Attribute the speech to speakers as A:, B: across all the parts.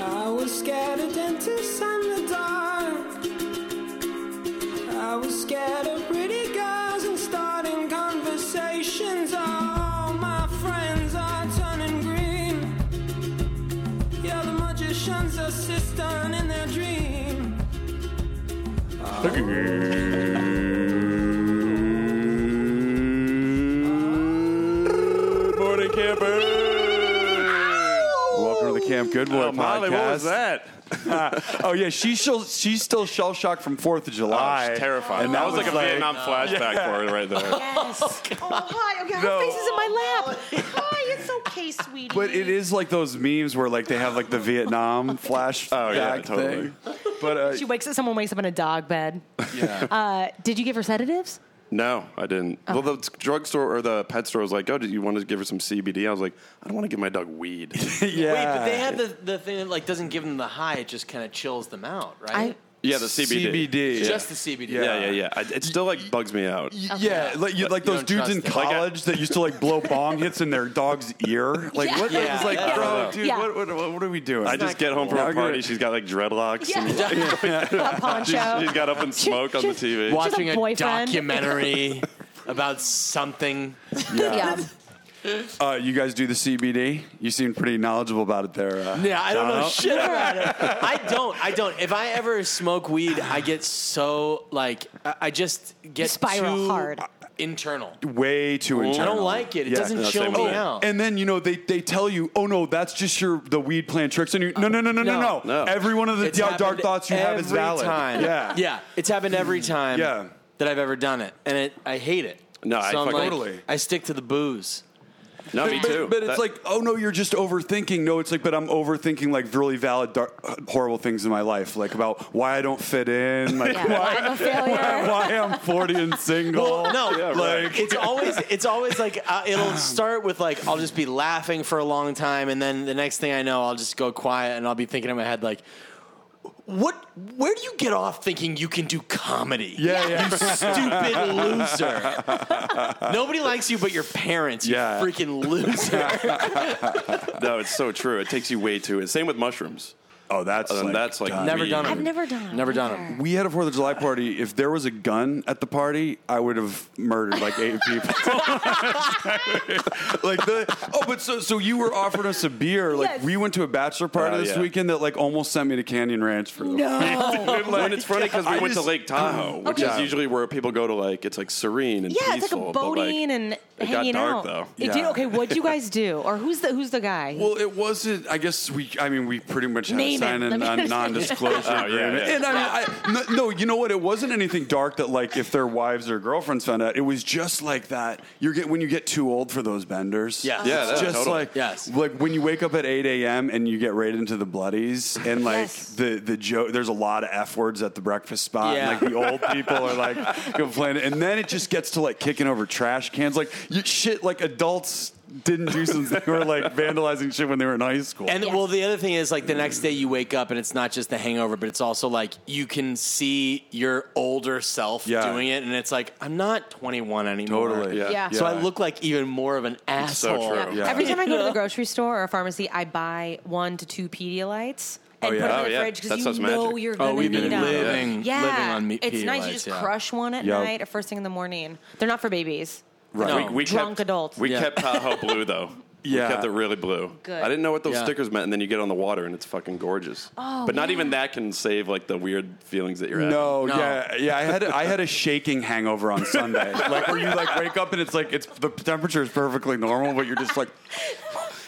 A: I was scared of dentists and the dark. I was scared of pretty girls and starting conversations. All my friends are turning green. Yeah, the magician's assistant in their dream.
B: Morning, campers.
C: Welcome to the Camp Good Boy
B: Oh,
C: podcast.
B: Molly, what was that?
C: oh yeah, she's still she's still shell shocked from Fourth of July.
B: Oh, It's terrifying.
C: And
B: that was like a Vietnam flashback
C: Yeah.
B: for her right there.
D: Oh, hi. Okay, her
C: No. Oh,
D: face is in my lap. Hi, it's okay, sweetie.
C: But it is like those memes where like they have like the Vietnam flashback
B: yeah, Oh, totally.
C: thing. But uh,
D: She wakes up. Someone wakes up in a dog bed. Yeah. Uh, did you give her sedatives?
B: No, I didn't. Well, the drugstore or the pet store was like, "Oh, did you want to give her some CBD?" I was like, "I don't want to give my dog weed."
C: yeah,
E: Wait, but they have the, the thing that like doesn't give them the high; it just kind of chills them out, right?
B: yeah, the CBD.
C: CBD.
E: just the CBD.
B: Yeah, yeah, yeah. I, it still like bugs me out.
C: Yeah, like you, like
E: You
C: those
E: don't
C: dudes
E: trust
C: in
E: it. Like, I-
C: college that used to like blow bong hits in their dog's ear. Like what?
D: Yeah.
C: It's like,
E: Yeah.
C: bro,
B: Yeah.
C: dude,
D: Yeah.
C: what, what what are we doing?
B: I just get home from
C: Now
B: a
C: I gotta-
B: party. She's got like dreadlocks.
D: Yeah.
B: And
D: A poncho.
B: she's got up in smoke on the
D: Just-
B: TV.
D: What? Watching
E: Watching
D: a
E: a
D: boyfriend.
E: documentary about something.
D: yeah.
C: Uh, you guys do the CBD? You seem pretty knowledgeable about it there. Uh,
E: Yeah, I don't know
C: Dono.
E: shit about it. I don't. I don't. If I ever smoke weed, I get so like I I just get
D: spiral
E: too
D: hard.
E: internal.
C: Way too
E: I
C: internal.
E: don't like it. It
C: Yeah.
E: doesn't
B: No,
E: chill
B: same
E: me
B: with me.
E: out.
C: And then you know they, they tell you, oh no, that's just your the weed plant tricks on you. No, no, no, no, no, no.
E: No.
B: No.
C: Every one of the
E: It's
C: dark, dark
E: happened
C: thoughts you have is
E: every
C: valid.
E: Time.
C: Yeah, Mm.
E: yeah. It's happened every time.
C: Yeah.
E: that I've ever done it, and it, I hate it.
B: No, I
E: so I'm
B: fucking-
E: like,
C: Totally.
E: I stick to the booze.
B: No, me
C: But-
B: too.
C: But it's
B: That-
C: like, oh no, you're just overthinking. No, it's like, but I'm overthinking like really valid, dark, horrible things in my life, like about why I don't fit in, like
D: Yeah.
C: why,
D: I'm a
B: Oh,
D: failure.
C: why I'm 40 and single.
E: Oh, No,
C: right.
E: like it's always it's always like uh, it'll start with like I'll just be laughing for a long time, and then the next thing I know, I'll just go quiet and I'll be thinking in my head like, what? Where do you get off thinking you can do comedy?
C: yeah, yeah.
E: Stupid loser. Nobody likes you but your parents, you
C: Yeah.
E: freaking loser.
B: no, it's so true. It takes you way too. Same with mushrooms.
C: Oh, that's
B: And
C: like,
B: that's like
C: done.
E: Never
B: weed.
E: done 'em.
D: I've never done. it.
E: Never done 'em.
C: We had a Fourth of July party. If there was a gun at the party, I would have murdered like eight people. like the oh, but so so you were offering us a beer. Like
D: Yes.
C: we went to a bachelor party
B: Oh,
C: this
B: yeah.
C: weekend that like almost sent me to Canyon Ranch for the
D: No.
B: and it's funny because we
C: I
B: went
C: just-
B: to Lake Tahoe, which
D: Mm. Okay.
B: is usually where people go to like it's like serene and
D: Yeah, it's like
B: peaceful,
D: a
B: but,
D: boating and
B: it
D: hanging
B: got dark,
D: out.
B: Though.
D: It
C: Yeah.
D: did. Okay, what'd you guys do? Or who's the who's the guy?
C: Well, it wasn't. I guess we. I mean, we pretty much had to
D: Name
C: sign
D: it.
C: a
D: Let me-
C: non- non-disclosure
B: Oh, yeah,
C: agreement.
B: yeah.
C: And I mean, I, no, no, you know what? It wasn't anything dark that like if their wives or girlfriends found out. It was just like that. You're get when you get too old for those benders.
E: Yeah.
C: It's
B: Yeah, that-
C: just
B: totally.
C: like
E: Yes.
C: like when you wake up at 8 a.m. and you get right into the bloodies and like
D: Yes.
C: the the joke. There's a lot of f words at the breakfast spot.
E: Yeah.
C: And, like the old people are like complaining, and then it just gets to like kicking over trash cans. Like you, shit, like adults. Didn't do some they were like vandalizing shit when they were in high school.
E: And well, the other thing is like the next day you wake up and it's not just the hangover, but it's also like you can see your older self
C: Yeah.
E: doing it, and it's like I'm not 21 anymore.
C: Totally.
B: Yeah.
D: Yeah.
E: So I look like even more of an
B: so
E: asshole.
B: true.
C: Yeah.
D: Every time I go to the grocery store or a pharmacy, I buy one to two Pedialites and
C: Oh, yeah.
D: put them
B: Oh,
D: in the
B: yeah.
D: fridge because
B: That
D: you
B: stuff's
D: know
B: magic.
D: you're
E: Oh,
D: going to
E: we've
D: need
E: been
D: them.
E: living-
D: yeah.
E: living on meat
D: It's nice. You
E: Pedialites,
D: just
E: yeah.
D: crush one at
C: Yep.
D: night or first thing in the morning. They're not for babies.
C: Right.
E: No.
B: We, we
D: Drunk
B: kept,
D: adults.
B: We
E: Yeah.
B: kept Tahoe blue though.
C: Yeah.
B: We kept it really blue.
D: Good.
B: I didn't know what those
E: Yeah.
B: stickers meant, and then you get on the water and it's fucking gorgeous. Oh, but not
D: yeah.
B: even that can save like the weird feelings that you're having.
C: No,
E: No.
C: yeah, yeah. I had I had a shaking hangover on Sunday, like where you like wake up and it's like it's the temperature is perfectly normal, but you're just like,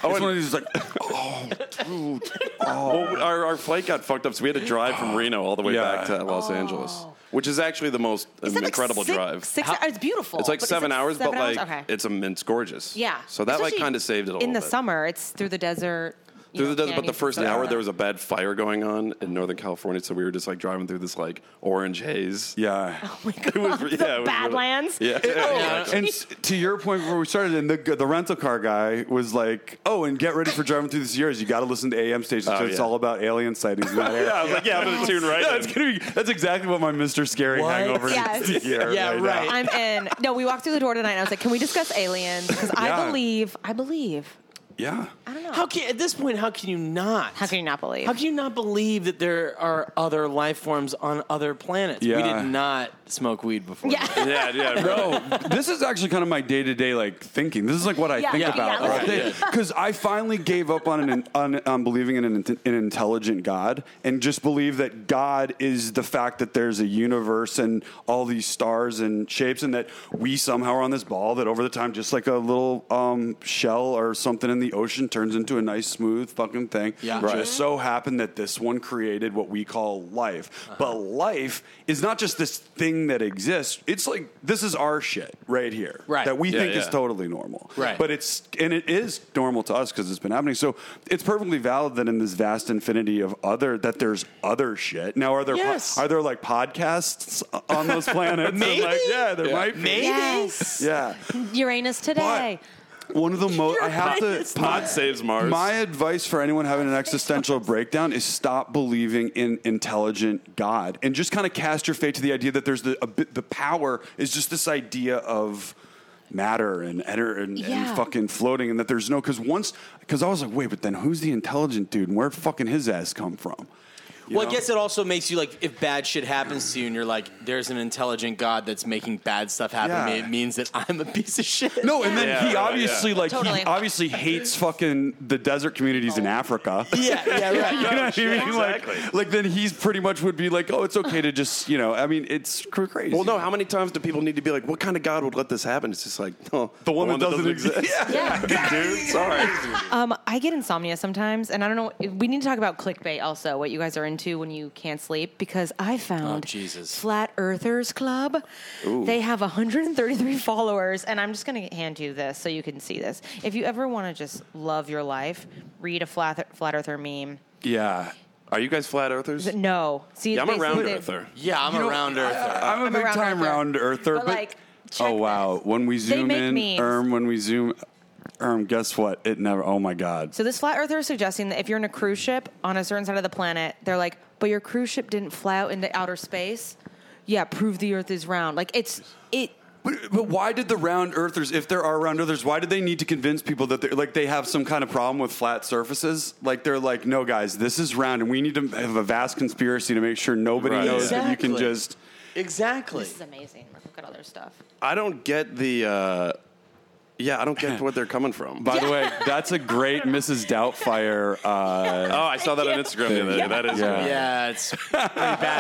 C: oh, it's one of these like, oh, dude, oh.
B: Well, our, our flight got fucked up, so we had to drive from Reno all the way
C: Yeah.
B: back to Los Angeles, which is actually the most
D: Oh. Is that like
B: incredible
D: six-
B: drive.
D: Six hours. It's beautiful.
B: It's like
D: but
B: seven hours,
D: seven
B: but
D: hours?
B: like
D: Okay.
B: it's immense, gorgeous.
D: yeah.
B: So that like
D: Especially
B: kind of saved it a little
D: In the
B: bit.
D: summer, it's through the desert. you
B: Through
D: know,
B: the desert, but the
D: canyons
B: first
D: and stuff
B: hour
D: like
B: there was a bad fire going on in Northern California, so we were just like driving through this like orange haze.
C: yeah.
B: It was, yeah, it was really-
D: Badlands.
B: yeah.
C: And s- to your point where we started, and the the rental car guy was like, "Oh, and get ready for driving through the Sierras. You got to listen to AM stations.
B: Oh,
C: so it's
B: yeah.
C: all about alien sightings." in that area."
B: Yeah, I was like, yeah, I'm gonna tune right.
C: Yeah,
B: in.
C: it's gonna be. That's exactly what my Mister Scary
E: What?
C: hangover
D: Yes.
C: is. here
E: Yeah,
C: right. now.
E: right.
D: I'm in. No, we walked through the door tonight, and I was like, "Can we discuss aliens?" Because
C: Yeah.
D: I believe, I believe
B: Yeah.
D: I don't know.
E: How can at this point? How can you not?
D: How can you not believe?
E: How can you not believe that there are other life forms on other planets? We
C: Yeah.
E: did not smoke weed before.
D: Yeah.
B: Yeah, yeah. Bro.
C: No, this is actually kind of my day to day like thinking. This is like what I
D: Yeah,
C: think
D: yeah,
C: about
D: yeah,
C: all
D: let's
C: day. Because I finally gave up on an on, on believing in an, in- an intelligent God and just believe that God is the fact that there's a universe and all these stars and shapes and that we somehow are on this ball that over the time, just like a little um, shell or something in the ocean, turns into a nice smooth fucking thing.
E: Yeah.
C: Just
E: Right.
C: so happened that this one created what we call
E: Uh-huh.
C: life. But life is not just this thing that exists. It's like this is our shit right here
E: Right.
C: that we
B: Yeah,
C: think is
B: yeah.
C: totally normal.
E: Right.
C: But it's and it is normal to us because it's been happening. So it's perfectly valid that in this vast infinity of other that there's other shit. Now are there po-
E: Yes.
C: are there like podcasts on those planets? And,
E: Maybe.
C: like, yeah, there might be.
E: Maybe.
D: Yes.
C: Yeah.
D: Uranus today.
C: One of the most I have to
B: Pod saves Mars.
C: my advice for anyone having an existential breakdown is stop believing in intelligent God and just kind of cast your fate to the idea that there's the a bit, the power is just this idea of matter and enter and,
D: Yeah.
C: and fucking floating and that there's no because once because I was like wait but then who's the intelligent dude and where fucking his ass come from? You
E: Well,
C: know?
E: I guess it also makes you like, if bad shit happens to you, and you're like, "There's an intelligent God that's making bad stuff happen," to me,
C: Yeah.
E: it means that I'm a piece of shit.
C: No, and then
B: Yeah,
C: he
B: right,
C: obviously
B: yeah.
C: like
D: Totally.
C: he obviously hates fucking the desert communities in Africa.
E: Yeah, yeah, right.
C: You know what I mean?
B: Exactly.
C: Like, like then he's pretty much would be like, oh, it's okay to just, you know, I mean, it's cr- crazy.
B: Well, no. How many times do people need to be like, "What kind of God would let this happen?" It's just like, "Oh, no,
C: The one that doesn't exist.
D: Yeah.
B: dude. Sorry.
D: Um, I get insomnia sometimes, and I don't know. We need to talk about clickbait also, what you guys are into when you can't sleep, because
B: Oh,
D: I found
E: Jesus.
D: Flat Earthers Club. They have 133 followers, and I'm just going to hand you this so you can see this. If you ever want to just love your life, read a Flat, flat Earther meme.
C: Yeah.
B: Are you guys flat earthers?
D: No. See,
B: yeah, I'm a
D: basically
B: round
D: they-
B: earther.
E: Yeah, I'm
C: You
E: a
C: know,
E: round earther.
C: I'm a
D: I'm a
C: big
D: round
C: time
D: earther.
C: round earther.
D: But, like, check
C: oh, wow.
D: this.
C: When we zoom
D: make
C: in,
D: memes.
C: Erm, when we zoom, Erm, guess what? It never, oh my God.
D: So this flat earther is suggesting that if you're in a cruise ship on a certain side of the planet, they're like, but your cruise ship didn't fly out into outer space. Yeah, prove the Earth is round. Like it's it.
C: But, but why did the round earthers, if there are round earthers, why did they need to convince people that they're like they have some kind of problem with flat surfaces? Like they're like, no, guys, this is round, and we need to have a vast conspiracy to make sure nobody
B: Right.
C: knows that you can
E: Exactly.
C: just.
E: Exactly.
D: This is amazing. Look at all their stuff.
B: I don't get the. Uh, yeah, I don't get where they're coming from.
C: By the way, that's a great Mrs. Doubtfire. Uh,
B: oh, I saw that on Instagram the other day. That is.
C: Yeah.
E: Yeah, it's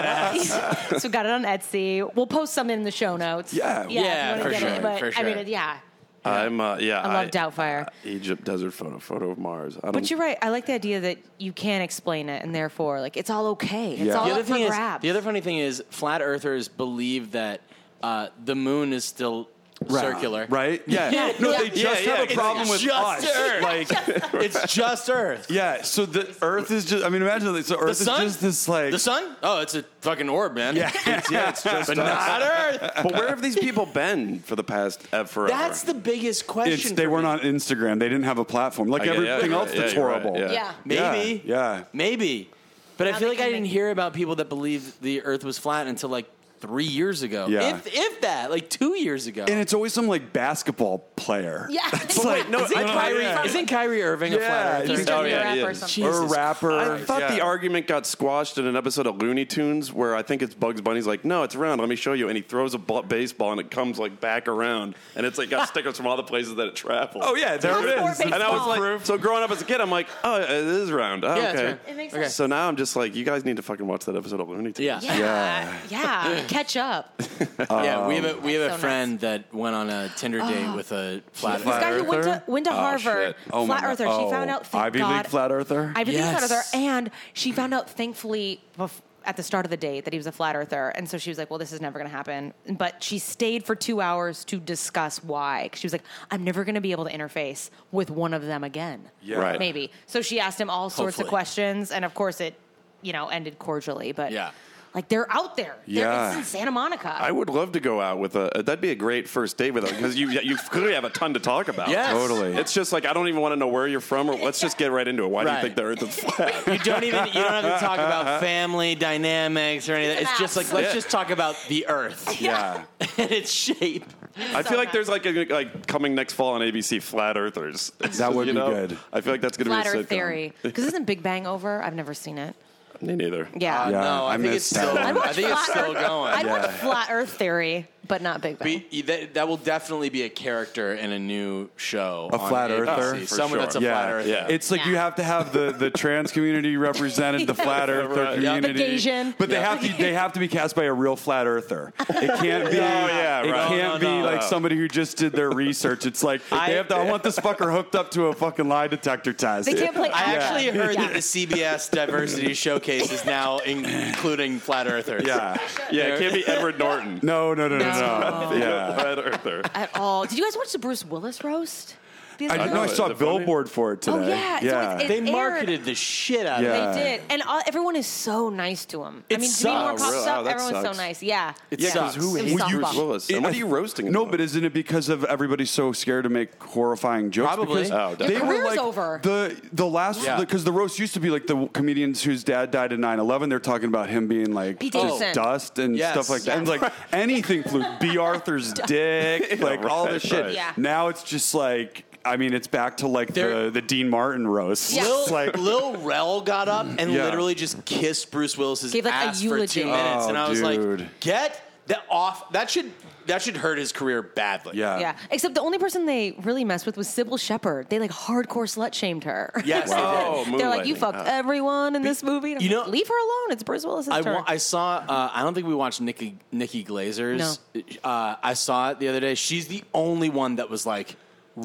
D: so got it on Etsy. We'll post some in the show notes.
C: Yeah.
D: yeah, if you
E: Yeah,
D: wanna
E: for
D: get
E: sure,
D: It, but
E: for
D: I mean,
E: sure.
D: it- yeah,
B: I'm. Uh, yeah.
D: I love Doubtfire.
B: Egypt desert photo, photo of Mars. I don't.
D: But you're right. I like the idea that you can't explain it, and therefore, like, it's all okay. It's
C: Yeah.
D: all
E: the other
D: up for
E: thing is
D: grabs.
E: the other funny thing is flat earthers believe that uh, the moon is still circular.
C: right? Yeah.
E: Yeah.
C: No,
E: Yeah.
C: they just
B: Yeah,
C: have
B: yeah.
C: a problem with
E: Just
C: us.
E: Earth.
C: Like,
E: It's just Earth.
C: yeah. So the Earth is just. I mean, imagine that. So
E: The
C: Earth is
E: sun
C: just this like.
E: the sun. Oh, it's a fucking orb, man.
C: Yeah. yeah. It's just
B: but,
C: us.
B: not-
E: not Earth.
B: but where have these people been for the past uh, forever?
E: That's the biggest question.
C: It's, they
E: for
C: weren't
E: me.
C: on Instagram. They didn't have a platform like
B: I get- yeah,
C: everything
B: you're
C: else
B: right.
C: that's
B: Yeah, you're right.
C: horrible.
D: yeah.
E: Maybe.
C: Yeah.
E: Maybe. But I
D: Now
E: feel
D: they
E: like
D: can
E: I didn't
D: make-
E: hear about people that believed the Earth was flat until like three years ago.
C: Yeah.
E: If if that, like two years ago.
C: And it's always some like basketball player.
D: Yeah.
C: It's like, no,
E: isn't, Kyrie, isn't Kyrie Irving a
C: Yeah,
E: flat earther?
D: He's
C: think-
D: just
B: oh,
D: a
B: yeah,
D: rapper
B: he
D: or
B: is.
D: something.
E: Jesus
C: or rapper.
B: I thought the
C: Yeah.
B: argument got squashed in an episode of Looney Tunes where I think it's Bugs Bunny's like, no, it's around. Let me show you. And he throws a bu- baseball and it comes like back around. And it's like got stickers from all the places that it traveled.
C: Oh yeah, there
D: It's more
C: it is.
D: baseball.
B: And I was like, so growing up as a kid, I'm like, oh, it is round. Oh,
E: Yeah, it's
B: okay.
E: round.
D: It makes
E: Okay.
D: sense.
B: So now I'm just like, you guys need to fucking watch that episode of Looney Tunes.
E: Yeah.
D: Yeah, yeah, catch up.
E: Yeah, we have a we have
D: That's so
E: a
D: Oh.
E: friend that went on a Tinder date with a flat.
D: This guy who went to,
C: earther?
D: went to Harvard,
B: shit.
C: Oh, my
D: flat
C: God.
D: earther.
C: Oh,
D: She found out. Thank
C: Ivy
D: God,
C: League flat earther?
D: Ivy League flat earther,
E: Yes.
D: and she found out thankfully bef- at the start of the date that he was a flat earther, and so she was like, "Well, this is never going to happen." But she stayed for two hours to discuss why. She was like, "I'm never going to be able to interface with one of them again."
C: Yeah.
B: Right.
D: Maybe. So she asked him all sorts of
E: Hopefully.
D: questions, and of course it, you know, ended cordially. But
E: Yeah.
D: Like they're out there. They're-
C: Yeah.
D: it's in Santa Monica.
B: I would love to go out with a. That'd be a great first date with her because you you clearly have a ton to talk about.
E: Yes.
C: Totally.
B: It's just like I don't even want to know where you're from, or let's just get right into it. Why do
E: Right.
B: you think the Earth is flat?
E: You don't even you don't have to talk about family dynamics or anything. It's just like let's just talk about the Earth
C: Yeah.
E: and its shape.
B: I feel like there's like a, like coming next fall on ABC, Flat Earthers. It's-
C: That would
B: you
C: be good.
B: I feel like that's gonna
D: Flat
B: be a
D: Earth
B: sitcom.
D: Theory. Because isn't Big Bang over? I've never seen it.
B: Me neither.
D: Yeah.
C: Yeah.
E: Uh, no, I,
C: I
E: think it's
C: missed that
E: still.
C: one. I'd
E: I think it's
D: Flat
E: still
D: Earth-
E: going.
D: I'd watch Flat Earth Theory, but not Big Bang.
E: Be- that, that will definitely be a character in a new show.
C: A
E: on
C: flat
E: ABC.
C: earther? For
E: Someone
B: sure.
E: that's a
C: yeah.
E: flat earther.
B: Yeah.
C: It's like you
D: Yeah.
C: have to have the, the trans community represented, the flat earther
B: Right. Yeah.
C: community.
D: The Gaysian.
C: But they
D: Yeah.
C: have to they have to be cast by a real flat earther. It can't be
B: yeah,
C: it
B: right.
C: can't
E: No, no,
C: be
E: no.
C: like somebody who just did their research. It's like
E: I-
C: they have to I want this fucker hooked up to a fucking lie detector test.
D: They can't play.
E: I
D: Alpha.
E: actually heard
D: Yeah.
E: that the CBS Diversity Showcase is now in- including flat earthers.
C: yeah.
B: Yeah, it can't be Edward Norton.
C: No, no, no, no, no.
D: No.
C: Yeah.
B: Flat Earther.
D: at all. Did you guys watch the Bruce Willis roast? The
C: I
D: other
C: didn't
D: day?
C: know I
B: Is
C: saw a
B: it funny?
C: billboard for it today.
D: Oh, yeah. So it's- it's-
E: They
D: aired-
E: marketed the shit out
C: Yeah.
E: of it.
D: They did, and all, everyone is so nice to him. I
E: It
D: mean, Demi Moore
E: sucks.
D: pops
B: Oh, really?
D: up.
B: Oh, that
D: everyone's
B: sucks.
D: so nice. Yeah.
E: It
D: yeah.
E: sucks.
B: Who
D: It
B: hates
D: was
B: Bruce
D: softball.
B: Willis? And what are you roasting?
C: No,
B: about?
C: but isn't it because of everybody's so scared to make horrifying jokes?
E: Probably.
C: Because
B: Oh,
D: Your career's over.
C: The the last
E: Yeah.
C: because the, roast used to be like the comedians whose dad died in 9-11. They're talking about him being like
D: Pete
C: just
D: Davidson.
C: dust and
E: Yes.
C: stuff like that.
D: Yeah.
C: And like anything flew. B. Arthur's dick, like all this shit.
B: right.
D: Yeah.
C: Now it's just like I mean, it's back to like
E: They're-
C: the, the Dean Martin roast.
D: Yeah.
E: Lil,
C: It's like
E: Lil Rel got up and
C: Yeah.
E: literally just kissed Bruce Willis's
D: Gave, like, a
E: ass for
D: eulogy.
E: two minutes, and
C: Oh,
E: I was
C: dude.
E: like, "Get that off! That should that should hurt his career badly."
C: yeah,
D: Yeah. Except the only person they really messed with was Sybil Shepherd. They like hardcore slut shamed her.
E: Yes,
B: Wow.
E: they did.
B: Oh,
D: They're like, you
B: moonlighting.
D: fucked
B: Oh.
D: everyone in this movie. And I'm
E: you
D: like,
E: know-
D: leave her alone. It's Bruce Willis's
E: I,
D: turn.
E: wa- I saw. Uh, I don't think we watched Nikki Nikki Glazer's. Uh, I saw it the other day. She's the only one that was like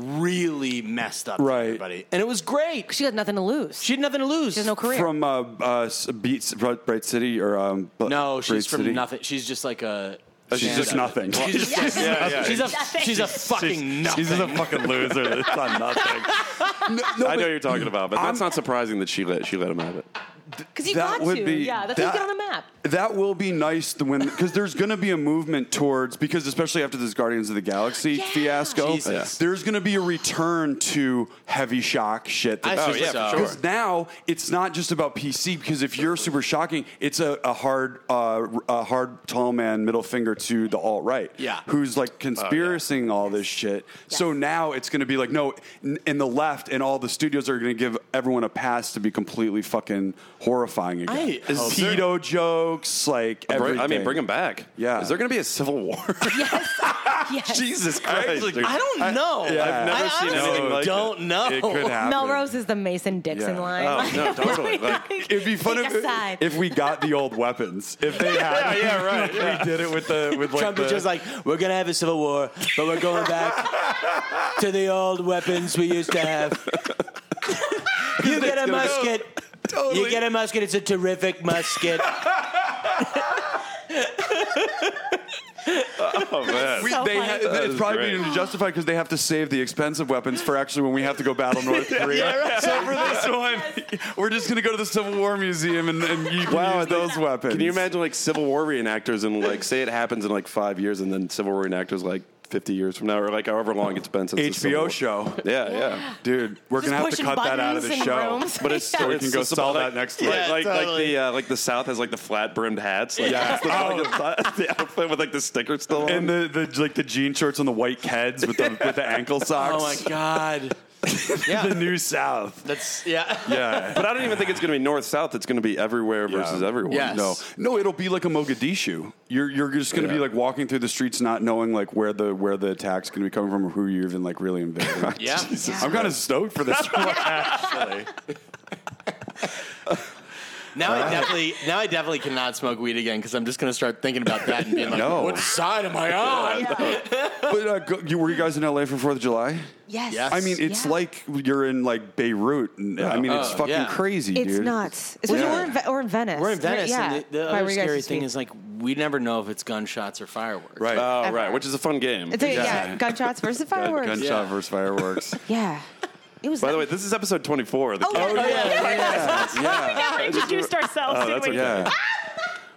E: really messed up, to
C: Right.
E: Everybody, and it was great.
D: she got nothing to lose.
E: She had nothing to lose.
D: She has no career.
C: From uh, uh, S- Beats Bright Bright City or um, B-
E: No,
C: Bright
E: she's from
C: City? Oh,
E: nothing. She's just like a.
C: She's just nothing.
E: She's, just,
B: Yeah, yeah.
E: she's a
D: Nothing.
E: she's a fucking nothing.
C: She's a fucking loser. It's on nothing.
B: I know you're talking about, but that's
C: I'm-
B: not surprising that she let she let him have it.
D: Because you
C: that
D: got
C: would
D: to.
C: be
D: yeah. That's
C: that,
D: how you get on a map.
C: That will be nice to when because there's going to be a movement towards because especially after this Guardians of the Galaxy
D: Yeah.
C: fiasco,
E: Jesus.
C: there's going to be a return to heavy shock shit.
E: I
C: that's
E: think
C: just-
E: so.
C: 'cause now it's not just about PC because if you're super shocking, it's a, a hard, uh, a hard tall man middle finger to the alt right,
E: Yeah.
C: who's like conspiracing all this shit. So now it's going to be like no, n- in the left and all the studios are going to give everyone a pass to be completely fucking horrifying again.
E: I
C: Is
E: hope
C: pedo jokes, like everything.
B: Oh, Bring- I mean, bring him back.
C: Yeah.
B: Is there going to be a civil war?
D: Yes. yes.
B: Jesus Christ! dude.
E: I don't know.
C: yeah. I've
B: never
E: I
B: seen
E: honestly
B: anything like
E: don't
B: it.
E: know.
B: It could happen.
D: Melrose is the Mason Dixon
C: Yeah.
D: line.
B: Oh, no, totally. Like,
C: It'd be fun
D: Take a
C: if,
D: side.
C: if we got the old weapons. If they had,
B: yeah, right. Yeah.
C: we did it with the with like
E: Trump
C: the,
E: is just like, we're gonna have a civil war, but we're going back to the old weapons we used to have. you get a musket. You get a musket. It's a terrific musket.
B: Oh man.
C: We-
D: So
C: they
D: funny.
C: ha-
B: That
C: it's
B: is
C: probably
B: great.
C: being justified because they have to save the expensive weapons for actually when we have to go battle North Korea. So for this one, we're just going to go to the Civil War Museum and, and you can
B: Wow,
C: use those weapons.
B: Can you imagine like Civil War reenactors and like say it happens in like five years and then Civil War reenactors like fifty years from now or like however long it's been since the Civil
C: HBO
B: War.
C: show,
B: Yeah, yeah.
C: dude. We're going
D: Just
C: to have to
D: pushing
C: cut that out of the
D: buttons in
C: show.
D: rooms.
B: But it's
C: So
B: still
C: we
B: it's
C: can go
B: just
C: sell
B: about,
C: that
B: like-
C: next
B: like,
E: week.
B: like,
E: Yeah, totally.
B: like the uh, like the South has like the flat brimmed hats. Like,
C: Yeah.
B: yeah, the, like, the, the outfit with like the sticker still on.
C: Oh. And the, the like the jean shorts and the white keds with the with the ankle socks.
E: Oh my god.
C: The
E: Yeah.
C: new South.
E: That's yeah.
C: Yeah.
B: but I don't even think it's going to be north south. It's going to be everywhere versus everyone.
E: Yes.
C: No, no, it'll be like a Mogadishu. You're you're just going to
B: Yeah.
C: be like walking through the streets, not knowing like where the where the attack's going to be coming from or who you're even like really invading.
E: Yeah.
C: I'm kind of stoked for this. one.
E: Now I definitely now I definitely cannot smoke weed again because I'm just gonna start thinking about that and being like,
C: No.
E: what side am I on?
C: but uh, go, you, were you guys in LA for Fourth of July?
D: Yes.
E: Yes.
C: I mean, it's
D: Yeah.
C: like you're in like Beirut. And, I mean, it's
E: Oh,
C: fucking
E: yeah.
C: crazy,
D: It's
C: dude.
D: nuts. Especially
C: Yeah.
D: we're, in Ve- we're in Venice.
E: We're in Venice, and the, the
D: Why
E: other
D: were you guys
E: scary
D: just
E: thing
D: being-
E: is like we never know if it's gunshots or fireworks.
C: right?
B: Oh,
D: Ever.
B: right, which is a fun game.
D: It's a, yeah. gunshots versus fireworks.
C: Gunshot
E: Yeah.
C: versus fireworks.
D: yeah. It was
B: By the way, this is episode 24. of The
D: Oh, yeah.
E: yeah.
C: yeah,
D: we never introduced ourselves,
B: Oh, that's
D: did we?
B: okay.
C: yeah.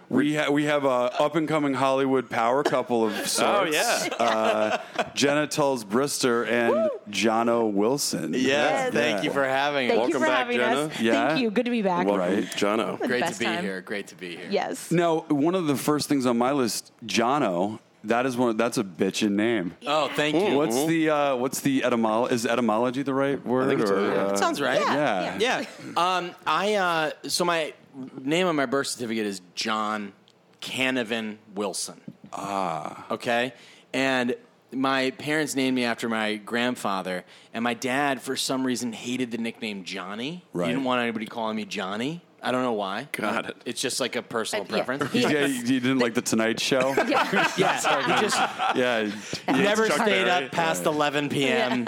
C: We ha- we have a up and coming Hollywood power couple of sorts.
B: yeah.
C: uh, Jenna Tulls Brister and Jono Wilson.
E: Yes, thank
C: Yeah.
E: you for having
D: Thank
E: us.
D: you
B: Welcome
D: for
B: back,
D: having
B: Jenna.
D: us.
C: Yeah.
D: Thank you. Good to be back.
B: Welcome,
C: Right.
B: Jono.
E: Great
D: Best
E: to be
D: time.
E: here. Great to be here.
D: Yes.
C: Now, one of the first things on my list, Jono. That is one. That's a bitchin' name.
E: Oh, thank you.
C: What's the uh, what's the etymology? Is etymology the right word?
B: think it's
C: or,
B: a-
C: uh,
E: That sounds right.
C: Yeah. yeah.
E: Yeah. Um, I uh, so my name on my birth certificate is John Canavan Wilson. Ah. Okay. And my parents named me after my grandfather, and my dad, for some reason, hated the nickname Johnny.
C: Right.
E: He didn't want anybody calling me Johnny. I don't know why.
B: Got it.
E: It's just like a personal
D: Uh, yeah.
E: preference.
D: Yeah.
C: you, you didn't like the Tonight Show.
D: Yeah.
E: yeah. He just
C: yeah.
E: never
B: Chuck
E: stayed
B: Berry.
E: up past 11 p.m.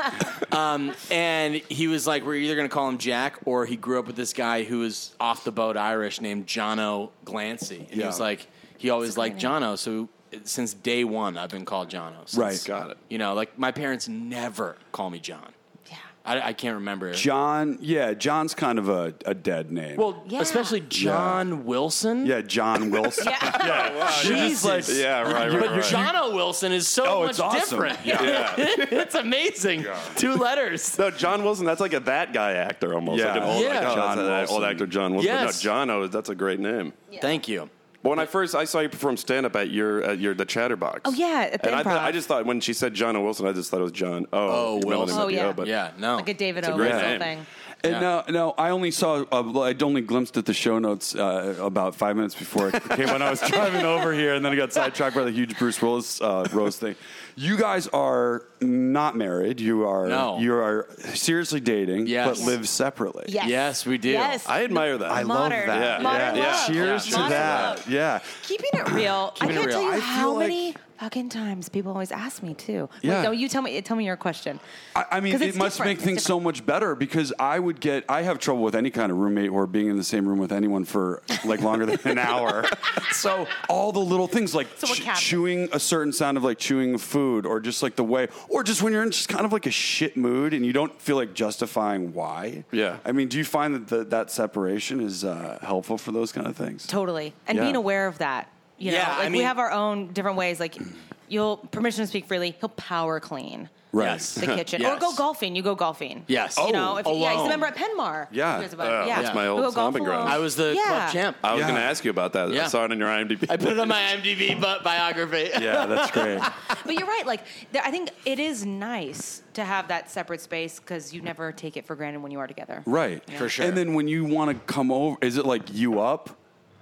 E: um, and he was like, we're either going to call him Jack, or he grew up with this guy who was off the boat Irish named Jono Glancy. And he
C: Yeah.
E: was like, he always liked Jono. So since day one, I've been called Jono. Since,
C: Right.
B: Got it.
E: You know, like my parents never call me John.
D: Yeah.
E: I, I can't remember.
C: John. Yeah, John's kind of a, a dead name.
E: Well,
D: Yeah.
E: especially John Wilson.
C: yeah, John Wilson.
D: Yeah.
B: Yeah, wow.
E: Jesus.
B: yeah, right,
E: But
B: right, right.
E: Jono Wilson is so
C: Oh,
E: much
C: it's awesome.
E: different. it's amazing. Two letters.
B: No, John Wilson. That's like a that guy actor almost.
C: Yeah.
B: like an old,
E: Yeah.
B: like, oh,
C: John
B: that's an
C: Wilson.
B: old actor John Wilson. No,
E: Yes.
B: John. that's a great name.
E: Thank you.
B: When I first I saw you perform stand up at your at your the Chatterbox.
D: Oh, yeah, at the
B: and I, thought,
D: Improv.
B: I just thought when she said John O. Wilson, I just thought it was John. Oh,
E: Oh, Wilson.
D: Oh, yeah.
B: but
E: yeah, no.
D: Like a David
B: a
D: O.
B: great
D: Russell
B: name.
D: thing.
C: And
E: Yeah.
C: Uh, no, no, I only saw, uh, I only glimpsed at the show notes uh, about five minutes before it came when I was driving over here, and then I got sidetracked by the huge Bruce Willis uh, roast thing. You guys are not married. You are,
E: No.
C: you are seriously dating,
E: Yes.
C: but live separately.
D: Yes.
E: Yes, we do.
D: Yes.
B: I admire that.
C: I
D: Modern.
C: love that.
B: Yeah. Modern
C: yeah.
B: love.
C: Cheers
E: Yeah.
C: to
D: Modern
C: that.
D: love.
C: Yeah.
D: Keeping it real.
E: Keeping
D: I
E: it
D: can't
E: real.
D: tell you
C: I
D: how
C: feel like-
D: many fucking times people always ask me too.
C: Yeah.
D: Wait, no, you tell me. Tell me your question.
C: I, I mean,
D: 'Cause
C: it
D: it's
C: must
D: different.
C: make
D: It's
C: things so
D: different.
C: much better because I would get, I have trouble with any kind of roommate or being in the same room with anyone for like longer than an hour. So all the little things like
D: So what
C: ch-
D: happened?
C: chewing a certain sound of like chewing food or just like the way, or just when you're in just kind of like a shit mood and you don't feel like justifying why.
B: Yeah.
C: I mean, do you find that the, that separation is uh, helpful for those kind of things?
D: Totally. And
C: Yeah.
D: being aware of that. You
E: Yeah,
D: know,
E: I
D: like
E: mean-
D: we have our own different ways. Like you'll permission to speak freely. He'll power clean.
C: Right.
E: Yes.
D: The kitchen,
E: Yes.
D: or go golfing. You go golfing.
E: Yes.
D: you know, if, yeah. He's
E: alone.
D: a member at Penmar.
C: Oh, Yeah. Oh,
D: He was about-
B: Yeah,
D: yeah.
B: that's my
D: We'll
B: old
D: go golf
B: stomping ground.
D: alone.
E: I was the club champ.
B: I was
C: Yeah.
B: going to ask you about that.
E: Yeah.
B: I saw it on your IMDb.
E: I put it on my IMDb bu- biography.
C: Yeah, that's great.
D: But you're right. Like, there, I think it is nice to have that separate space because you never take it for granted when you are together.
C: Right.
E: For sure.
C: And then when you want to come over, is it like you up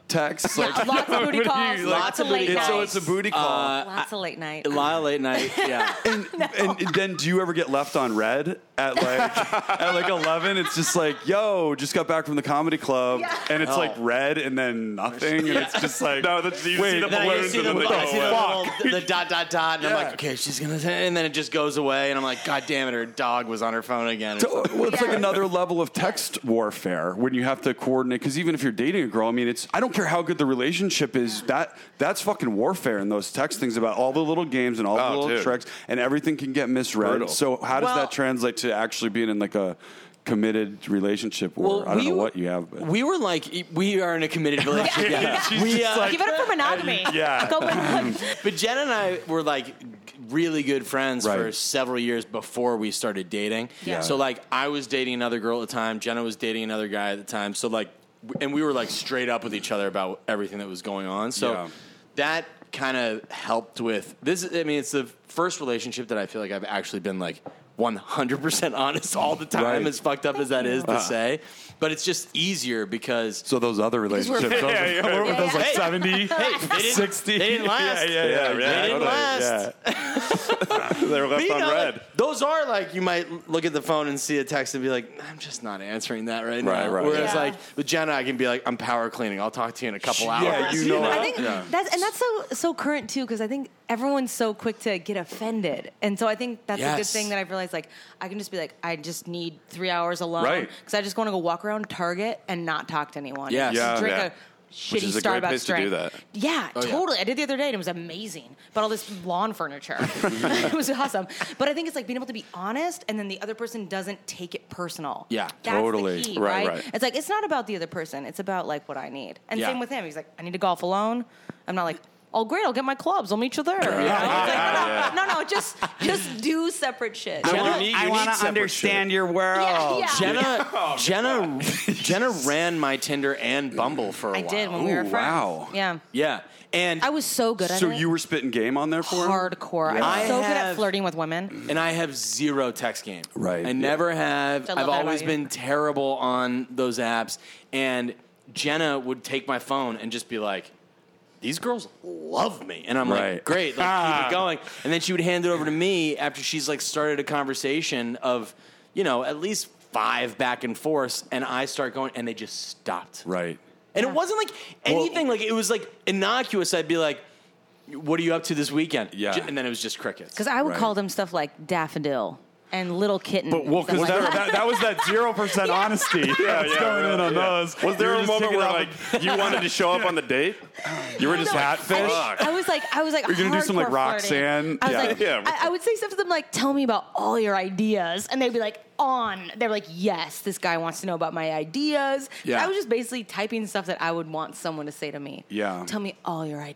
C: texts? Like,
D: Yeah, lots of booty calls.
E: lots
D: Lots
E: of
D: of late
E: booty
D: nights.
E: calls.
C: so it's a booty call.
D: Lots of late night.
E: A lot of late night. Yeah.
C: And then do you ever get left on red at like at like eleven? It's just like, yo, just got back from the comedy club, and it's like red, and then nothing, and it's just like,
B: no, that's, you
C: Wait,
B: see the
E: then I
B: balloons
E: just see
B: and
E: the,
B: then they
E: I see the,
B: go away.
E: little, the dot dot dot, and
C: Yeah.
E: I'm like, okay, she's gonna, say, and then it just goes away, and I'm like, god damn it, her dog was on her phone again.
C: So, well, it's like another level of text warfare when you have to coordinate. Because even if you're dating a girl, I mean, it's I don't care how good the relationship is. That that's fucking warfare in those text things about all the little games and all the
B: Oh,
C: little
B: dude.
C: tricks, and everything can get misread.
B: Brutal.
C: So how does
E: Well-
C: that translate to actually being in like a committed relationship? Or I don't know what you have. But.
E: We were like, we are in a committed relationship. We, uh,
D: Give it up for monogamy.
C: Yeah.
D: Go back.
E: But Jen and I were like really good friends for
C: Right.
E: several years before we started dating.
D: Yeah.
E: So like I was dating another girl at the time, Jenna was dating another guy at the time. So like w- and we were like straight up with each other about everything that was going on. So
C: Yeah.
E: that kind of helped with this I mean it's the first relationship that I feel like I've actually been like 100% honest all the time
C: Right.
E: as fucked up as that is to say, but it's just easier because
C: So those other relationships,
D: we're-
C: those- what were those, like
E: Hey.
C: 70,
E: Hey, they didn't,
C: 60?
E: They didn't last.
C: Yeah, yeah, yeah.
E: They
C: yeah,
E: didn't
C: totally,
E: last.
C: yeah.
B: They were
E: But,
B: left
E: you
B: on
E: know,
B: red.
E: like, those are like you might look at the phone and see a text and be like, I'm just not answering that right, now.
B: Right, right.
E: Whereas
D: Yeah.
E: like with Jenna, I can be like, I'm power cleaning. I'll talk to you in a couple
C: Yeah,
E: hours.
C: you know
D: I
C: it.
D: think
C: Yeah.
D: that's and that's so so current too because I think everyone's so quick to get offended, and so I think that's a good
E: Yes.
D: thing that I've realized. Like I can just be like, I just need three hours alone
C: Right.
D: because I just want to go walk around Target and not talk to anyone.
E: Yes.
D: Just
C: Yeah,
D: drink
B: yeah.
D: a shitty
B: Which is a
D: Starbucks
B: great place to
D: drink.
B: do that. Oh,
D: Yeah,
E: yeah.
D: totally. I did the other day and it was amazing. But all this lawn furniture, it was awesome. But I think it's like being able to be honest, and then the other person doesn't take it personal.
E: Yeah,
D: That's
B: totally.
D: The key,
B: Right,
D: right,
B: right.
D: It's like it's not about the other person. It's about like what I need. And
E: Yeah.
D: same with him. He's like, I need to golf alone. I'm not like. Oh great! I'll get my clubs. I'll meet you there. you know? It's like, no, no, no, no, just just do separate shit.
E: I
D: You
E: want-
D: know?
E: need-
F: I
E: you
F: want
E: need
F: to
E: separate
F: understand your world.
D: Yeah,
E: Oh,
D: yeah.
E: Jenna,
C: Oh,
E: Jenna, Jenna ran my Tinder and Bumble for a
D: I
E: while.
D: did when we were friends.
C: wow.
D: Yeah.
E: Yeah, and
D: I was so good at
C: So
D: it.
C: you were spitting game on there for him?
D: hardcore.
E: I
D: I'm so good
E: have-
D: at flirting with women.
E: and I have zero text game.
C: Right.
E: I never have.
D: I love
E: I've
D: that about
E: always
D: you.
E: been terrible on those apps. And Jenna would take my phone and just be like, these girls love me. And I'm
C: Right.
E: like, great, like, keep it going. And then she would hand it over to me after she's like started a conversation of, you know, at least five back and forth. And I start going, and they just stopped.
C: Right.
E: And it wasn't like anything, like, it was like innocuous. I'd be like, what are you up to this weekend?
C: Yeah.
E: J- And then it was just crickets.
D: Because I would
C: Right.
D: call them stuff like daffodil and little kitten.
C: But well, because
D: Stuff
C: that,
D: like
C: that, that was that zero percent honesty. Yeah, that's
B: yeah,
C: going in
B: really,
C: on
B: yeah.
C: those.
B: Was
C: You
B: there
C: were
B: a
C: just
B: moment
C: taking
B: where
C: it
B: like
C: out
B: you wanted to show up on the date? You were just
D: I,
B: hatfish.
D: was- I was like, I was like,
C: You're gonna do some, like,
D: hardcore flirting.
C: Roxanne?
D: I was
C: Yeah.
D: like,
B: Yeah.
D: I, I would say stuff to them like, "Tell me about all your ideas," and they'd be like, "On." They're like, "Yes, this guy wants to know about my ideas."
C: Yeah.
D: I was just basically typing stuff that I would want someone to say to me.
C: Yeah.
D: Tell me all your
E: It was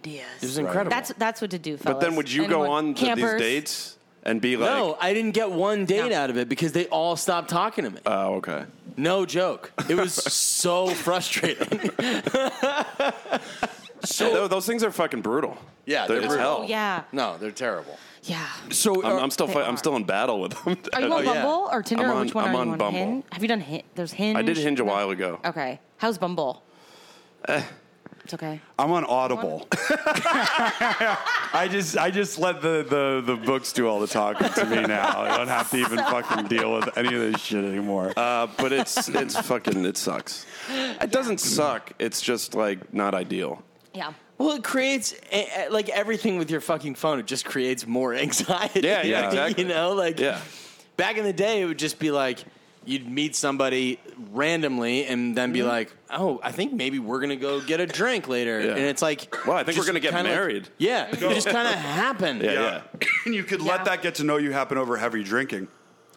D: ideas.
E: incredible.
D: That's that's what to do, fellas.
B: but then would you go
D: Anyone-
B: on to these
D: campers?
B: dates and be like,
E: no, I didn't get one date
D: No.
E: out of it because they all stopped talking to me.
B: "Oh, okay."
E: no joke. It was so frustrating.
B: So those things are fucking brutal.
E: Yeah,
B: they're,
E: they're
B: it's
E: brutal.
B: hell.
D: Oh, Yeah,
E: No, they're terrible.
D: yeah.
C: So
B: I'm,
C: uh,
B: I'm still
D: They
B: fi-
D: are.
B: I'm still in battle with them. Oh,
D: Are you on
E: yeah.
D: Bumble or Tinder?
B: I'm
D: or
B: on-
D: which one
B: I'm
D: are you
B: on
D: on?
B: Bumble.
D: Hinge? Have you done Hinge? There's Hinge.
B: I did Hinge a
D: No.
B: while Eh. ago.
D: Okay. How's Bumble? It's okay.
C: I'm on Audible. I just I just let the, the, the books do all the talking to me now. I don't have to even fucking deal with any of this shit anymore.
B: Uh, but it's it's fucking it sucks. It doesn't suck. It's just like not ideal.
D: Yeah.
E: Well, it creates eh, eh, like everything with your fucking phone. It just creates more anxiety.
B: Yeah, yeah, exactly.
E: You know, like
B: Yeah.
E: back in the day, it would just be like you'd meet somebody randomly and then
B: Mm-hmm.
E: be like, "Oh, I think maybe we're gonna go get a drink later."
B: Yeah.
E: And it's like,
B: Well, I think we're
E: just
B: gonna get
E: kinda like-
B: married.
E: yeah, it just kind of happened.
B: Yeah, yeah.
C: and you could
D: Yeah.
C: let that get to know you happen over heavy drinking,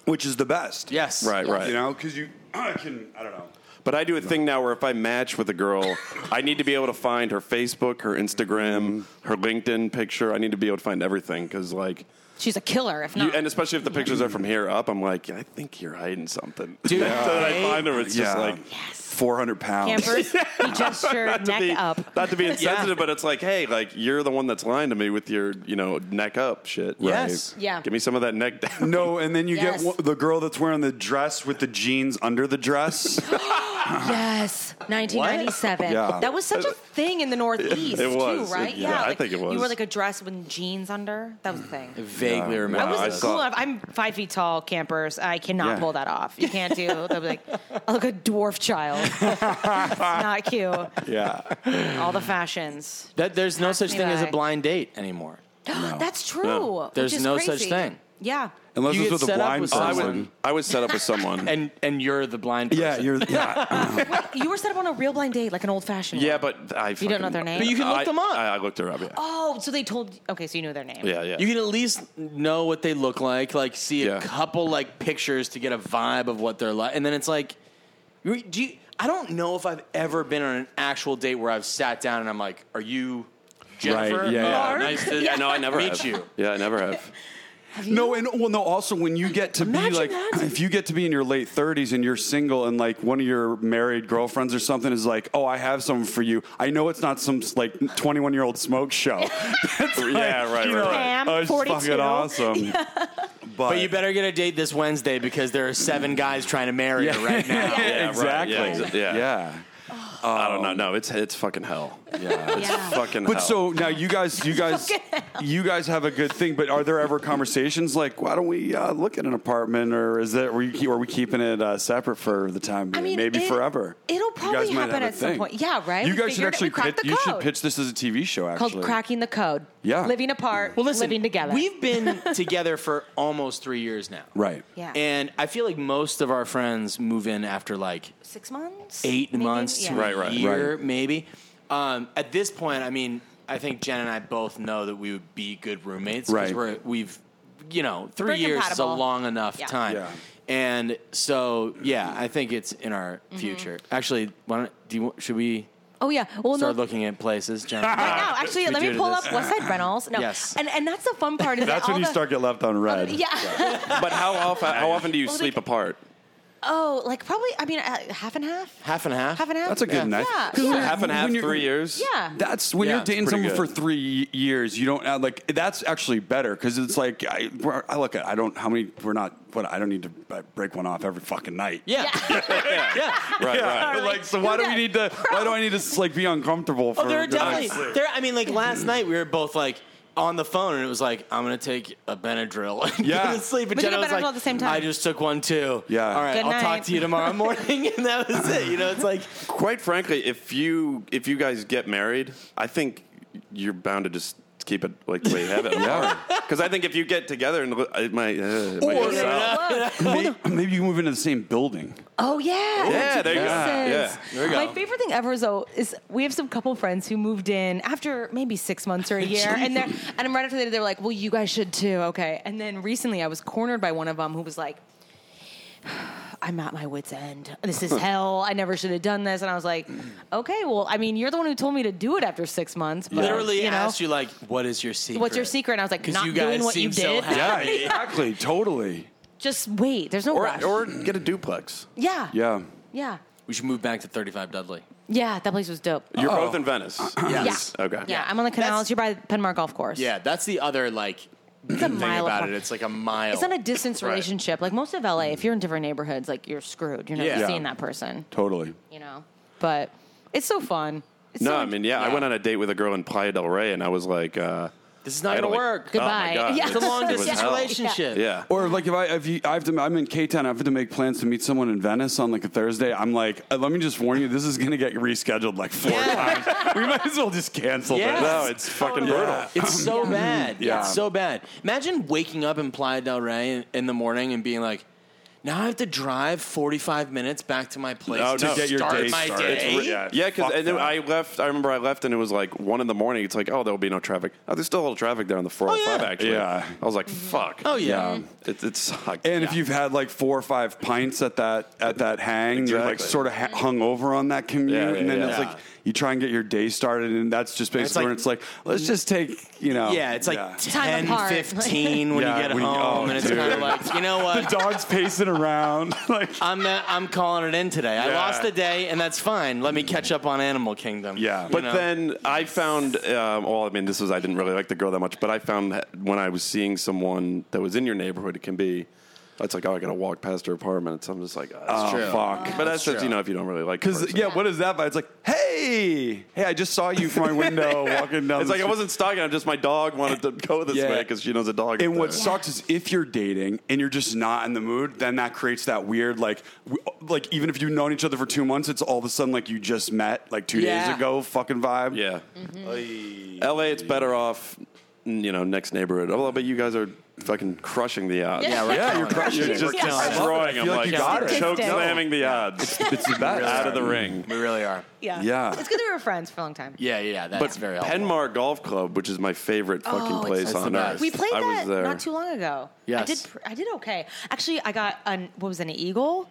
C: which is the best.
E: Yes.
B: Right, right.
C: You know, because you I can I don't know.
B: But I do a thing now where if I match with a girl, I need to be able to find her Facebook, her
D: Mm.
B: Instagram, her LinkedIn picture. I need to be able to find everything because, like,
D: She's a killer. If
B: you,
D: not,
B: and especially if the pictures are from here up, I'm like, I think you're hiding something.
E: Dude,
B: so that I
E: hey.
B: find her, it's just
C: Yeah.
B: like
C: Four hundred pounds.
D: campers, he gestured neck
B: be,
D: up.
B: not to be insensitive, but it's like, hey, like you're the one that's lying to me with your, you know, neck up shit.
E: Yes.
B: Right.
D: Yeah.
B: Give me some of that neck down.
C: No, and then you
D: Yes.
C: get one, the girl that's wearing the dress with the jeans under the dress.
D: Yes, 1997.
C: Yeah.
D: That was such a thing in the Northeast,
B: It was.
D: too, right?
B: It- yeah, I
D: like,
B: think it was.
D: You wore like a dress with jeans under. That was the thing.
E: Vaguely remember.
D: I wasn't
B: I
D: cool
B: saw-
D: enough. I'm five feet tall, campers. I cannot
C: Yeah.
D: pull that off. You can't do. They'll be like, I look a dwarf child. It's not cute.
C: yeah.
D: All the fashions.
E: That there's no such
D: me
E: thing as a
D: by.
E: blind date anymore.
D: That's true.
B: No.
D: which
E: There's
D: is
E: no
D: crazy.
E: such thing.
D: Yeah.
C: Unless
E: You
C: it's
E: get
C: with a
E: set up
C: blind
E: with
B: I
C: person.
B: was, I was set up with someone.
E: And and you're the blind person.
C: yeah, you're yeah.
D: You were set up on a real blind date, like an old fashioned
B: yeah,
D: one.
B: but I.
D: You don't know
B: fucking-
D: their name?
E: But you can look
B: I-
E: them up.
B: I, I looked her up. Yeah.
D: Oh, so they told. Okay, so you knew their name.
B: Yeah, yeah.
E: You can at least know what they look like, like see a
B: Yeah.
E: couple like pictures to get a vibe of what they're like, and then it's like, you- do you, I don't know if I've ever been on an actual date where I've sat down and I'm like, "Are you Jennifer?
C: Right, yeah,
E: Oh,
C: yeah.
E: nice to
B: yeah, no, I never
E: meet
B: have.
E: you."
B: Yeah, I never have.
C: No, and well, no. Also, when you get to
E: Imagine
C: be like,
E: that.
C: if you get to be in your late thirties and you're single, and like one of your married girlfriends or something is like, "Oh, I have something for you." I know it's not some like twenty-one year old smoke show. It's like,
B: Yeah, right,
C: you
B: right,
C: know,
D: right.
C: Oh, it's
D: 42.
C: fucking awesome. But,
E: But you better get a date this Wednesday because there are seven guys trying to marry her right now.
B: Yeah, right,
C: exactly.
B: yeah, exa- yeah.
C: yeah.
B: I don't know. No, it's it's fucking hell.
C: Yeah.
D: Yeah.
B: Fucking
C: But
B: hell.
C: so now you guys, you guys, you guys have a good thing. But are there ever conversations like, why don't we uh, look at an apartment, or is that are we, keep- are we keeping it uh, separate for the time being, maybe
D: it-
C: forever?
D: It'll probably
C: might
D: happen
C: have a
D: at some
C: thing.
D: point. Yeah, right?
C: You
D: We
C: guys should
D: figured it- we
C: actually
D: cracked
C: pitch,
D: the
C: you should
D: code.
C: pitch this as a TV show.
D: called
C: Actually,
D: cracking the code.
C: Yeah.
D: living apart.
E: Well, listen,
D: living together.
E: We've been together for almost three years now,
C: right?
D: yeah,
E: and I feel like most of our friends move in after like
D: six months,
E: eight
D: maybe?
E: months
D: Yeah.
E: to
B: Right,
E: a
B: right.
E: year, maybe. Um, at this point, I mean, I think Jen and I both know that we would be good roommates
C: Right.
E: we're, we've, you know, 3
D: We're
E: years is a
D: compatible.
E: long enough
D: Yeah.
E: time.
C: Yeah.
E: And so, yeah, I think it's in our
D: Mm-hmm.
E: future. Actually, why don't do you, want- should we
D: Oh yeah. Well,
E: start
D: no.
E: looking at places, Jen?
C: Ah,
D: Right now, actually,
E: Should we
D: let
E: do
D: me pull
E: this?
D: up Westside Rentals. No.
E: Yes.
D: And and that's the fun part is
C: That's
D: that all
C: when you
D: the,
C: start get left on red.
D: Yeah.
B: But how often? How often do you
D: Well,
B: sleep
D: they-
B: apart?
D: oh, like probably. I mean, uh, half and half.
E: Half and half.
D: Half and half.
C: That's a good
D: yeah.
C: night.
D: Yeah.
C: 'Cause
D: yeah.
C: when-
B: Half and half,
C: when you're-
B: three years.
D: Yeah.
C: That's when
E: Yeah,
C: you're
E: it's
C: dating
B: pretty
C: someone
B: good.
C: for three years. You don't uh, like that's actually better because it's like I, we're- I look at I don't how many we're not what I don't need to uh, break one off every fucking night.
E: Yeah. yeah.
B: Right.
C: Yeah,
B: Right.
D: Totally.
C: like so why do we need to? Why do I need to like be uncomfortable? For
E: Oh, there are
C: the next-
E: definitely there. I mean, like last night we were both like on the phone, and it was like I'm gonna take a Benadryl and
C: Yeah.
E: go to sleep. And
D: We took
E: Jenna
D: a
E: was
D: Benadryl
E: like,
D: at the same time.
E: I just took one too.
C: Yeah.
E: All right,
D: Good
E: I'll talk
D: night.
E: to you tomorrow morning, and that was it. You know, it's like
B: Quite frankly, if you if you guys get married, I think you're bound to just keep it like the way you have it.
C: Yeah.
B: Because I think if you get together and lo- it might, uh, it might
C: Or-
B: go south.
D: Whoa.
C: May- maybe you move into the same building.
D: Oh yeah.
B: Yeah, there you go.
D: Jesus.
B: Yeah,
E: there you go.
D: My favorite thing ever though is we have some couple friends who moved in after maybe six months or a year, and they're and I'm right after they did, they were like, "Well, you guys should too." Okay, and then recently I was cornered by one of them who was like. I'm at my wit's end. This is hell. I never should have done this. And I was like, okay, well, I mean, you're the one who told me to do it after six months. But,
E: literally
D: you know,
E: asked you like, "What is your secret?
D: what's your secret? And I was like,
E: 'Cause
D: not
E: you guys
D: doing what you
E: seem so
D: did.
E: happy.
C: Yeah, exactly, totally.
D: Just wait. There's no rush.
B: Or, or get a duplex.
D: yeah.
C: Yeah,
D: Yeah.
E: We should move back to 35 Dudley.
D: Yeah. That place was dope.
B: You're
C: Oh.
B: both in Venice.
E: Yes.
D: Yeah.
B: Okay.
D: Yeah, I'm on the canals.
E: That's-
D: You're by Penmar Golf Course.
E: Yeah, that's the other like
D: it's a
E: thing
D: mile
E: about
D: apart.
E: it. It's like a mile.
D: It's not a distance
E: Right. Mm.
D: relationship. Like most of LA, if you're in different neighborhoods, like you're screwed. You're not
E: Yeah.
D: seeing that person.
C: totally.
D: You know. But it's so fun. It's
B: No,
D: so
B: I mean, yeah, I
E: yeah.
B: went on a date with a girl in Playa del Rey, and I was like, uh,
E: This is not
B: I
E: gonna
B: don't like-
E: work.
B: Oh my
D: Goodbye.
B: God,
D: Yeah.
E: It's a long
B: it was
E: distance
B: hell.
E: relationship.
B: Yeah.
C: Or like if I if you, I have to I'm in K Town I have to make plans to meet someone in Venice on like a Thursday I'm like uh, let me just warn you this is gonna get rescheduled like four times we might as well just cancel
E: Yes.
C: this
B: No, it's fucking
E: Totally.
B: brutal.
E: It's so bad.
C: Um, Yeah.
E: It's so bad. Imagine waking up in Playa del Rey in, in the morning and being like, now I have to drive 45 minutes back to my place
B: Oh,
E: to
B: no.
E: get
B: To
E: your
B: get
E: start
C: day
E: my
C: started.
E: day.
C: It's re- yeah.
B: Yeah, because
C: Fuck
B: and then
C: that.
B: I left. I remember I left, and it was like one in the morning. It's like, oh, there will be no traffic. Oh, there's still a little traffic there on the 405.
E: yeah.
B: Actually,
C: Oh, Yeah.
B: I was like, fuck.
E: Oh, yeah.
C: Yeah.
B: It, it sucked.
C: and if you've had like four or five pints at that at that hang you're like
B: Exactly.
C: sort of ha- hung over on that commute
B: Yeah, yeah,
C: and then
B: yeah.
C: it's
E: Yeah.
C: like you try and get your day started and that's just basically
E: like-
C: where it's like let's just take you know
E: Yeah, it's like
D: Time
E: 10,
D: apart.
E: 15 when
C: Yeah,
E: you get
C: when you-
E: home.
C: oh,
E: and it's
C: dude.
E: kind of like, you know
C: the
E: what?
C: dog's pacing around like
E: I'm, uh, I'm calling it in today. I
C: Yeah.
E: lost the day, and that's fine. Let me catch up on Animal Kingdom.
C: Yeah.
E: You
B: But
E: know?
B: then I found, um, well, I mean, this was, I didn't really like the girl that much, but I found that when I was seeing someone that was in your neighborhood, it can be, it's like, oh, I got to walk past her apartment. So I'm just like, oh, that's
C: oh,
B: true.
C: fuck
B: But that's, just, you know, if you don't really like the
C: Because
B: person.
C: yeah, what is that? But it's like, hey, hey, I just saw you from my window walking down.
B: It's
C: the
B: like I
C: street.
B: wasn't stalking. I just my dog wanted to go this
C: Yeah.
B: way because she knows a dog. is
C: And what
B: there.
C: sucks is if you're dating and you're just not in the mood, then that creates that weird like, w- like even if you've known each other for two months, it's all of a sudden like you just met like two
E: Yeah.
C: days ago, fucking vibe.
B: Yeah. LA, it's better off, n- you know, next neighborhood. Although, but you guys are fucking crushing the uh, odds.
D: Yeah,
E: we're
C: yeah, you're
E: killing it.
C: crushing.
B: You're
C: it.
B: just
D: Yeah. I love it.
B: destroying
C: I
B: them.
C: feel like
B: Like,
C: you got it.
B: choke
D: Statistic.
B: slamming the odds
C: It's the best.
B: out of the ring.
E: We really are.
D: Yeah.
C: Yeah.
D: It's good that we were friends for a long time.
E: Yeah, yeah, that's
B: But
E: very helpful.
B: Penmar Golf Club, which is my favorite fucking
D: Oh, it's-
B: place
E: That's
B: on
E: the
B: earth.
E: best.
D: We played
B: I
D: that
B: was there.
D: not too long ago. I
E: Yes.
D: did. pr- I did okay. Actually, I got an what was it, an eagle?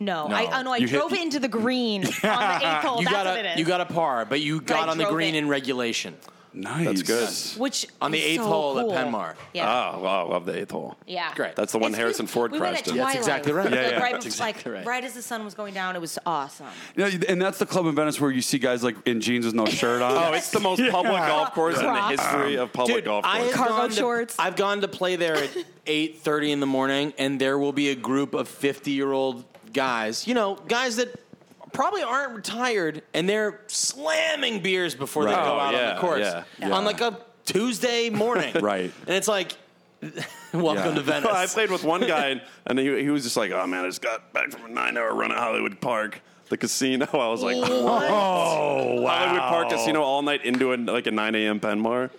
D: No,
E: No.
D: I oh, no, I
C: You hit-
D: drove it into the green on the eighth hole.
E: you
D: That's
E: got
D: what
E: a
D: it is.
E: you got a par, but you got on the
D: drove
E: green
D: it.
E: in regulation.
C: nice.
B: That's good.
D: which
E: on the
D: is
E: eighth
D: so
E: hole at
D: cool.
E: Penmar.
D: Yeah.
B: Oh, wow, I love the eighth hole.
D: Yeah.
E: Great.
B: That's the one
D: It's-
B: Harrison
D: we-
B: Ford
D: we went
B: crashed
D: at
B: in.
E: That's
D: twilight.
E: exactly right.
D: Like,
C: Yeah, yeah.
D: right,
E: That's
D: before- like,
E: exactly right.
D: right as the sun was going down, it was awesome.
C: You know, and that's the club in Venice where you see guys like in jeans with no shirt on.
B: Oh, it's the most public golf course in the
D: Crocs.
B: history of public
E: Dude,
B: golf
E: I
B: courses.
E: have
D: Cargo
E: gone to-
D: shorts.
E: I've gone to play there at eight thirty in the morning, and there will be a group of fifty-year-old guys. You know, guys that probably aren't retired, and they're slamming beers before they
C: Right.
E: go
B: Oh,
E: out on
B: yeah,
E: the course
B: yeah,
E: on like a Tuesday morning,
C: Right.
E: And it's like, welcome
C: Yeah.
E: to Venice.
B: Well, I played with one guy, and, and he, he was just like, "Oh man, I just got back from a nine-hour run at Hollywood Park, the casino." I was like,
D: What?
C: Oh,
B: "What?" Hollywood Park a casino all night into an, like a 9 a.m. pen bar.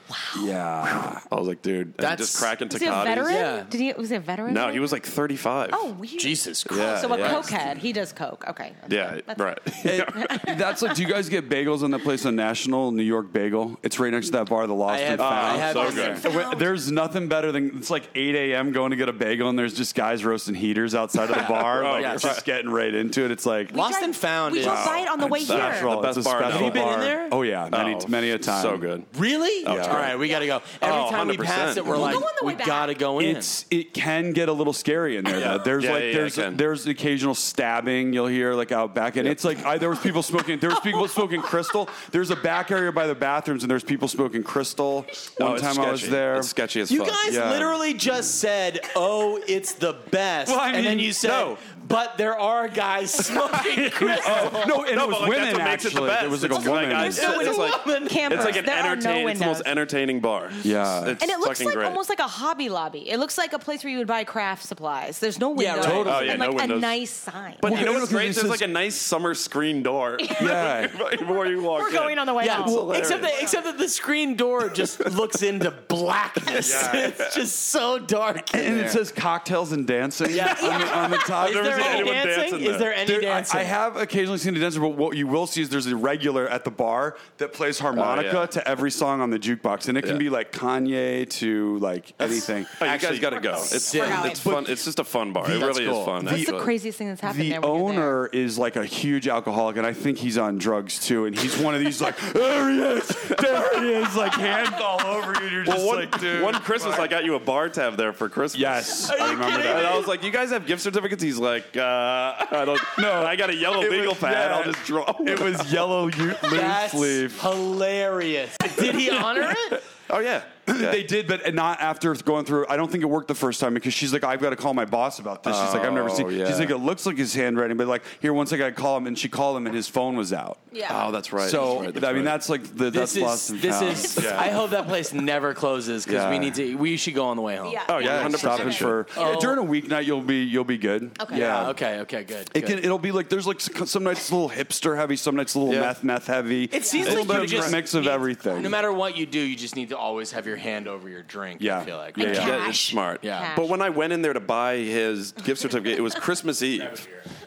C: Yeah.
B: I was like, dude, that's
E: That's-
B: just cracking
D: Was he a veteran?
B: Takatis.
E: Yeah.
D: Did he? Was he a veteran?
B: No, he was like 35.
D: Oh, weird.
E: Jesus
B: Yeah,
E: Christ.
D: So a
B: yeah.
D: cokehead. He does coke. Okay.
B: Yeah,
D: That's-
B: right.
C: That's like, do you guys get bagels on that place on National, New York Bagel? It's right next to that bar, the Lost
E: I have,
C: and Found.
E: I have
B: so
E: been there.
B: good.
C: Wait, There's nothing better than it's like 8 a.m. going to get a bagel, and there's just guys roasting heaters outside of the bar,
B: Oh,
C: like
E: yeah.
C: just getting right into it. It's like
D: We
E: Lost
D: tried-
E: and found
D: We
E: is-
D: drove by it on the way here.
B: That's
C: special.
B: The best
C: it's a
B: bar in
C: special
B: Have you
E: been in
C: bar.
E: there?
C: Oh yeah, many
B: Oh,
C: many a time.
B: So good.
E: Really?
B: yeah.
E: All right, we got to go. Every
B: Oh,
E: time we pass
B: 100%.
E: it, we're
B: We'll
E: like,
D: go on the
E: we
D: way back.
E: got to go in.
C: It's it can get a little scary in there.
B: Yeah.
C: Though. There's
B: Yeah,
C: like
B: yeah, yeah,
C: there's
B: it can.
C: there's occasional stabbing you'll hear like out back, and it's like I, there was people smoking there was people smoking crystal. There's a back area by the bathrooms, and there's people smoking crystal. One
B: Oh, it's
C: time I was
B: sketchy.
C: there.
B: It's sketchy as
E: you
B: fuck.
E: guys
C: yeah.
E: literally just said, "Oh, it's the best,"
C: Well, I
E: and then
C: mean,
E: you said,
C: no.
E: "But there are guys smoking crystal."
C: Oh, no, and it was
B: but, like,
C: women
B: that's what makes it the
C: actually.
B: best.
C: There was like
B: It's
C: a
B: like,
C: woman.
B: I-
D: There's no
B: It's
D: windows.
B: like-
D: Campers.
B: It's like an
D: there are no
B: entertaining. it's the
D: windows.
B: most entertaining bar.
C: Yeah.
B: it's
D: and it looks
B: fucking
D: like
B: great.
D: almost like a Hobby Lobby. It looks like a place where you would buy craft supplies. There's no
E: Yeah,
D: windows.
E: right. Totally.
B: Oh, yeah,
D: and
B: no
D: like a
B: windows.
D: nice sign.
B: But
C: Well,
B: you know what's
C: it's 'cause
B: great?
C: it
B: There's like
C: says-
B: a nice summer screen door.
C: yeah.
B: Before you walk
D: we're going
B: in.
D: on the way
E: yeah,
D: home.
B: hilarious.
E: except that except that the screen door just looks into blackness. it's just so dark. in
C: And
E: there.
C: it says cocktails and dancing
E: Yeah.
C: on, the, on the top.
E: Is
B: never
E: there
B: seen
E: any
B: anyone dance
E: dancing?
B: in
E: Is there
B: there.
E: any
C: There- I-
E: dancing?
C: I, have occasionally seen a dancer, but what you will see is there's a regular at the bar that plays harmonica
B: Oh, yeah.
C: to every song on the jukebox, and it can
B: Yeah.
C: be like Kanye to like anything.
B: Oh, you guys got to go. It's
E: We're
B: fun.
D: going.
B: It's fun. It's just a fun bar. It
E: That's
B: really
E: cool.
B: is fun.
D: That's the
B: actually.
D: craziest thing that's happened
C: the
D: there. when you're there.
C: owner is like a huge alcoholic, and I think he's on drugs too. And he's one of these like, there he is, there he is, like hands all over you. And you're just
B: Well, one,
C: like, dude.
B: one Christmas, I got you a bar tab there for Christmas.
C: Yes,
E: you
C: I remember
E: kidding
B: And
C: that.
B: I was like, "You guys have gift certificates?" He's like, uh, "I don't know." I got a yellow
C: It was-
B: legal pad.
C: yeah.
B: I'll just draw.
C: It was yellow u- loose
E: That's
C: leaf.
E: hilarious. Did he honor it?
B: oh yeah, Yeah.
C: They did, but not after going through. I don't think it worked the first time because she's like, I've got to call my boss about this. She's like, I've never
B: Oh,
C: seen.
B: yeah.
C: She's like, it looks like his handwriting, but like here, once I got to call him, and she called him, and his phone was out.
D: Yeah.
B: Oh, that's right.
C: so
B: that's right,
C: I mean,
B: right.
C: that's like the
E: This
C: that's lost
E: is
C: and
E: this
C: found.
E: is. I hope that place never closes because
C: Yeah.
E: we need to. We should go on the way home.
D: Yeah.
B: Oh, yeah,
C: yeah,
B: 100%
C: stopping for yeah, during a weeknight, you'll be you'll be good.
D: Okay.
C: Yeah.
E: Uh, Oh. okay. Okay. Good.
C: It
E: good.
C: can. It'll be like there's like some nights it's a little hipster heavy, some nights a little
B: Yeah.
C: meth meth heavy.
E: It seems
C: a
E: like
C: little
E: you
C: bit of
E: just
C: a mix of
E: need-
C: everything.
E: No matter what you do, you just need to always have your hand over your drink.
C: Yeah.
E: I feel like.
C: Yeah,
E: Right?
C: yeah.
B: That is
D: Cash.
B: smart.
E: Yeah. Cash.
B: But when I went in there to buy his gift certificate, it was Christmas Eve,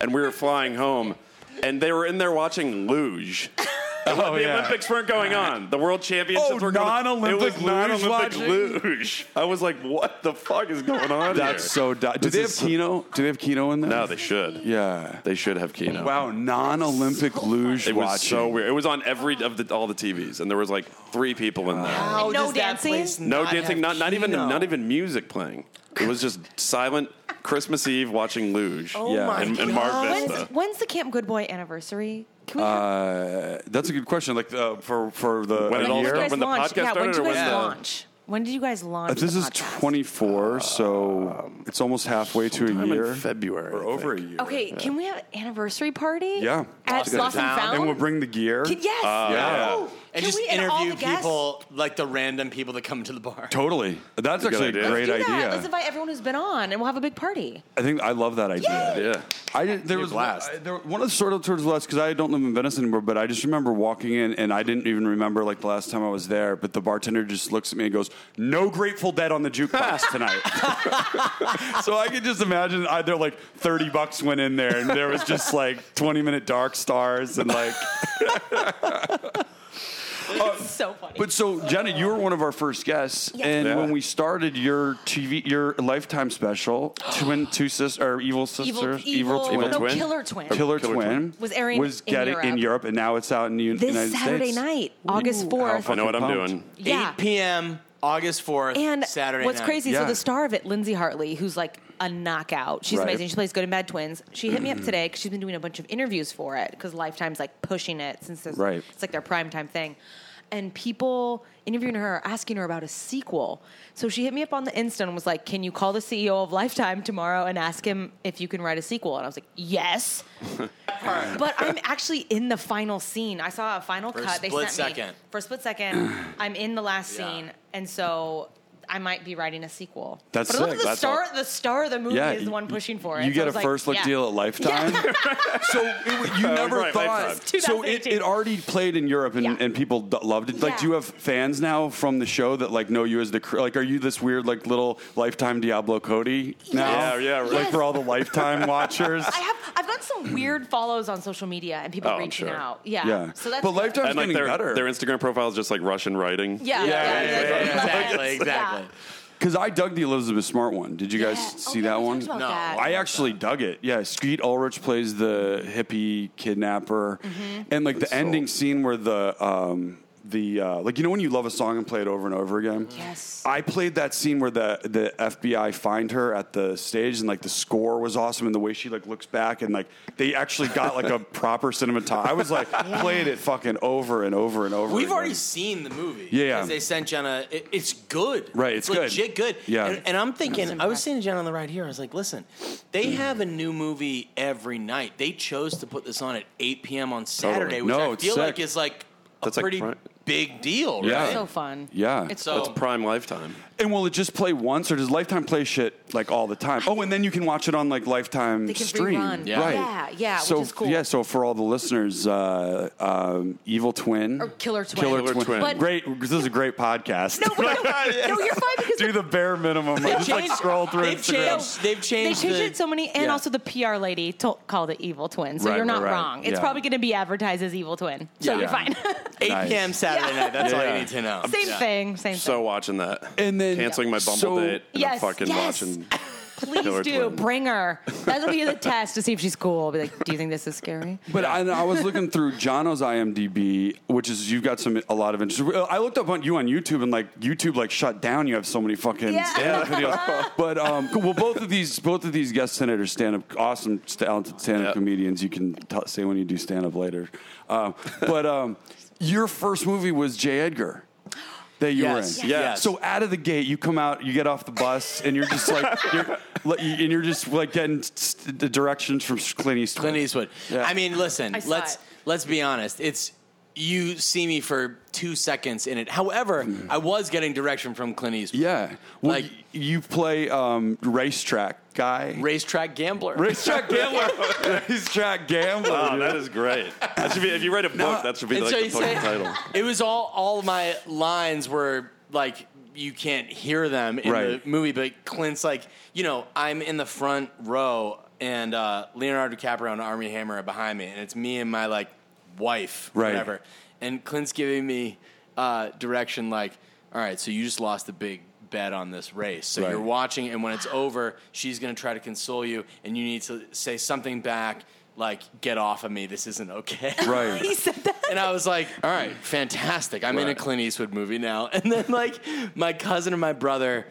B: and we were flying home, and they were in there watching luge. And
C: Oh,
B: the
C: yeah.
B: Olympics weren't going on. The World Championships
C: Oh,
B: were going on.
C: non-Olympic
B: It was
C: luge
B: non-Olympic
C: watching?
B: luge. I was like, "What the fuck is going on?"
C: That's
B: here?
C: so. Di- do they have
B: is-
C: Kino? Do they have Kino in there?
B: No, they should.
C: Yeah.
B: They should have Kino.
C: Wow, non-Olympic luge
B: Oh It was
C: watching.
B: so weird. It was on every of the, all the TVs, and there was like three people in there.
E: How
D: And no
E: does that
D: dancing?
E: place
B: No
E: not
B: dancing,
E: have
B: not not even
E: Kino?
B: not even music playing. It was just silent Christmas Eve watching luge.
E: Oh
C: Yeah.
E: my
B: and, and Mark
E: God.
B: Vista.
D: When's, when's the Camp Good Boy anniversary? Can we have-
C: Uh, that's a good question. Like uh, for for the
B: When
C: a
B: it all
D: when did
C: year?
D: you
B: started-
D: guys
B: when the
D: launch?
B: podcast
D: yeah, when
B: started
D: did
B: or
D: you
B: when
D: guys
B: the-
D: launch? When did you guys launch?
C: Uh, This
D: the
C: is
D: podcast?
C: 24, so it's almost halfway to a
B: Um, Sometime in
C: year.
B: February,
C: or
B: I
C: over a
B: think.
C: year.
D: Okay, can we have an anniversary party?
C: Yeah.
D: At
E: Lost and
D: Lost and
E: Found.
D: Found.
C: And we'll bring the gear.
D: Can- yes.
C: yeah.
D: Oh,
E: And
D: can
E: just
D: we, all
E: interview
D: the guests?
E: people like the random people that come to the bar.
C: Totally. That's
B: Good
C: actually a
B: idea. Let's
C: great
D: Do that. Let's
C: idea.
D: invite everyone who's been on, and we'll have a big party.
C: I think I love that idea.
B: Yeah.
C: I did, there
E: Be a
C: was
E: blast.
C: I- there, one of the sort of tours last because I don't live in Venice anymore, but I just remember walking in and I didn't even remember like the last time I was there. But the bartender just looks at me and goes, "No Grateful Dead on the jukebox tonight." so I could just imagine I, they're like thirty bucks went in there and there was just like twenty minute Dark Stars and like.
D: so funny.
C: But so Jenna, you were one of our first guests,
D: Yes.
C: and
B: Yeah.
C: when we started your TV, your Lifetime special, Twin Two Sisters or Evil Sisters,
D: evil,
C: Twin.
D: no,
B: Twin?
D: killer twin.
C: Killer,
B: Killer
C: Twin,
B: Twin.
D: Was airing
C: was
D: in
C: getting in
D: Europe.
C: Europe, and now it's out in the Un-
D: This
C: United
D: Saturday
C: States.
D: night, August
C: Ooh,
D: fourth.
C: how
B: I know what I'm
C: fucking
B: doing.
E: Eight
D: yeah.
E: p.m. August fourth.
D: And
E: Saturday.
D: what's
E: night.
D: crazy? So
C: Yeah.
D: the star of it, Lindsay Hartley, who's like a knockout. She's
C: Right. Mm.
D: amazing. She plays Good and Bad Twins. She hit me up today because she's been doing a bunch of interviews for it because Lifetime's like pushing it since this,
C: Right.
D: it's like their primetime thing. And people interviewing her are asking her about a sequel. So she hit me up on the Insta and was like, Can you call the CEO of Lifetime tomorrow and ask him if you can write a sequel? And I was like, Yes. but I'm actually in the final scene. I saw a final
E: For a
D: cut. they
E: split
D: sent me
E: second.
D: for a split second. I'm in the last
E: Yeah.
D: scene, and so I might be writing a sequel.
C: That's
D: but I love
C: sick.
D: that The
C: That's
D: star, the star of the movie is the
C: y-
D: one pushing for it.
C: You
D: So
C: get
D: I
C: a
D: was like,
C: first look
D: yeah.
C: deal at Lifetime. so it, w- you
B: Uh,
C: never
B: right,
C: thought.
B: Lifetime.
C: So it, it
D: 2018.
C: already played in Europe and,
D: Yeah.
C: and people d- loved it. Like,
D: Yeah.
C: do you have fans now from the show that like know you as the cr- like? Are you this weird like little Lifetime Diablo Cody now?
B: Yes. Yeah, yeah, right.
C: Like
D: Yes.
C: for all the Lifetime watchers.
D: I have I've got
C: Mm.
D: some weird follows on social media and people
B: Oh, I'm
D: reaching
B: sure.
D: out. Yeah.
C: yeah.
D: So that's
C: but
D: good.
C: Lifetime's
B: and like
C: getting
B: their,
C: better.
B: their Instagram profile is just like Russian writing.
D: Yeah.
E: yeah, yeah, yeah, exactly,
D: Yeah.
E: exactly.
C: Because I dug the Elizabeth Smart one. Did you guys
D: Yeah.
C: see
D: Oh, yeah,
C: that
D: we
C: one?
D: talked about
E: No.
D: that.
C: I actually dug it. Yeah, Skeet Ulrich plays the hippie kidnapper,
D: Mm-hmm.
C: and like the ending scene where the um, the uh, like you know when you love a song and play it over and over again.
D: Yes.
C: I played that scene where the the FBI find her at the stage, and like the score was awesome, and the way she like looks back, and like they actually got like a proper cinematography. I was like played it fucking over and over and over.
E: We've
C: again.
E: already seen the movie.
C: Yeah, yeah.
E: 'Cause they sent Jenna. It, it's good.
C: Right, it's good.
E: legit good.
C: Yeah.
E: And, and I'm thinking, I was
D: impressive.
E: saying to Jenna on the ride here, I was like, listen,
C: Mm.
E: they have a new movie every night. They chose to put this on at 8 p.m. on Saturday, which
C: No,
E: I
C: it's
E: feel like
C: sick.
E: is like a
B: That's like
E: pretty
B: front-
E: big deal. Right?
C: Yeah.
D: so fun.
C: Yeah.
D: It's
E: So-
D: so
B: That's prime lifetime.
C: And will it just play once, or does Lifetime play shit like all the time? Oh, and then you can watch it on like Lifetime
D: They can
C: stream,
D: rerun.
E: Yeah.
C: right?
D: Yeah, yeah, which
C: So
D: is cool.
C: yeah, so for all the listeners, uh, um, Evil Twin
D: Or Killer Twin.
C: Killer,
B: Killer
C: Twin,
B: Twin.
D: But-
C: great. This is a great podcast.
D: No, but no, you're fine because
C: Do the bare minimum. Like, just like
E: changed-
C: scroll through
E: they've
C: Instagram.
E: changed- they've changed
D: They changed
E: the-
D: it so many, and
E: yeah.
D: also the PR lady to, called it Evil Twin. So
C: Right,
D: you're not
C: right, right.
D: wrong. It's
C: Yeah.
D: probably going to be advertised as Evil Twin. So
E: Yeah.
D: you're fine.
E: 8
C: Nice.
E: p.m. Saturday night. That's all
C: Yeah.
E: you need to know.
D: same
E: Yeah.
D: thing. Same
B: So watching that.
C: And then-
B: canceling my Bumble
C: So-
B: date. And I'm
D: Yes,
B: fucking
D: yes.
B: watching.
D: thing. Please
B: Killer
D: do
B: Twin.
D: bring her. That'll be the test to see if she's cool. I'll be like, do you think this is scary?
C: But I, I was looking through Jono's IMDb, which is you've got some a lot of interest. I looked up on you on YouTube, and like YouTube like shut down. You have so many fucking
D: Yeah.
C: stand-up videos. But um, cool, well, both of these both of these guest senators stand up, awesome talented stand up
B: Yeah.
C: comedians. You can t- say when you do stand up later. Um, but um, your first movie was J. Edgar. That you
E: Yes.
C: were in,
E: Yes.
C: So out of the gate, you come out, you get off the bus, and you're just like, you're, like, and you're just like getting s- the directions from Clint Eastwood.
E: Clint Eastwood.
C: Yeah.
E: I mean, listen.
D: I saw
E: let's
D: it.
E: let's be honest. It's you see me for two seconds in it. However, I was getting direction from Clint Eastwood.
C: Mm. Yeah. Well,
E: Like-
C: like you play um, racetrack guy.
E: Racetrack gambler.
C: racetrack gambler. racetrack gambler.
B: Oh,
C: dude.
B: that is great. That should be if you write a book, that should be
E: And
B: like
E: so
B: the
E: you
B: fucking
E: say-
B: title.
E: It was all all of my lines were like you can't hear them in
C: Right.
E: the movie, but Clint's like, you know, I'm in the front row and uh, Leonardo DiCaprio and Army Hammer are behind me, and it's me and my like wife,
C: Right.
E: whatever. And Clint's giving me uh, direction like, all right, so you just lost the big bet on this race. So
C: Right.
E: you're watching, and when it's over, she's gonna try to console you, and you need to say something back. Like, get off of me. This isn't okay.
C: Right.
D: He said that.
E: And I was like, all right, fantastic. I'm in a
B: Right.
E: Clint Eastwood movie now. And then like my cousin and my brother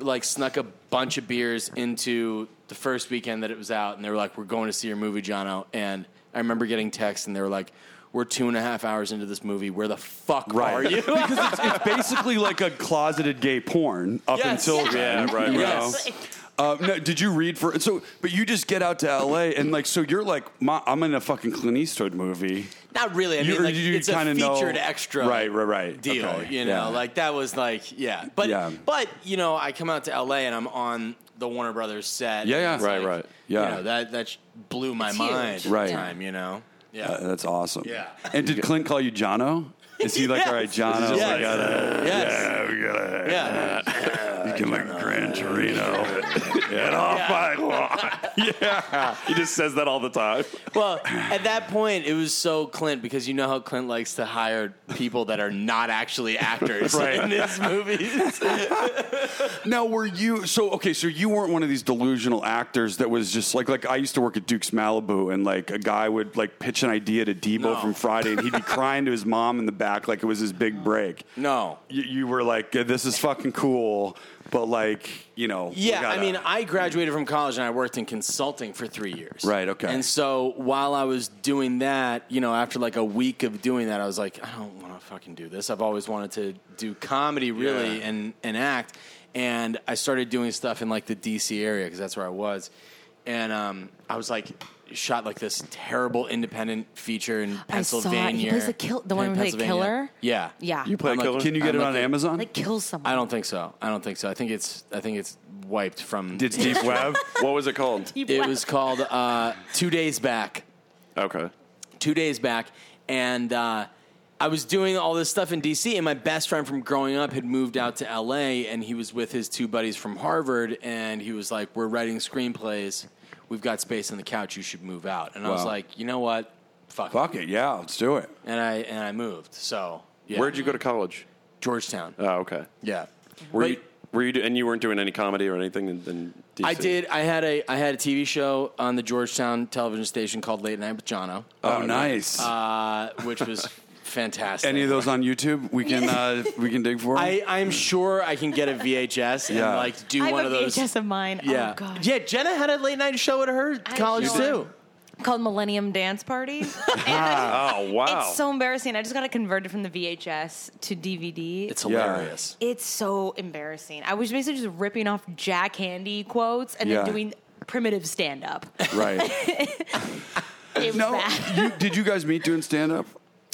E: like snuck a bunch of beers into the first weekend that it was out and they were like, We're going to see your movie, Jono. And I remember getting texts and they were like, We're two and a half hours into this movie. Where the fuck
C: Right.
E: are you?
C: because it's, it's basically like a closeted gay porn up
E: Yes.
C: until
E: Yeah.
C: then.
B: Yeah, right,
C: you
E: right.
C: know?
E: Yes.
C: Uh, no, did you read for so? But you just get out to L.A. and like so you're like, Ma, I'm in a fucking Clint Eastwood movie.
E: Not really. I mean,
C: You-
E: like,
C: you
E: it's a
C: kinda
E: featured
C: know-
E: extra,
C: Right, right, right.
E: Deal,
C: Okay,
E: you know,
C: yeah.
E: like that was like, yeah, but
C: Yeah.
E: but you know, I come out to L.A. and I'm on the Warner Brothers set.
C: Yeah,
E: and
C: yeah.
E: it's
B: Right,
E: like,
B: right.
C: Yeah.
E: You know, that that sh- blew my
D: It's huge.
E: mind, at
C: Right.
E: The time, you know, yeah,
C: Uh, that's awesome.
E: Yeah.
C: And did Clint call you Jono? Is he like, all right, Jono?
E: Yes.
C: We gotta,
E: Yes.
C: Uh, yeah, we gotta,
E: yeah.
C: You can like Gran Torino. Get off my lawn. Yeah.
B: He just says that all the time.
E: Well, at that point, it was so Clint because you know how Clint likes to hire people that are not actually actors
C: Right.
E: in his movies.
C: Now were you so okay, so you weren't one of these delusional actors that was just like like I used to work at Duke's Malibu and like a guy would like pitch an idea to Debo
E: No.
C: from Friday and he'd be crying to his mom in the back like it was his big break.
E: no,
C: You, you were like, this is fucking cool, but like, you know, we
E: Yeah, I
C: gotta-
E: mean, I graduated from college and I worked in consulting for three years.
C: Right, okay.
E: And so while I was doing that, you know, after like a week of doing that, I was like, I don't want to fucking do this. I've always wanted to do comedy, really,
B: Yeah.
E: and and act. And I started doing stuff in like the DC area because that's where I was. And um, I was like, shot like this terrible independent feature in
D: I saw it. He
E: Pennsylvania.
D: plays the kill- the one
E: in
D: where he played
E: Pennsylvania.
D: Killer?
E: Yeah,
D: Yeah.
B: You play
E: I'm
B: killer?
E: Like,
C: Can you get
E: I'm
C: it on
E: looking-
C: Amazon?
D: Like kill someone.
E: I don't think so. I don't think so. I think it's I think it's wiped from.
C: it's deep web.
B: What was it called?
E: it was called uh, two days back.
B: Okay.
E: two days back, and uh, I was doing all this stuff in DC. And my best friend from growing up had moved out to LA, and he was with his two buddies from Harvard, and he was like, "We're writing screenplays. We've got space on the couch. You should move out." And I was
C: Wow.
E: like, "You know what? Fuck." it."
C: Fuck it, yeah, let's do it.
E: And I and I moved. So yeah.
B: Where'd you go to college?
E: Georgetown?
B: Oh, okay.
E: yeah.
B: Were
E: But-
B: you were you do- and you weren't doing any comedy or anything in, in DC?
E: I did. I had a I had a TV show on the Georgetown television station called Late Night with Jono,
C: Oh, nice.
E: uh, which was fantastic.
C: Any of those on YouTube? We can uh, we can dig for. 'em?
E: I, I'm sure I can get a VHS and
C: Yeah.
E: like do
D: I have
E: one
D: a
E: of those.
D: VHS of mine.
E: yeah,
D: Oh god.
E: yeah. Jenna had a late night show at her
D: I
E: college
D: know.
E: too.
D: Called Millennium Dance Party.
B: Oh wow.
D: It's so embarrassing. I just got to convert it from the VHS to DVD.
E: It's
C: Yeah.
E: hilarious.
D: It's so embarrassing. I was basically just ripping off Jack Handy quotes and
C: Yeah.
D: then doing primitive stand up.
C: right.
D: It was
C: no,
D: bad.
C: you, did you guys meet doing stand up?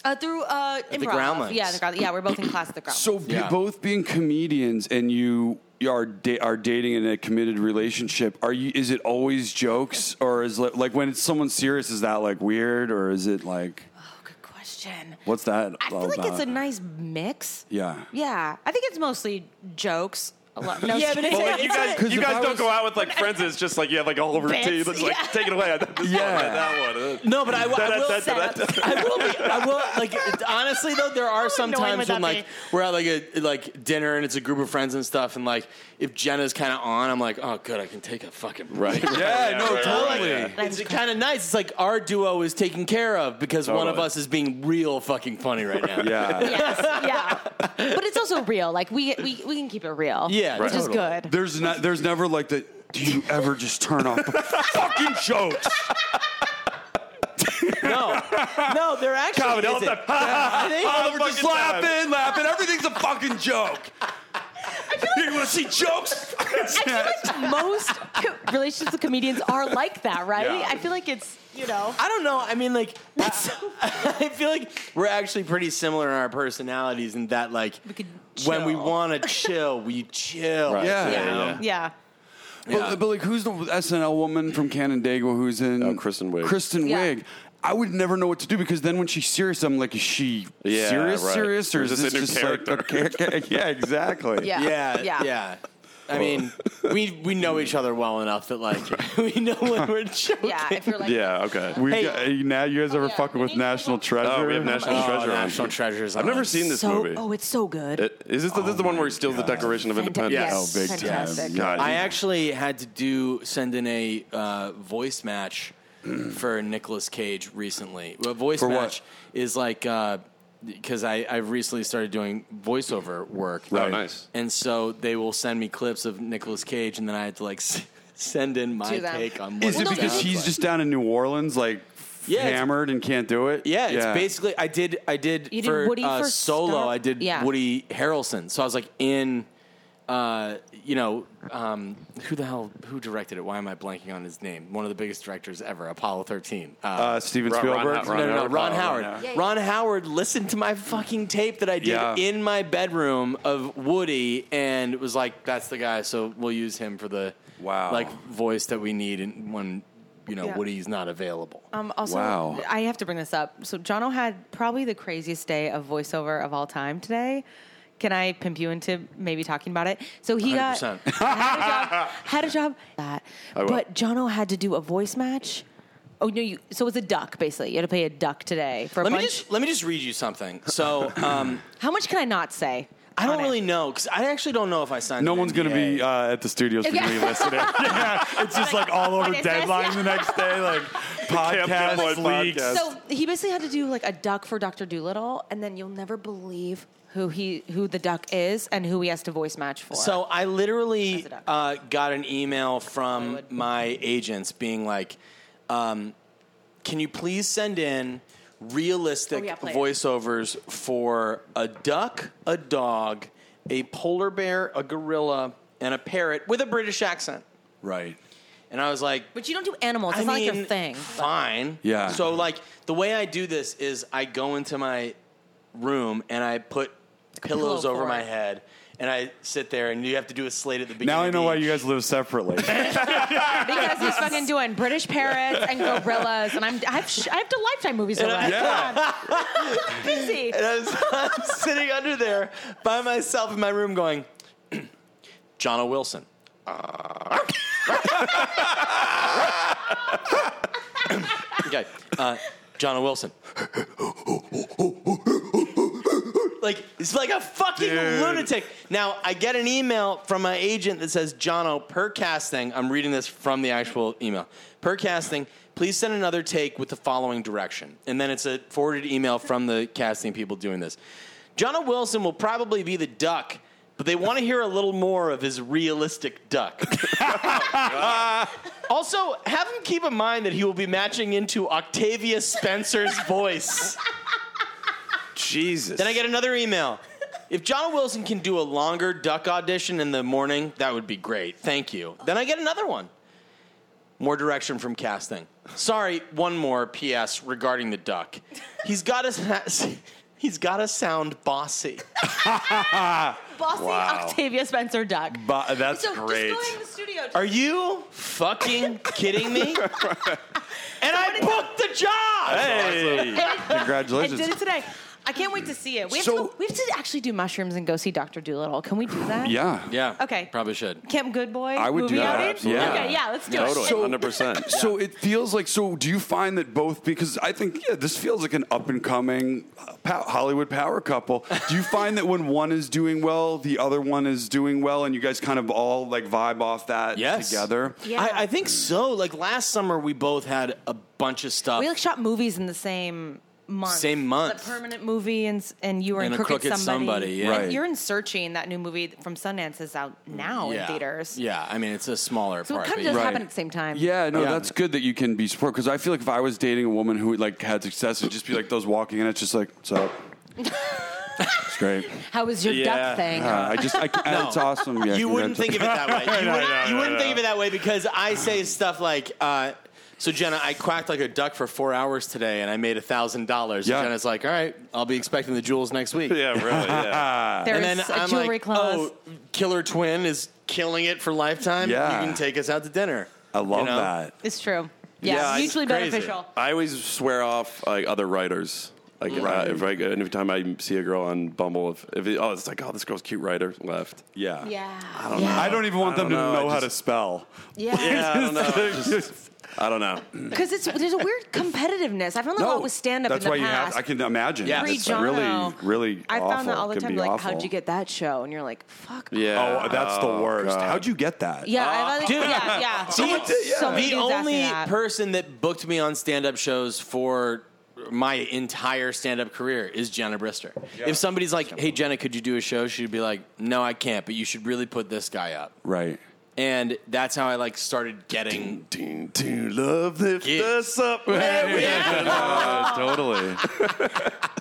D: Uh, through uh, improv.
E: Groundlings.
D: Yeah, the ground, yeah, we're both in class at the Groundlings.
C: So be-
E: Yeah.
C: both being comedians and you you are da- are dating in a committed relationship. Are you? Is it always jokes or is li- like when it's someone serious? Is that like weird or is it like
D: oh, good question.
C: what's that?
D: I feel
C: all
D: like it's a
C: about?
D: nice mix.
C: yeah.
D: Yeah, I think it's mostly jokes. A lot. No,
E: Yeah, but it's-
B: Well, like, you guys, you
C: if
B: guys
C: I
B: don't
C: was-
B: go out with like friends. It's just like you have like a whole routine. It's like
D: Yeah.
B: take it away.
C: Yeah.
B: yeah, that one. Uh,
E: No, but I, I
B: that-
E: will.
B: that- that- that-
E: I will. Be, I will. Like it- honestly, though, there are some
D: annoying
E: times
D: would
E: when
D: that
E: like
D: be?
E: we're at like a like dinner and it's a group of friends and stuff, and like if Jenna's kind of on, I'm like, oh, good, I can take a fucking break. Oh,
B: Right.
C: Yeah, no,
B: right, right,
C: totally.
B: yeah.
E: It's kind of nice. It's like our duo is taken care of because one of
B: Totally.
E: us is being real fucking funny right now.
C: Yeah.
D: yes, yeah, but it's also real. Like we we, we can keep it real.
E: Yeah,
D: which is
E: totally.
D: good.
C: There's not. There's never like the. Do you ever just turn off the fucking jokes?
E: No, no, they're actually.
B: Comedy all
E: is
B: the time.
E: it-
B: Ha, ha,
E: I think-
B: ha,
E: Oh,
B: fucking
C: Just
B: time.
C: laughing, laughing. Everything's a fucking joke. You want to see jokes?
D: I feel like most co- relationships with comedians are like that, right?
C: Yeah.
D: I feel like it's you know.
E: I don't know. I mean, like, I, I feel like we're actually pretty similar in our personalities in that, like,
D: We could
E: when we
D: chill.
E: want to chill, we chill. Um,
B: Right.
C: Yeah.
E: you know?
D: Yeah.
E: Yeah.
C: But, but like, who's the SNL woman from Canandaigua who's in?
B: Oh, Kristen Wiig.
C: Kristen
D: Yeah.
C: Wiig. I would never know what to do because then when she's serious, I'm like, is she
B: Yeah,
C: serious,
B: right.
C: serious, or
B: Or
C: is
B: is this
C: this
B: a new
C: just like a okay, yeah, exactly.
D: Yeah.
E: yeah, yeah. I mean, we we know each other well enough that like we know when we're joking.
D: Yeah, if you're like,
B: Yeah. Okay.
C: We
E: Hey.
C: got, now you guys ever
D: yeah.
C: fucking with National Treasure?
B: Oh, we have National
E: Oh,
B: Treasure. on.
E: National Treasures.
B: I've
E: on.
B: never seen this
D: so,
B: movie.
D: oh, it's so good.
B: It- Is this the, this is the one where he steals the Declaration of Independence?
D: Yes.
C: Oh, big
D: Fantastic.
C: time. God,
E: I actually had to do send in a uh, voice match for Nicolas Cage recently. A voice
C: For what?
E: match is like because I I've recently started doing voiceover work.
B: Oh, nice.
E: And so they will send me clips of Nicolas Cage, and then I had to like s- send in my
D: To them.
E: take on. What
C: Is
D: Well,
C: it
D: no,
C: because
D: it's-
C: he's just down in New Orleans, like
E: Yeah, it's-
C: hammered and can't do it?
E: Yeah, it's basically I did I did,
D: You did
E: for
D: Woody
E: uh,
D: for
E: solo.
D: Star-
E: I did
D: Yeah.
E: Woody Harrelson. So I was like in, uh, you know, um, who the hell who directed it? Why am I blanking on his name? One of the biggest directors ever, Apollo thirteen. Uh,
C: uh, Steven
B: Ron- Ron-
C: Spielberg.
B: Ron-
E: no, no, no,
B: Howard.
E: Ron
B: Oh,
E: Howard.
B: Ron
D: Howard.
E: Ron Howard listened to my fucking tape that I did
C: Yeah.
E: in my bedroom of Woody and was like, "That's the guy." So we'll use him for the
C: Wow.
E: like voice that we need and when you know
D: Yeah.
E: Woody's not available.
D: Um, also,
C: Wow.
D: I have to bring this up. So, Jono had probably the craziest day of voiceover of all time today. Can I pimp you into maybe talking about it? So he got
E: 100%.
D: had a job, had a job that,
E: Oh,
B: will.
D: but Jono had to do a voice match. Oh no, you. So it's a duck basically. You had to pay a duck today for a
E: Let me
D: bunch.
E: just let me just read you something. So um,
D: How much can I not say?
E: I don't
D: on it?
E: really know because I actually don't know if I signed.
C: No
E: an
C: one's going to
E: NDA.
C: be uh, at the studios for
D: Yeah.
C: me listening. yeah, it's just like all over
D: What is this?
C: deadline the next day, like podcast
B: Camp Blood
C: leaks.
B: Podcast.
D: So he basically had to do like a duck for Doctor Doolittle, and then you'll never believe who he who the duck is and who he has to voice match for.
E: So I literally
D: As it up.
E: uh, got an email from
D: Hollywood.
E: my agents being like, um, "Can you please send in realistic
D: Oh, yeah, play it.
E: voiceovers for a duck, a dog, a polar bear, a gorilla, and a parrot with a British accent?"
C: right.
E: And I was like,
D: But you don't do animals. It's
E: I
D: not
E: mean,
D: like your thing.
E: Fine.
C: Yeah.
E: So like the way I do this is I go into my room and I put pillows
D: pillow
E: over
D: fort.
E: my head and I sit there and you have to do a slate at the beginning.
C: Now I know
E: of
C: why
E: each.
C: you guys live separately.
D: Because he's fucking doing British parrots and gorillas, and I'm I have, sh- I have to lifetime movies to watch.
C: yeah.
D: I'm busy.
E: And I was, I'm sitting under there by myself in my room going, John O. Wilson. Uh, okay. Uh, John O. Wilson. Like it's like a fucking
B: Dude.
E: lunatic. Now I get an email from my agent that says, "Jono, per casting, I'm reading this from the actual email. Per casting, please send another take with the following direction." And then it's a forwarded email from the casting people doing this. Jono Wilson will probably be the duck, but they want to hear a little more of his realistic duck. Also, have him keep in mind that he will be matching into Octavia Spencer's voice.
B: Jesus.
E: Then I get another email. If John Wilson can do a longer duck audition in the morning, that would be great. Thank you. Then I get another one. More direction from casting. Sorry, one more PS regarding the duck. He's got to he's got to sound bossy.
D: Bossy
B: Wow.
D: Octavia Spencer Duck.
C: But that's
D: so
C: great.
D: just go into the studio.
E: Are you fucking kidding me? And I booked the job.
B: Hey.
C: Congratulations.
D: I did it today. I can't wait to see it. We have,
C: So-
D: to, go- we have to actually do mushrooms and go see Doctor Doolittle. Can we do that?
C: Yeah.
E: Yeah.
D: Okay.
E: Probably should.
D: Camp Good Boy.
C: I would do
D: movie
C: that,
D: outing?
C: absolutely.
D: Okay, yeah, let's do it.
B: Totally.
C: So-
B: 100%.
C: So it feels like so. Do you find that both because I think yeah, this feels like an up and coming pow- Hollywood power couple. Do you find that when one is doing well, the other one is doing well, and you guys kind of all like vibe off that
E: Yes.
C: together?
D: Yeah.
E: I, I think so. Like last summer, we both had a bunch of stuff.
D: We like shot movies in the same month.
E: Same month.
D: The permanent movie and s- and you were in
E: And a
D: Crooked,
E: Crooked Somebody, yeah.
D: And
C: Right.
D: You're in Searching. That new movie from Sundance is out now
E: yeah.
D: in theaters.
E: Yeah, I mean it's a smaller
D: So it
E: part.
D: kind of
E: but
D: does
E: yeah.
D: happen at the same time.
C: Yeah, no,
E: Yeah.
C: that's good that you can be support because I feel like if I was dating a woman who like had success, it'd just be like those walking in. It's just like, what's up? it's great.
D: How was your
B: Yeah.
D: duck thing?
C: Uh, I just, I, it's awesome. Yeah,
E: you wouldn't think of it that way. You, wouldn't,
B: no,
E: you
B: no,
E: wouldn't
B: no.
E: think of it that way because I say stuff like, uh, "So Jenna, I quacked like a duck for four hours today, and I made a thousand dollars."
C: Yeah.
E: Jenna's like, "All right, I'll be expecting the jewels next week."
B: yeah, really. Yeah.
D: There's
E: And then
D: a
E: I'm
D: jewelry
E: like,
D: clause.
E: "Oh, Killer Twin is killing it for Lifetime.
C: Yeah.
E: You can take us out to dinner."
C: I love
E: You know?
C: that.
D: It's true. Yeah,
E: Yeah, it's
D: mutually
E: crazy.
D: beneficial.
B: I always swear off like other writers. Like uh, if I, every time I see a girl on Bumble, if, if it, oh it's like oh this girl's cute writer left.
C: Yeah.
D: Yeah.
C: I don't even want
B: I
C: them
B: don't
C: to
B: know, I
C: know how
B: just-
C: to spell.
D: Yeah.
B: I don't know. Just- I don't know.
D: Because it's there's a weird competitiveness. I found that a lot with stand up in
C: That's
D: the
C: why you
D: past.
C: have. I can imagine.
E: Yeah,
D: Pre
E: that's
C: It's really,
D: Jono,
C: really.
D: I found that
C: awful.
D: all the
C: Can
D: time.
C: be
D: Like,
C: awful.
D: how'd you get that show? And you're like, fuck.
B: Yeah.
C: Oh, Ah. that's the
B: Oh,
C: worst.
B: God.
C: How'd you get that?
D: Yeah, I love it.
E: dude.
D: yeah, yeah.
E: See,
D: Someone- so many
E: the
D: dudes ask me
E: only
D: that.
E: person that booked me on stand-up shows for my entire stand-up career is Jenna Brister. If somebody's like, "Hey Jenna, could you do a show?" She'd be like, "No, I can't, but you should really put this guy up."
C: Right.
E: And that's how I like started getting.
B: Ding, ding, love lift
E: Yeah.
B: us up. Yeah.
C: Uh, totally.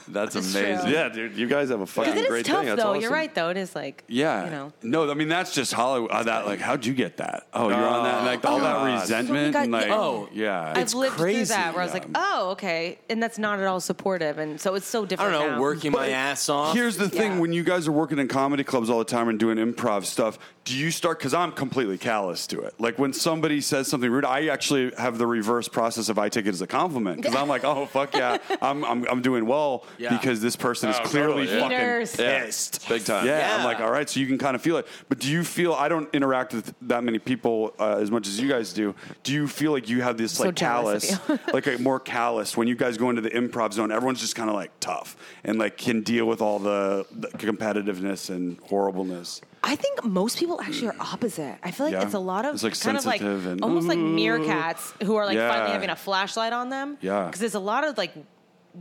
C: That's amazing.
D: true.
C: Yeah.
B: dude, you guys have a fucking
D: Because it is
B: great thing.
D: tough, though.
B: That's
D: You're
B: awesome.
D: right, though. It is like,
C: Yeah.
D: you know.
C: No, I mean that's just Hollywood. Uh, that like, how'd you get that? Oh, you're on that. Like all that
B: God.
C: resentment.
D: God,
C: and, like,
D: yeah.
E: Oh.
C: yeah.
D: I've lived through
E: crazy,
D: that where I was like, oh, okay. And that's not at all supportive. And so it's so
E: I
D: different.
E: don't know,
D: now.
E: working my ass off.
C: Here's the thing:
D: Yeah.
C: when you guys are working in comedy clubs all the time and doing improv stuff, do you start? Because I'm completely callous to it. Like when somebody says something rude, I actually have the reverse process of I take it as a compliment because I'm like, oh fuck yeah, I'm I'm, I'm doing well
E: Yeah.
C: because this person is
B: Oh,
C: clearly
B: totally, yeah.
C: fucking
D: Haters.
C: pissed.
B: Big time.
C: Yeah, I'm
E: Yeah.
C: like, all right, so you can kind of feel it. But do you feel? I don't interact with that many people uh, as much as you guys do. Do you feel like you have this
D: so
C: like
D: jealous
C: callous,
D: of
C: like a more callous when you guys go into the improv zone? Everyone's just kind of like tough and like can deal with all the, the competitiveness and horribleness.
D: I think most people actually are opposite. I feel like
C: Yeah.
D: it's a lot of
C: It's, like,
D: kind of like
C: sensitive and,
D: almost like meerkats who are like
C: Yeah.
D: finally having a flashlight on them.
C: Yeah.
D: because there's a lot of like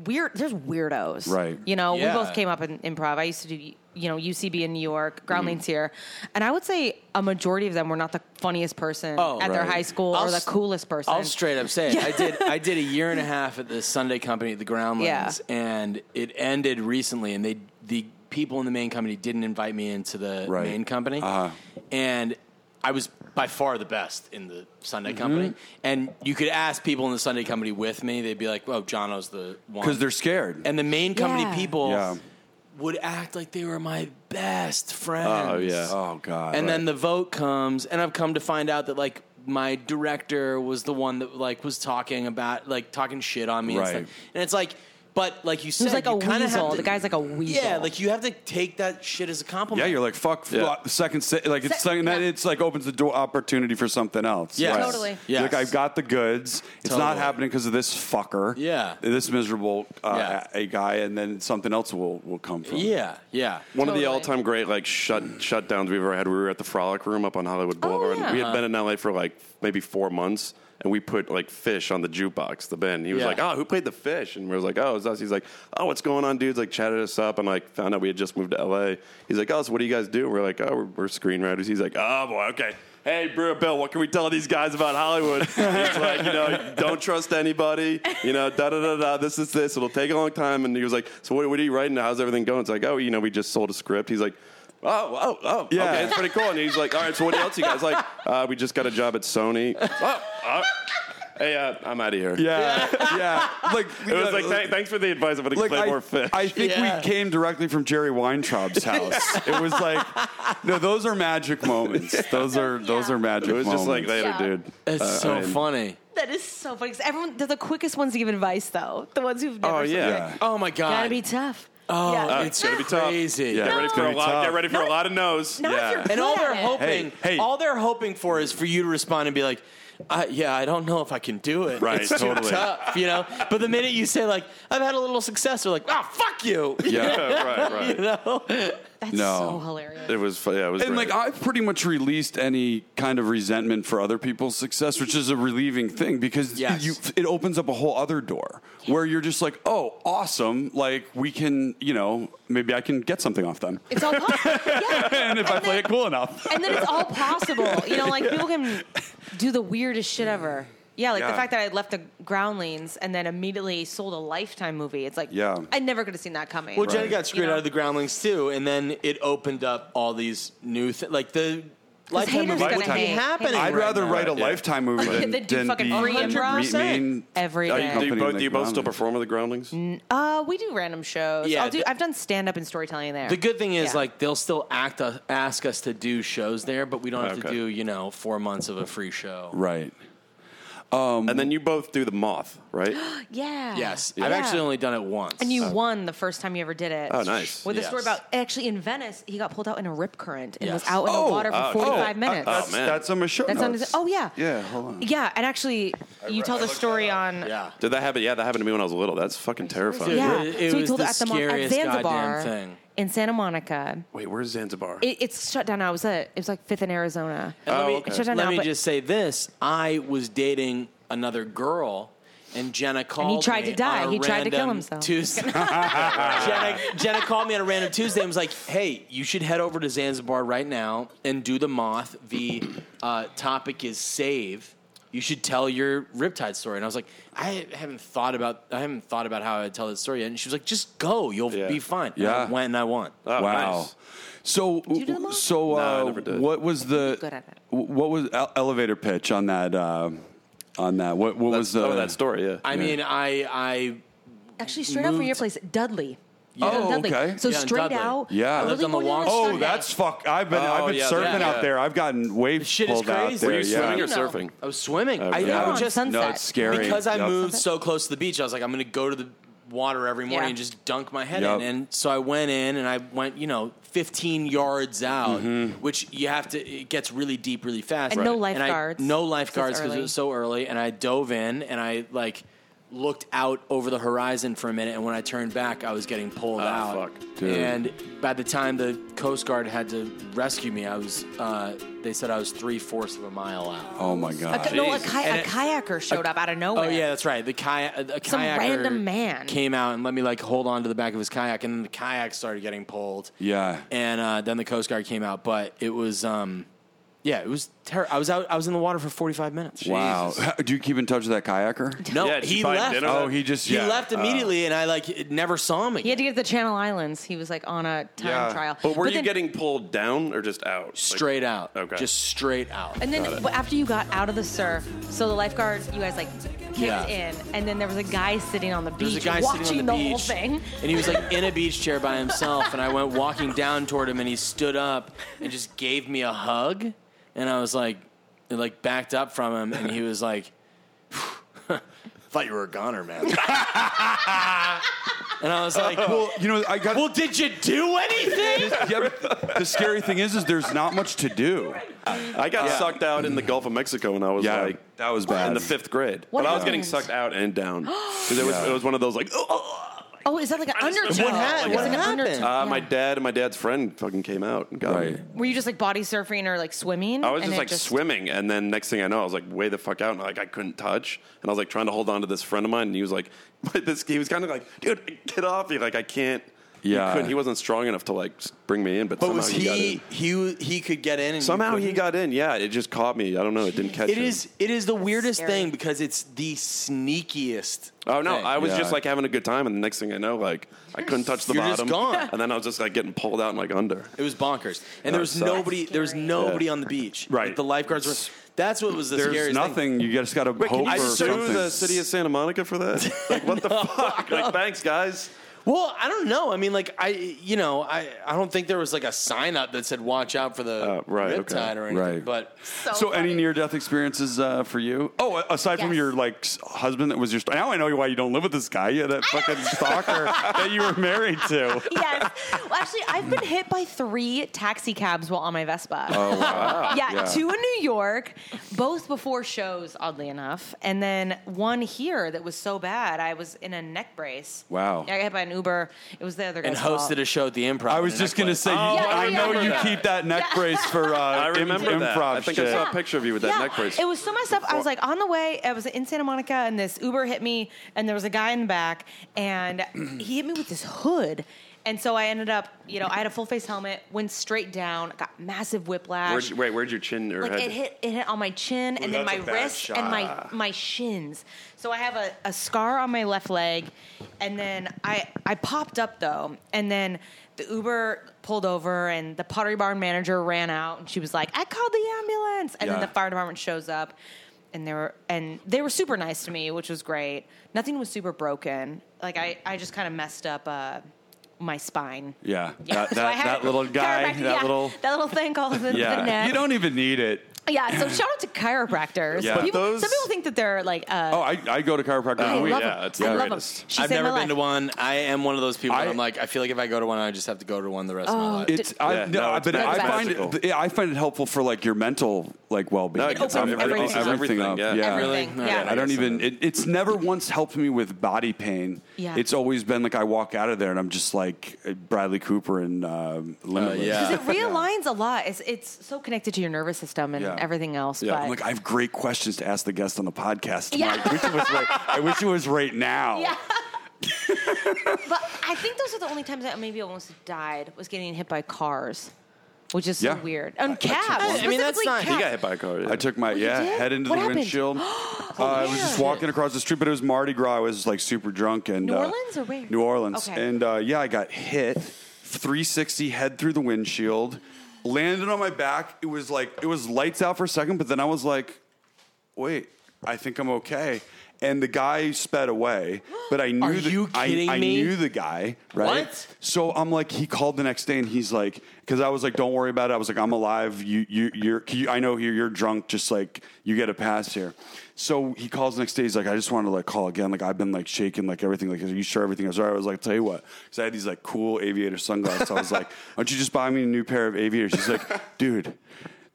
D: weird. There's weirdos,
C: Right.
D: You know,
E: Yeah.
D: we both came up in improv. I used to do you know UCB in New York,
C: Mm.
D: Groundlings here, and I would say a majority of them were not the funniest person
E: Oh,
D: at their
C: right.
D: high school
E: I'll
D: or the
E: s-
D: coolest person.
E: I'll straight up say it. I did. I did a year and a half at the Sunday Company at the Groundlings, and it ended recently. And they the people in the main company didn't invite me into the
C: Right.
E: main company,
C: Uh-huh.
E: and I was by far the best in the
C: Mm-hmm.
E: Sunday company. And you could ask people in the Sunday company with me, they'd be like, "Oh, Jono's the one."
C: because they're scared.
E: and the main company
D: Yeah.
E: people
C: Yeah.
E: would act like they were my best friends.
B: Oh, yeah.
C: oh god.
E: And then the vote comes, and I've come to find out that like my director was the one that like was talking about like talking shit on me,
C: Right.
E: and, stuff. and it's like, but like you said,
D: Who's like a
E: you kinda have
D: weasel.
E: to-
D: The guy's like a weasel.
E: yeah, like you have to take that shit as a compliment.
C: yeah, you're like fuck.
B: Yeah.
C: fuck second, se- like it's
D: Se-
C: second,
D: yeah.
C: it's like opens the door opportunity for something else.
E: Yes.
C: Right.
D: Totally.
E: Yes.
C: Like I've got the goods. It's not
E: Totally.
C: happening because of this fucker.
E: Yeah.
C: This miserable uh,
E: Yeah.
C: a guy, and then something else will will come from. it.
E: yeah, yeah.
B: One of the
D: Totally.
B: all-time great like shut shutdowns we've ever had. We were at the Frolic Room up on Hollywood Boulevard.
D: Oh, yeah.
B: We had been in LA for like maybe four months, and we put like Fish on the jukebox. The band. He was
E: Yeah.
B: like, "Oh, who played the Fish?" And we were like, "Oh, it's us." He's like, "Oh, what's going on, dudes?" Like chatted us up and like found out we had just moved to LA. He's like, "Oh, so what do you guys do?" We're like, "Oh, we're, we're screenwriters." He's like, "Oh boy, okay." Hey, Brewer Bill, what can we tell these guys about Hollywood? He's like, you know, don't trust anybody. You know, da da da da. This is this. It'll take a long time. And he was like, so what, what are you writing? now? How's everything going? It's like, oh, you know, we just sold a script. He's like, oh, oh, oh,
C: Yeah.
B: okay, it's pretty cool. And he's like, all right, so what else you guys like? Uh, we just got a job at Sony. Oh, oh. hey, uh, I'm out of here.
C: Yeah, yeah. Like
B: It was like, "Thank- thanks for the advice. I'm going to play
C: I,
B: more fish.
C: I think
E: Yeah.
C: we came directly from Jerry Weintraub's house. it was like, no, those are magic moments. Those are those
D: Yeah.
C: are magic.
B: it was just like
C: moments.
B: later,
D: Yeah.
B: dude.
E: It's
B: Uh,
E: so
B: I mean,
E: funny.
D: That is so funny. 'cause everyone, they're the quickest ones to give advice, though. The ones who've never.
B: Oh,
D: said
B: yeah.
D: it.
C: Yeah.
E: Oh my god.
D: Gotta be tough.
E: oh,
D: Yeah.
B: Uh,
E: it's
B: it's gonna be tough.
E: Crazy.
B: Get
C: Yeah.
B: ready for a
C: It's
B: lot.
C: gonna be
B: Get
C: tough.
B: ready for a lot of no's.
D: Not if you're-
B: yeah.
E: And all they're
D: Yeah.
E: hoping,
C: Hey, hey.
E: all they're hoping for is for you to respond and be like, I, "Yeah, I don't know if I can do it.
B: Right,
E: it's too
B: totally.
E: tough, you know." But the minute you say like, "I've had a little success," they're like, "Ah, fuck you."
B: yeah, right, right.
E: You know?
D: That's
C: No.
D: so hilarious.
B: It was, fu- yeah, it was.
C: And
B: great.
C: like I've pretty much released any kind of resentment for other people's success, which is a relieving thing because
E: Yes.
C: you, it opens up a whole other door where you're just like, oh, awesome! Like we can, you know, maybe I can get something off them,
D: It's all possible. Yeah.
C: and if I play
D: then-
C: it cool enough,
D: and then it's all possible. You know, like people can do the weirdest shit ever. Yeah, like
C: Yeah.
D: the fact that I left the Groundlings and then immediately sold a Lifetime movie. It's like,
C: Yeah.
D: I never could have seen that coming.
E: Well, Jenny got
D: You
E: screwed
D: know?
E: out of the Groundlings too, and then it opened up all these new things, like the lifetime
D: haters
E: movie
D: gonna
E: would be
D: hate.
E: happening.
D: I'd
C: I'd
E: right
C: rather
E: now.
C: write a
B: Yeah.
C: lifetime movie than,
D: Than do
C: than
D: fucking
C: be
D: free
C: me-
D: and
C: me-
E: wrong.
D: every
B: Are
D: day.
B: you, do you
C: Company
B: both,
C: like
B: do you both still
C: Groundlings. Mm-hmm.
B: perform with the Groundlings?
D: Uh, we do random shows.
E: Yeah,
D: I'll do,
E: the-
D: I've done stand up and storytelling there.
E: The good thing is,
D: Yeah.
E: like, they'll still act us, ask us to do shows there, but we don't have to
B: Okay.
E: do, you know, four months of a free show.
C: Right.
B: And then you both do the moth, right?
D: yeah.
E: Yes,
D: Yeah.
E: I've actually only done it once.
D: And you won the first time you ever did it.
B: Oh, nice.
D: With a story
E: Yes.
D: about actually in Venice, he got pulled out in a rip current and was
E: Yes.
D: out in
C: Oh,
D: the water for
B: oh,
D: 45
B: oh,
D: minutes.
B: oh,
C: That's,
B: man.
C: that's on my show
D: That's on
C: notes.
D: his, oh yeah.
C: Yeah, hold on.
D: Yeah, and actually, you tell the story on.
E: Yeah.
B: Did that happen? Yeah, that happened to me when I was little. That's fucking terrifying.
D: Yeah.
E: It- it
D: so he
E: was
D: told
E: the
D: it at the mon- at
E: scariest
D: Zanzibar
E: goddamn thing.
D: in Santa Monica.
B: Wait, where's Zanzibar?
D: It, it's shut down. I was at it was like fifth in Arizona.
E: And let me,
B: Oh, okay.
D: Shut down
E: let
D: now,
E: me
D: but-
E: just say this: I was dating another girl, and Jenna called.
D: tried
E: me
D: to die.
E: on a
D: He tried to kill
E: random
D: himself.
E: Tuesday. Jenna, Jenna called me on a random Tuesday and was like, "Hey, you should head over to Zanzibar right now and do the moth. The uh, topic is save." You should tell your riptide story, and I was like, I haven't thought about, I haven't thought about how I would tell this story yet. And she was like, just go, you'll
B: Yeah.
E: be fine.
C: Yeah.
E: and I went and I won.
B: Oh,
C: wow.
B: nice.
C: So,
D: you do them all?
C: so uh,
B: No, I never did.
C: what was the
D: Good at it.
C: what was el- elevator pitch on that uh, on that? What what was uh, the
B: oh, that story? Yeah.
E: I mean, I, I
D: Actually, straight out from
E: moved-
D: your place, Dudley.
C: Oh,
D: Dudley.
C: okay.
D: So
E: Yeah, in
D: straight
E: Dudley.
D: out.
C: Yeah.
D: a
C: Lived
D: really
E: on the
D: good
E: Long-
D: on a
E: Oh,
C: Oh,
D: Sunday.
C: that's fuck. I've been
B: Oh,
C: I've been
B: yeah,
C: surfing
B: yeah.
C: out there. I've gotten wave
E: Shit is
C: pulled out
E: crazy.
C: there.
E: Were
B: Were you
C: yeah.
B: swimming or
D: No.
B: surfing?
E: I was swimming.
B: Oh, yeah.
E: I, I
D: You're
E: would
D: on
E: just
D: Sunset.
C: No, it's scary
E: because I
C: Yep.
E: moved so close to the beach. I was like, I'm going to go to the water every morning
D: Yeah.
E: and just dunk my head
C: Yep.
E: in. And so I went in and I went, you know, 15 yards out,
C: Mm-hmm.
E: which you have to. It gets really deep, really fast.
D: And no
E: I-
D: lifeguards.
E: no
D: it's
E: lifeguards because
D: early.
E: it was so early. And I dove in and I like looked out over the horizon for a minute. And when I turned back, I was getting pulled out.
B: fuck.
C: Ah, Dude.
E: And by the time the Coast Guard had to rescue me, I was. Uh, they said I was three fourths of a mile out.
C: Oh my god.
D: A, no, a, ki-
E: And
D: a
E: it-
D: kayaker showed up out of
E: Oh
D: nowhere.
E: yeah, that's right. The kayak, a kayaker
D: Some random man.
E: came out and let me like hold on to the back of his kayak, and then the kayak started getting pulled.
C: Yeah.
E: and uh, then the Coast Guard came out, but it was um, Yeah, it was terrible. I was out. I was in the water for forty five minutes.
C: Wow. Do you keep in touch with that kayaker?
E: No,
B: Yeah, did
E: he
B: you buy
E: left.
B: dinner?
C: Oh, he just
E: he
C: yeah.
E: left immediately, and I like never saw him. Again.
D: He had to get to the Channel Islands. He was like on a time
C: Yeah.
D: trial.
B: Uh, But were you
D: then-
B: getting pulled down or just out? Like-
E: straight out.
B: Okay.
E: Just straight out.
D: And then but after you got out of the surf, so the lifeguard, you guys like kicked
E: Yeah.
D: in, and then there was a guy sitting on the
E: There's
D: beach
E: a guy
D: watching
E: sitting on the, beach,
D: whole thing.
E: and he was like in a beach chair by himself. And I went walking down toward him, and he stood up and just gave me a hug. And I was like, and, like backed up from him, and he was like, "Thought you were a goner, man." and I was like, well,
C: You know, I got
E: "Well, did you do anything?"
C: yeah, but the scary thing is, is there's not much to do.
B: I got sucked out in the Gulf of Mexico when I was
C: Yeah,
B: like
C: that was bad.
B: in the fifth grade.
D: What
B: but I was getting
D: happened?
B: sucked out and down. 'Cause it was
C: Yeah.
B: it was one of those like oh, oh,
D: Oh, is that like an undertow?
E: What hap-
D: It was
E: what
D: like an
E: happened?
D: undertow.
B: oh. Uh, my
D: Yeah.
B: dad and my dad's friend fucking came out and got
C: Right.
B: me.
D: Were you just like body surfing or like swimming?
B: I was
D: and
B: just
D: it
B: like swimming, and then next thing I know, I was like way the fuck out, and like I couldn't touch, and I was like trying to hold on to this friend of mine, and he was like, this he was kind of like, dude, get off me, like I can't. He
C: Yeah.
B: couldn't- he wasn't strong enough to like s- bring me in, but,
E: But
B: somehow
E: was
B: he, got in.
E: he? He he could get in. And you
B: Somehow he
E: couldn't?
B: got in. Yeah, it just caught me. I don't know. It didn't catch.
E: It
B: him.
E: is. It is the weirdest
D: scary.
E: thing because it's the sneakiest.
B: Oh no!
E: thing.
B: I was
C: Yeah.
B: just like having a good time, and the next thing I know, like I couldn't touch the
E: You're just
B: bottom,
E: gone.
B: and then I was just like getting pulled out and like under.
E: It was bonkers, and
B: That
E: there was
B: sucks.
E: nobody. There was
D: Scary.
E: nobody on the beach.
B: Right.
E: Like, the lifeguards were. That's what was the
C: There's
E: scariest thing.
C: nothing. You just got to hope
B: Can
C: for
B: you sue
C: something.
B: the city of Santa Monica for that? Like what the fuck? Like thanks, guys.
E: Well, I don't know. I mean, like I, you know, I, I don't think there was like a sign up that said "Watch out for the
B: Oh, right, okay.
E: riptide" or anything.
C: Right.
E: But
D: So,
C: So, any
D: funny.
C: near death experiences uh, for you? Oh, a- aside from
D: Yes.
C: your like s- husband that was your st- now I know why you don't live with this guy. Yeah, that fucking stalker that you were married to.
D: yes. Well, actually, I've been hit by three taxi cabs while on my Vespa. Oh, wow. yeah,
C: Yeah.
D: two in New York, both before shows, oddly enough. And then one here that was so bad, I was in a neck brace.
C: Wow.
D: Yeah, I got hit by an Uber. It was the other
E: and
D: guy's fault.
E: hosted a show at the improv.
C: I was
E: the next
C: just gonna
E: place.
C: say, you,
D: Oh, yeah,
C: I
D: yeah,
C: know
D: yeah,
C: you
D: yeah.
C: keep that neck brace for uh,
B: I remember
C: im-
B: that.
C: improv
B: I think
C: Oh, shit.
B: I saw a picture of you with that neck brace.
D: It was so messed up. I was like on the way. I was in Santa Monica, and this Uber hit me, and there was a guy in the back, and he hit me with this hood. And so I ended up, you know, I had a full face helmet, went straight down, got massive whiplash.
B: Where'd, you- wait, where'd your chin or
D: like
B: head?
D: it hit it hit on my chin and then my
C: that's a bad
D: wrist and my my shins. So I have a, a scar on my left leg and then I I popped up though and then the Uber pulled over and the Pottery Barn manager ran out and she was like, "I called the ambulance." And
C: Yeah.
D: then the fire department shows up and they were and they were super nice to me, which was great. Nothing was super broken. Like I I just kind of messed up uh my spine.
C: Yeah,
D: Yeah,
C: that,
D: so I
C: that,
D: had
C: that
D: a
C: little guy,
D: chiropractic-
C: that
D: yeah,
C: little
D: that little thing called the, the
C: yeah.
D: neck.
C: You don't even need it.
D: Yeah, so shout out to chiropractors.
C: Yeah. But
D: People-
B: those-
D: some people think that they're like, uh,
C: Oh, I, I go to chiropractor.
D: I
C: every week.
D: love
B: yeah,
D: them.
B: it's the
D: I love 'em.
B: greatest.
D: She
E: I've
D: saved
E: never
D: my
E: been to
D: life.
E: one. I am one of those people. that
C: I-
E: I'm like, I feel like if I go to one, I just have to go to one the rest of
D: Oh.
E: my life.
C: It's I,
B: Yeah,
C: no,
B: no, it's
C: but
B: ma-
C: I
B: it's
C: find
B: magical.
C: it, yeah, I find it helpful for like your mental like well being.
B: No, it opens
D: everything up.
B: Everything,
C: up.
B: yeah.
C: yeah.
D: Everything.
E: Really?
D: Yeah.
C: I don't even. It, it's never once helped me with body pain.
D: Yeah.
C: It's always been like I walk out of there and I'm just like uh, Bradley Cooper and um
B: Oh,
C: Limitless.
E: yeah.
D: Because it realigns a lot. It's it's so connected to your nervous system and
C: Yeah.
D: everything else.
C: Yeah,
D: but
C: I'm like I have great questions to ask the guest on the podcast.
D: Yeah.
C: I wish it was right. I wish it was right now.
D: Yeah. but I think those are the only times that maybe I almost died was getting hit by cars, which is
C: Yeah.
D: so weird. And
C: took
D: cabs.
C: one.
E: I mean, that's
D: specifically
E: not-
B: He
E: you
D: cabs.
B: got hit by a car. yeah.
C: I took my
D: Oh, you
C: yeah
D: did?
C: head into
D: What
C: the
D: happened? Oh,
C: windshield. uh, I was just
D: Yeah.
C: walking across the street, but it was Mardi Gras. I was like super drunk and
D: New
C: uh,
D: Orleans or where?
C: New Orleans.
D: Okay.
C: And uh, yeah, I got hit 360 head through the windshield, landed on my back. It was like it was lights out for a second, but then I was like, wait, I think I'm okay. And the guy sped away, but I knew
E: Are
C: the,
E: you kidding
C: I, I
E: me?
C: knew the guy, right?
E: What?
C: So I'm like, he called the next day, and he's like, because I was like, don't worry about it. I was like, I'm alive. You, you, you're. You, I know here you're drunk. Just like you get a pass here. So he calls the next day. He's like, I just wanted to like call again. Like I've been like shaking, like everything. Like, are you sure everything is all right? I was like, tell you what, because I had these like cool aviator sunglasses. I was like, why don't you just buy me a new pair of aviators? He's like, dude.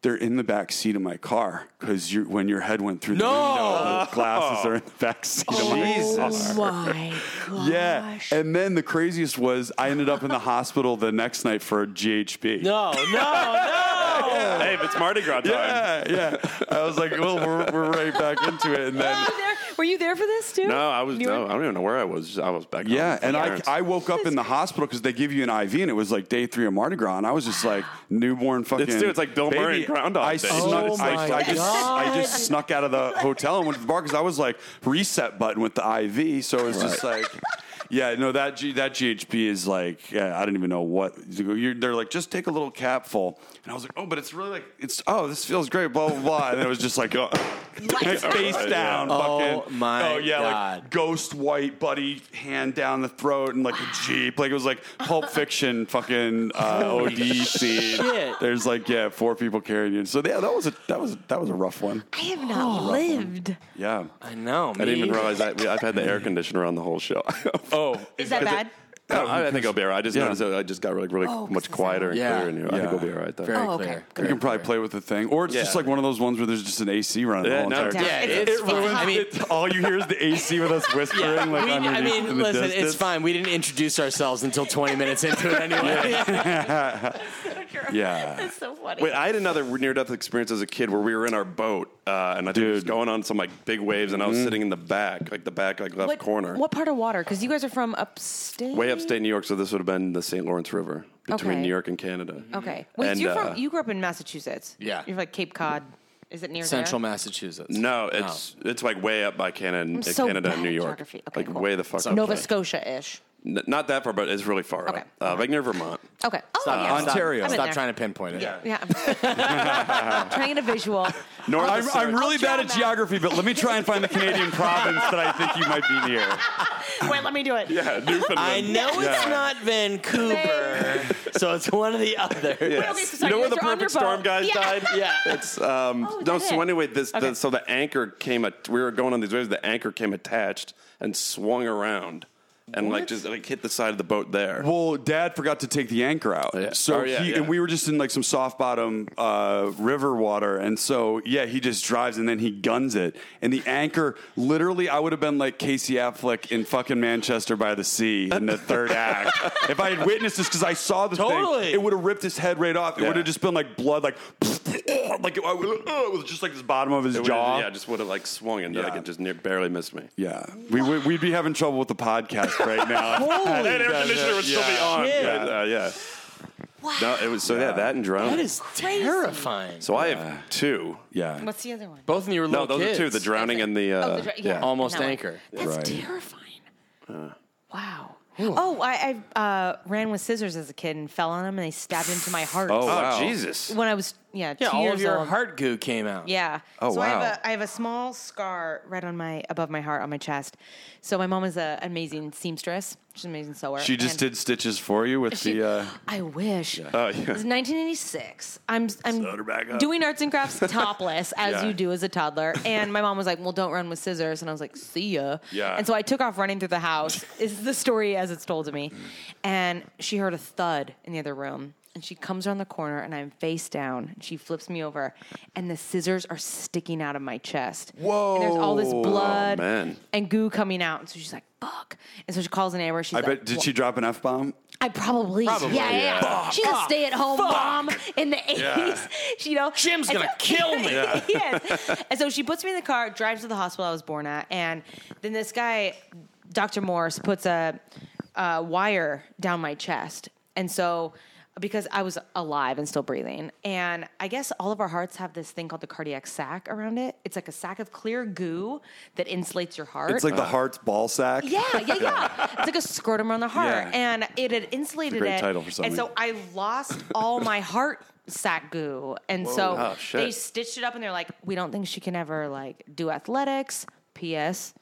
C: They're in the back seat of my car because you, when your head went through the
E: No. Oh,
C: window, the glasses are in the back seat of my
B: Jesus.
D: my gosh.
C: yeah. And then the craziest was I ended up in the hospital the next night for a GHB.
E: no, no, no.
C: Oh.
B: Hey, if it's Mardi Gras time.
C: Yeah, yeah. I was like, well, we're, we're right back into it. And then
D: Oh, there- Were you there for this too?
B: No, I was
D: You
B: no,
D: were-
B: I don't even know where I was. Just- I was back.
C: Yeah, and I, I
B: I
C: woke up in the hospital because they give you an IV, and it was like day three of Mardi Gras, and I was just like newborn fucking.
B: dude, it's like Bill Murray
C: baby.
B: in Groundhog
C: I,
B: Day.
C: snuck-
E: Oh
C: I,
E: my
C: I just, I
E: God.
C: just snuck out of the hotel and went to the bar because I was like reset button with the IV, so it was just like. Yeah, no, that G, that GHB is like yeah, I don't even know what you're, they're like. Just take a little capful, and I was like, oh, but it's really like it's oh, this feels great, blah blah blah, and it was just like oh, face
B: Yeah.
C: down,
E: Oh,
C: fucking
E: my
C: oh yeah, like
E: God.
C: ghost white buddy hand down the throat and like a jeep like it was like pulp fiction fucking uh, od scene
E: shit.
C: there's like yeah four people carrying you so yeah that was a that was that was a rough one
D: I have not lived.
C: yeah
E: I know.
B: I didn't even
D: Oh,
B: realize that we, I've had the air conditioner on the whole show.
C: oh
D: Is that bad?
B: No, I, I think I'll be all right. I just
C: Yeah.
B: noticed that I just got really, really
D: Oh, 'cause
B: much
D: it's not-
B: quieter and
E: Yeah.
B: clearer in here. I
C: Yeah.
B: think I'll be all right though.
E: Very
D: Oh, okay.
E: clear.
D: Good.
C: you can probably play with the thing or it's
B: Yeah.
C: just like one of those ones where there's just an ac running
B: Yeah,
C: the whole
B: no,
C: entire
B: it's-
C: time
E: Yeah,
D: It-
E: it's,
D: it ruins
E: I mean,
C: all you hear is the ac with us whispering like
E: we-
C: underneath
E: I
C: in
E: mean,
C: the
E: listen,
C: distance.
E: it's fine. We didn't introduce ourselves until 20 minutes into it anyway.
C: Yeah.
D: That's so funny.
B: Wait, I had another near-death experience as a kid where we were in our boat uh, and I think it was
C: Dude.
B: going on some like big waves and I was sitting in the back, like the back like left
D: what,
B: corner,
D: What part of water? Because you guys are from upstate.
B: way upstate New York. So this would have been the St. Lawrence River between
D: Okay.
B: New York and Canada.
D: Okay. Wait,
B: And,
D: you're from,
B: uh,
D: you grew up in Massachusetts.
E: Yeah.
D: You're like Cape Cod. Is it near
E: Central
D: there?
E: Massachusetts.
B: No, it's it's like way up by Canada, uh,
D: so
B: Canada and
D: bad
B: New
D: at
B: York,
D: geography. Okay,
B: like
D: cool.
B: way the fuck up.
D: Nova
B: there.
D: Scotia ish.
B: N- not that far, but it's really far
D: Okay.
B: up, uh, like near Vermont.
D: Okay. Oh, yeah.
E: Stop-
C: Ontario.
D: I've been
E: Stop
D: there.
E: trying to pinpoint it.
D: Yeah. trying to get a visual.
C: North I'm, I'm really bad
D: I'll draw
C: at
D: that.
C: geography, but let me try and find the Canadian province that I think you might be near.
D: Wait, let me do it.
B: Yeah, Newfoundland.
E: I know it's not Vancouver, so it's one or the other.
D: Okay, so
B: you
D: sorry,
B: know where
D: guys
B: the
D: are on your
B: perfect storm
D: boat.
B: guys
D: Yeah.
B: died?
E: Yeah.
B: It's um
D: Oh, is
B: no
D: that
B: so
D: it?
B: anyway this
D: Okay.
B: the, so the anchor came at, we were going on these waves the anchor came attached and swung around and like just like hit the side of the boat there.
C: Well, Dad forgot to take the anchor out,
B: yeah.
C: so
B: Oh, yeah,
C: he
B: yeah.
C: and we were just in like some soft bottom uh, river water, and so yeah, he just drives and then he guns it, and the anchor literally, I would have been like Casey Affleck in fucking Manchester by the Sea in the third act if I had witnessed this because I saw the
E: Totally.
C: thing, it would have ripped his head right off. It
B: Yeah.
C: would have just been like blood, like like it, I would- it was just like this bottom of his
B: It would've-
C: jaw.
B: yeah, just would have like swung and like
C: Yeah.
B: it just near, barely missed me.
C: Yeah, we would we'd be having trouble with the podcast right now. Holy
B: And air conditioner would still be on.
E: Shit.
B: Yeah, uh, yeah.
D: Wow.
B: No, it was so yeah, that and drowning.
E: That is
D: Crazy.
E: terrifying.
B: so I have two.
C: Yeah,
D: What's the other one?
E: Both of you were
B: No,
E: little
B: those
E: kids.
B: are two: the drowning and the. Uh,
D: Oh, the dra- yeah.
E: Almost
D: that one.
E: anchor.
D: That's
C: Right.
D: terrifying.
B: Uh.
D: Wow. Oh, I, I uh, ran with scissors as a kid and fell on them, and they stabbed into my heart.
B: Oh,
C: wow.
B: Jesus!
D: When I was yeah,
E: Yeah,
D: two
E: all of
D: years
E: your
D: old.
E: heart goo came out.
D: Yeah.
C: Oh,
D: so I
C: wow.
D: have, a, I have a small scar right on my above my heart on my chest. So my mom is a- an amazing seamstress. She's an amazing sewer.
C: She just
D: And
C: did stitches for you with
D: she-
C: the. Uh,
D: I wish.
B: Oh, yeah.
D: It's 1986. I'm
B: Sewed her back
D: I'm
B: up.
D: doing arts and crafts topless as
B: Yeah.
D: you do as a toddler, and my mom was like, "Well, don't run with scissors," and I was like, "See ya."
B: Yeah.
D: And so I took off running through the house. is the story as it's told to me, and she heard a thud in the other room, and she comes around the corner, and I'm face down. And she flips me over, and the scissors are sticking out of my chest. Whoa! And there's all this
C: Whoa. Oh,
D: blood
B: man.
D: and goo coming out, and so she's like, "Fuck!" And so she calls an ambulance. She's
C: I
D: like,
C: bet. Did
D: "Well,
C: she drop an f bomb?
D: I probably,
E: Probably,
D: yeah, yeah. yeah.
B: yeah.
D: She's a stay-at-home mom in the eighties.
B: Yeah.
D: You know,
E: Jim's
D: And
E: gonna
D: so-
E: kill me. Yeah.
D: yes. And so she puts me in the car, drives to the hospital I was born at, and then this guy, Doctor Morse, puts a, a wire down my chest, and so. Because I was alive and still breathing. And I guess all of our hearts have this thing called the cardiac sac around it. It's like a sac of clear goo that insulates your heart.
C: It's like the heart's ball sack.
D: Yeah, yeah, yeah. it's like a scrotum around the heart,
C: Yeah.
D: and it had insulated
C: great
D: it.
C: title for some
D: and so
C: reason.
D: I lost all my heart sac goo, and so
B: Oh, shit.
D: they stitched it up, and they're like, "We don't think she can ever like do athletics." P.S.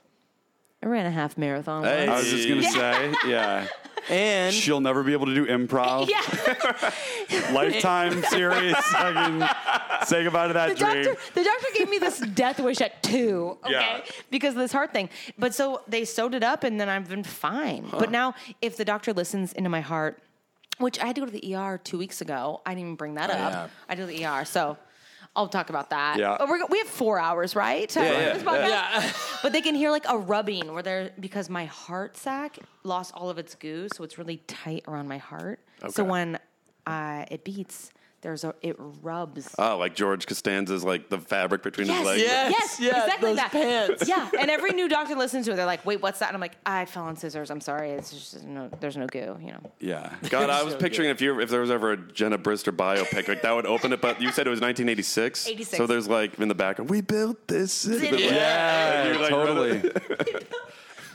D: I ran a half marathon.
B: Hey.
C: I
D: once.
C: was just gonna say, yeah.
E: And
C: She'll never be able to do improv.
D: Yeah,
C: Lifetime series. I can say goodbye to that
D: the
C: dream.
D: doctor, the doctor gave me this death wish at two, okay,
C: Yeah.
D: because of this heart thing. But so they sewed it up, and then I've been fine. But now, if the doctor listens into my heart, which I had to go to the ER two weeks ago, I didn't even bring that up.
E: yeah.
D: I did the ER, so I'll talk about that.
C: Yeah.
D: Oh, we're, go- we have four hours, right?
B: Yeah, yeah,
E: yeah.
D: But they can hear like a rubbing where they're because my heart sac lost all of its goo, so it's really tight around my heart. So
B: Okay.
D: when uh, it beats, There's a it rubs.
B: Oh, like George Costanza's like the fabric between his legs.
E: Yeah.
D: Yes,
E: Yes, yeah,
D: exactly
E: those
D: that.
E: pants.
D: Yeah, and every new doctor listens to it. They're like, "Wait, what's that?" And I'm like, "I fell on scissors. I'm sorry. It's just no. There's no goo. You know."
C: Yeah.
B: God, I was picturing if you if there was ever a Jenna Brister biopic, like that would open it. But you said it was 1986.
D: 86.
B: So there's like in the background, we built this. city."
D: Yeah.
C: Yeah,
B: You're like,
C: totally.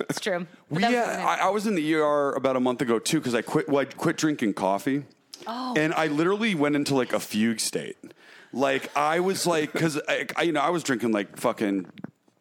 D: It's true. But
C: We,
D: that was
C: yeah,
D: something.
C: I, I was in the ER about a month ago too because I quit. Well, I quit drinking coffee,
D: Oh.
C: and I literally went into like a fugue state. Like I was like, because I, I- you know I was drinking like fucking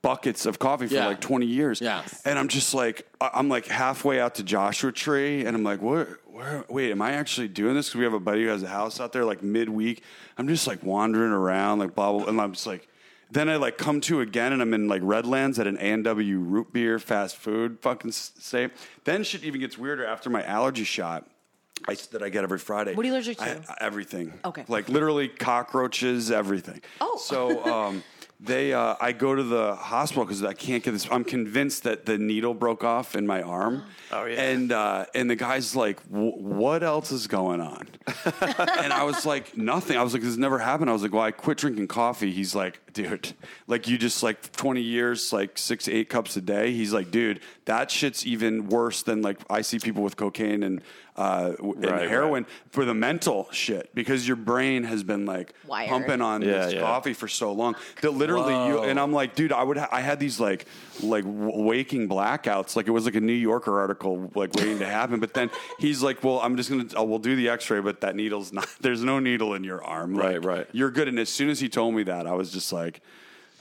C: buckets of coffee for
E: Yeah.
C: like twenty years.
E: Yeah.
C: and I'm just like, I- I'm like halfway out to Joshua Tree, and I'm like, what? Where, wait, am I actually doing this? Because we have a buddy who has a house out there, like midweek. I'm just like wandering around, like blah blah, and I'm just like, then I like come to again, and I'm in like Redlands at an A&W root beer fast food fucking s- state. Then shit even gets weirder after my allergy shot. I, that I get every Friday.
D: What are you allergic to?
C: I- I- everything.
D: Okay.
C: Like literally cockroaches, everything.
D: Oh.
C: So um, they, uh, I go to the hospital because I can't get this. I'm convinced that the needle broke off in my arm. Oh yeah. And uh, and the guy's like, "Wh- "What else is going on?" and I was like, "Nothing." I was like, "This never happened." I was like, "Well, I quit drinking coffee." He's like, "Dude, like you just like 20 years, like six, eight cups a day." He's like, "Dude, that shit's even worse than like I see people with cocaine and." Uh, w- and
B: Right,
C: heroin
B: right.
C: for the mental shit because your brain has been like
D: Wired.
C: pumping on
B: Yeah,
C: this
B: yeah.
C: coffee for so long that literally you and I'm like, dude, I would ha- I had these like like w- waking blackouts, like it was like a New Yorker article like waiting to happen. But then he's like, well, I'm just gonna uh, we'll do the X-ray, but that needle's not. There's no needle in your arm. Like,
B: Right, right.
C: You're good. And as soon as he told me that, I was just like.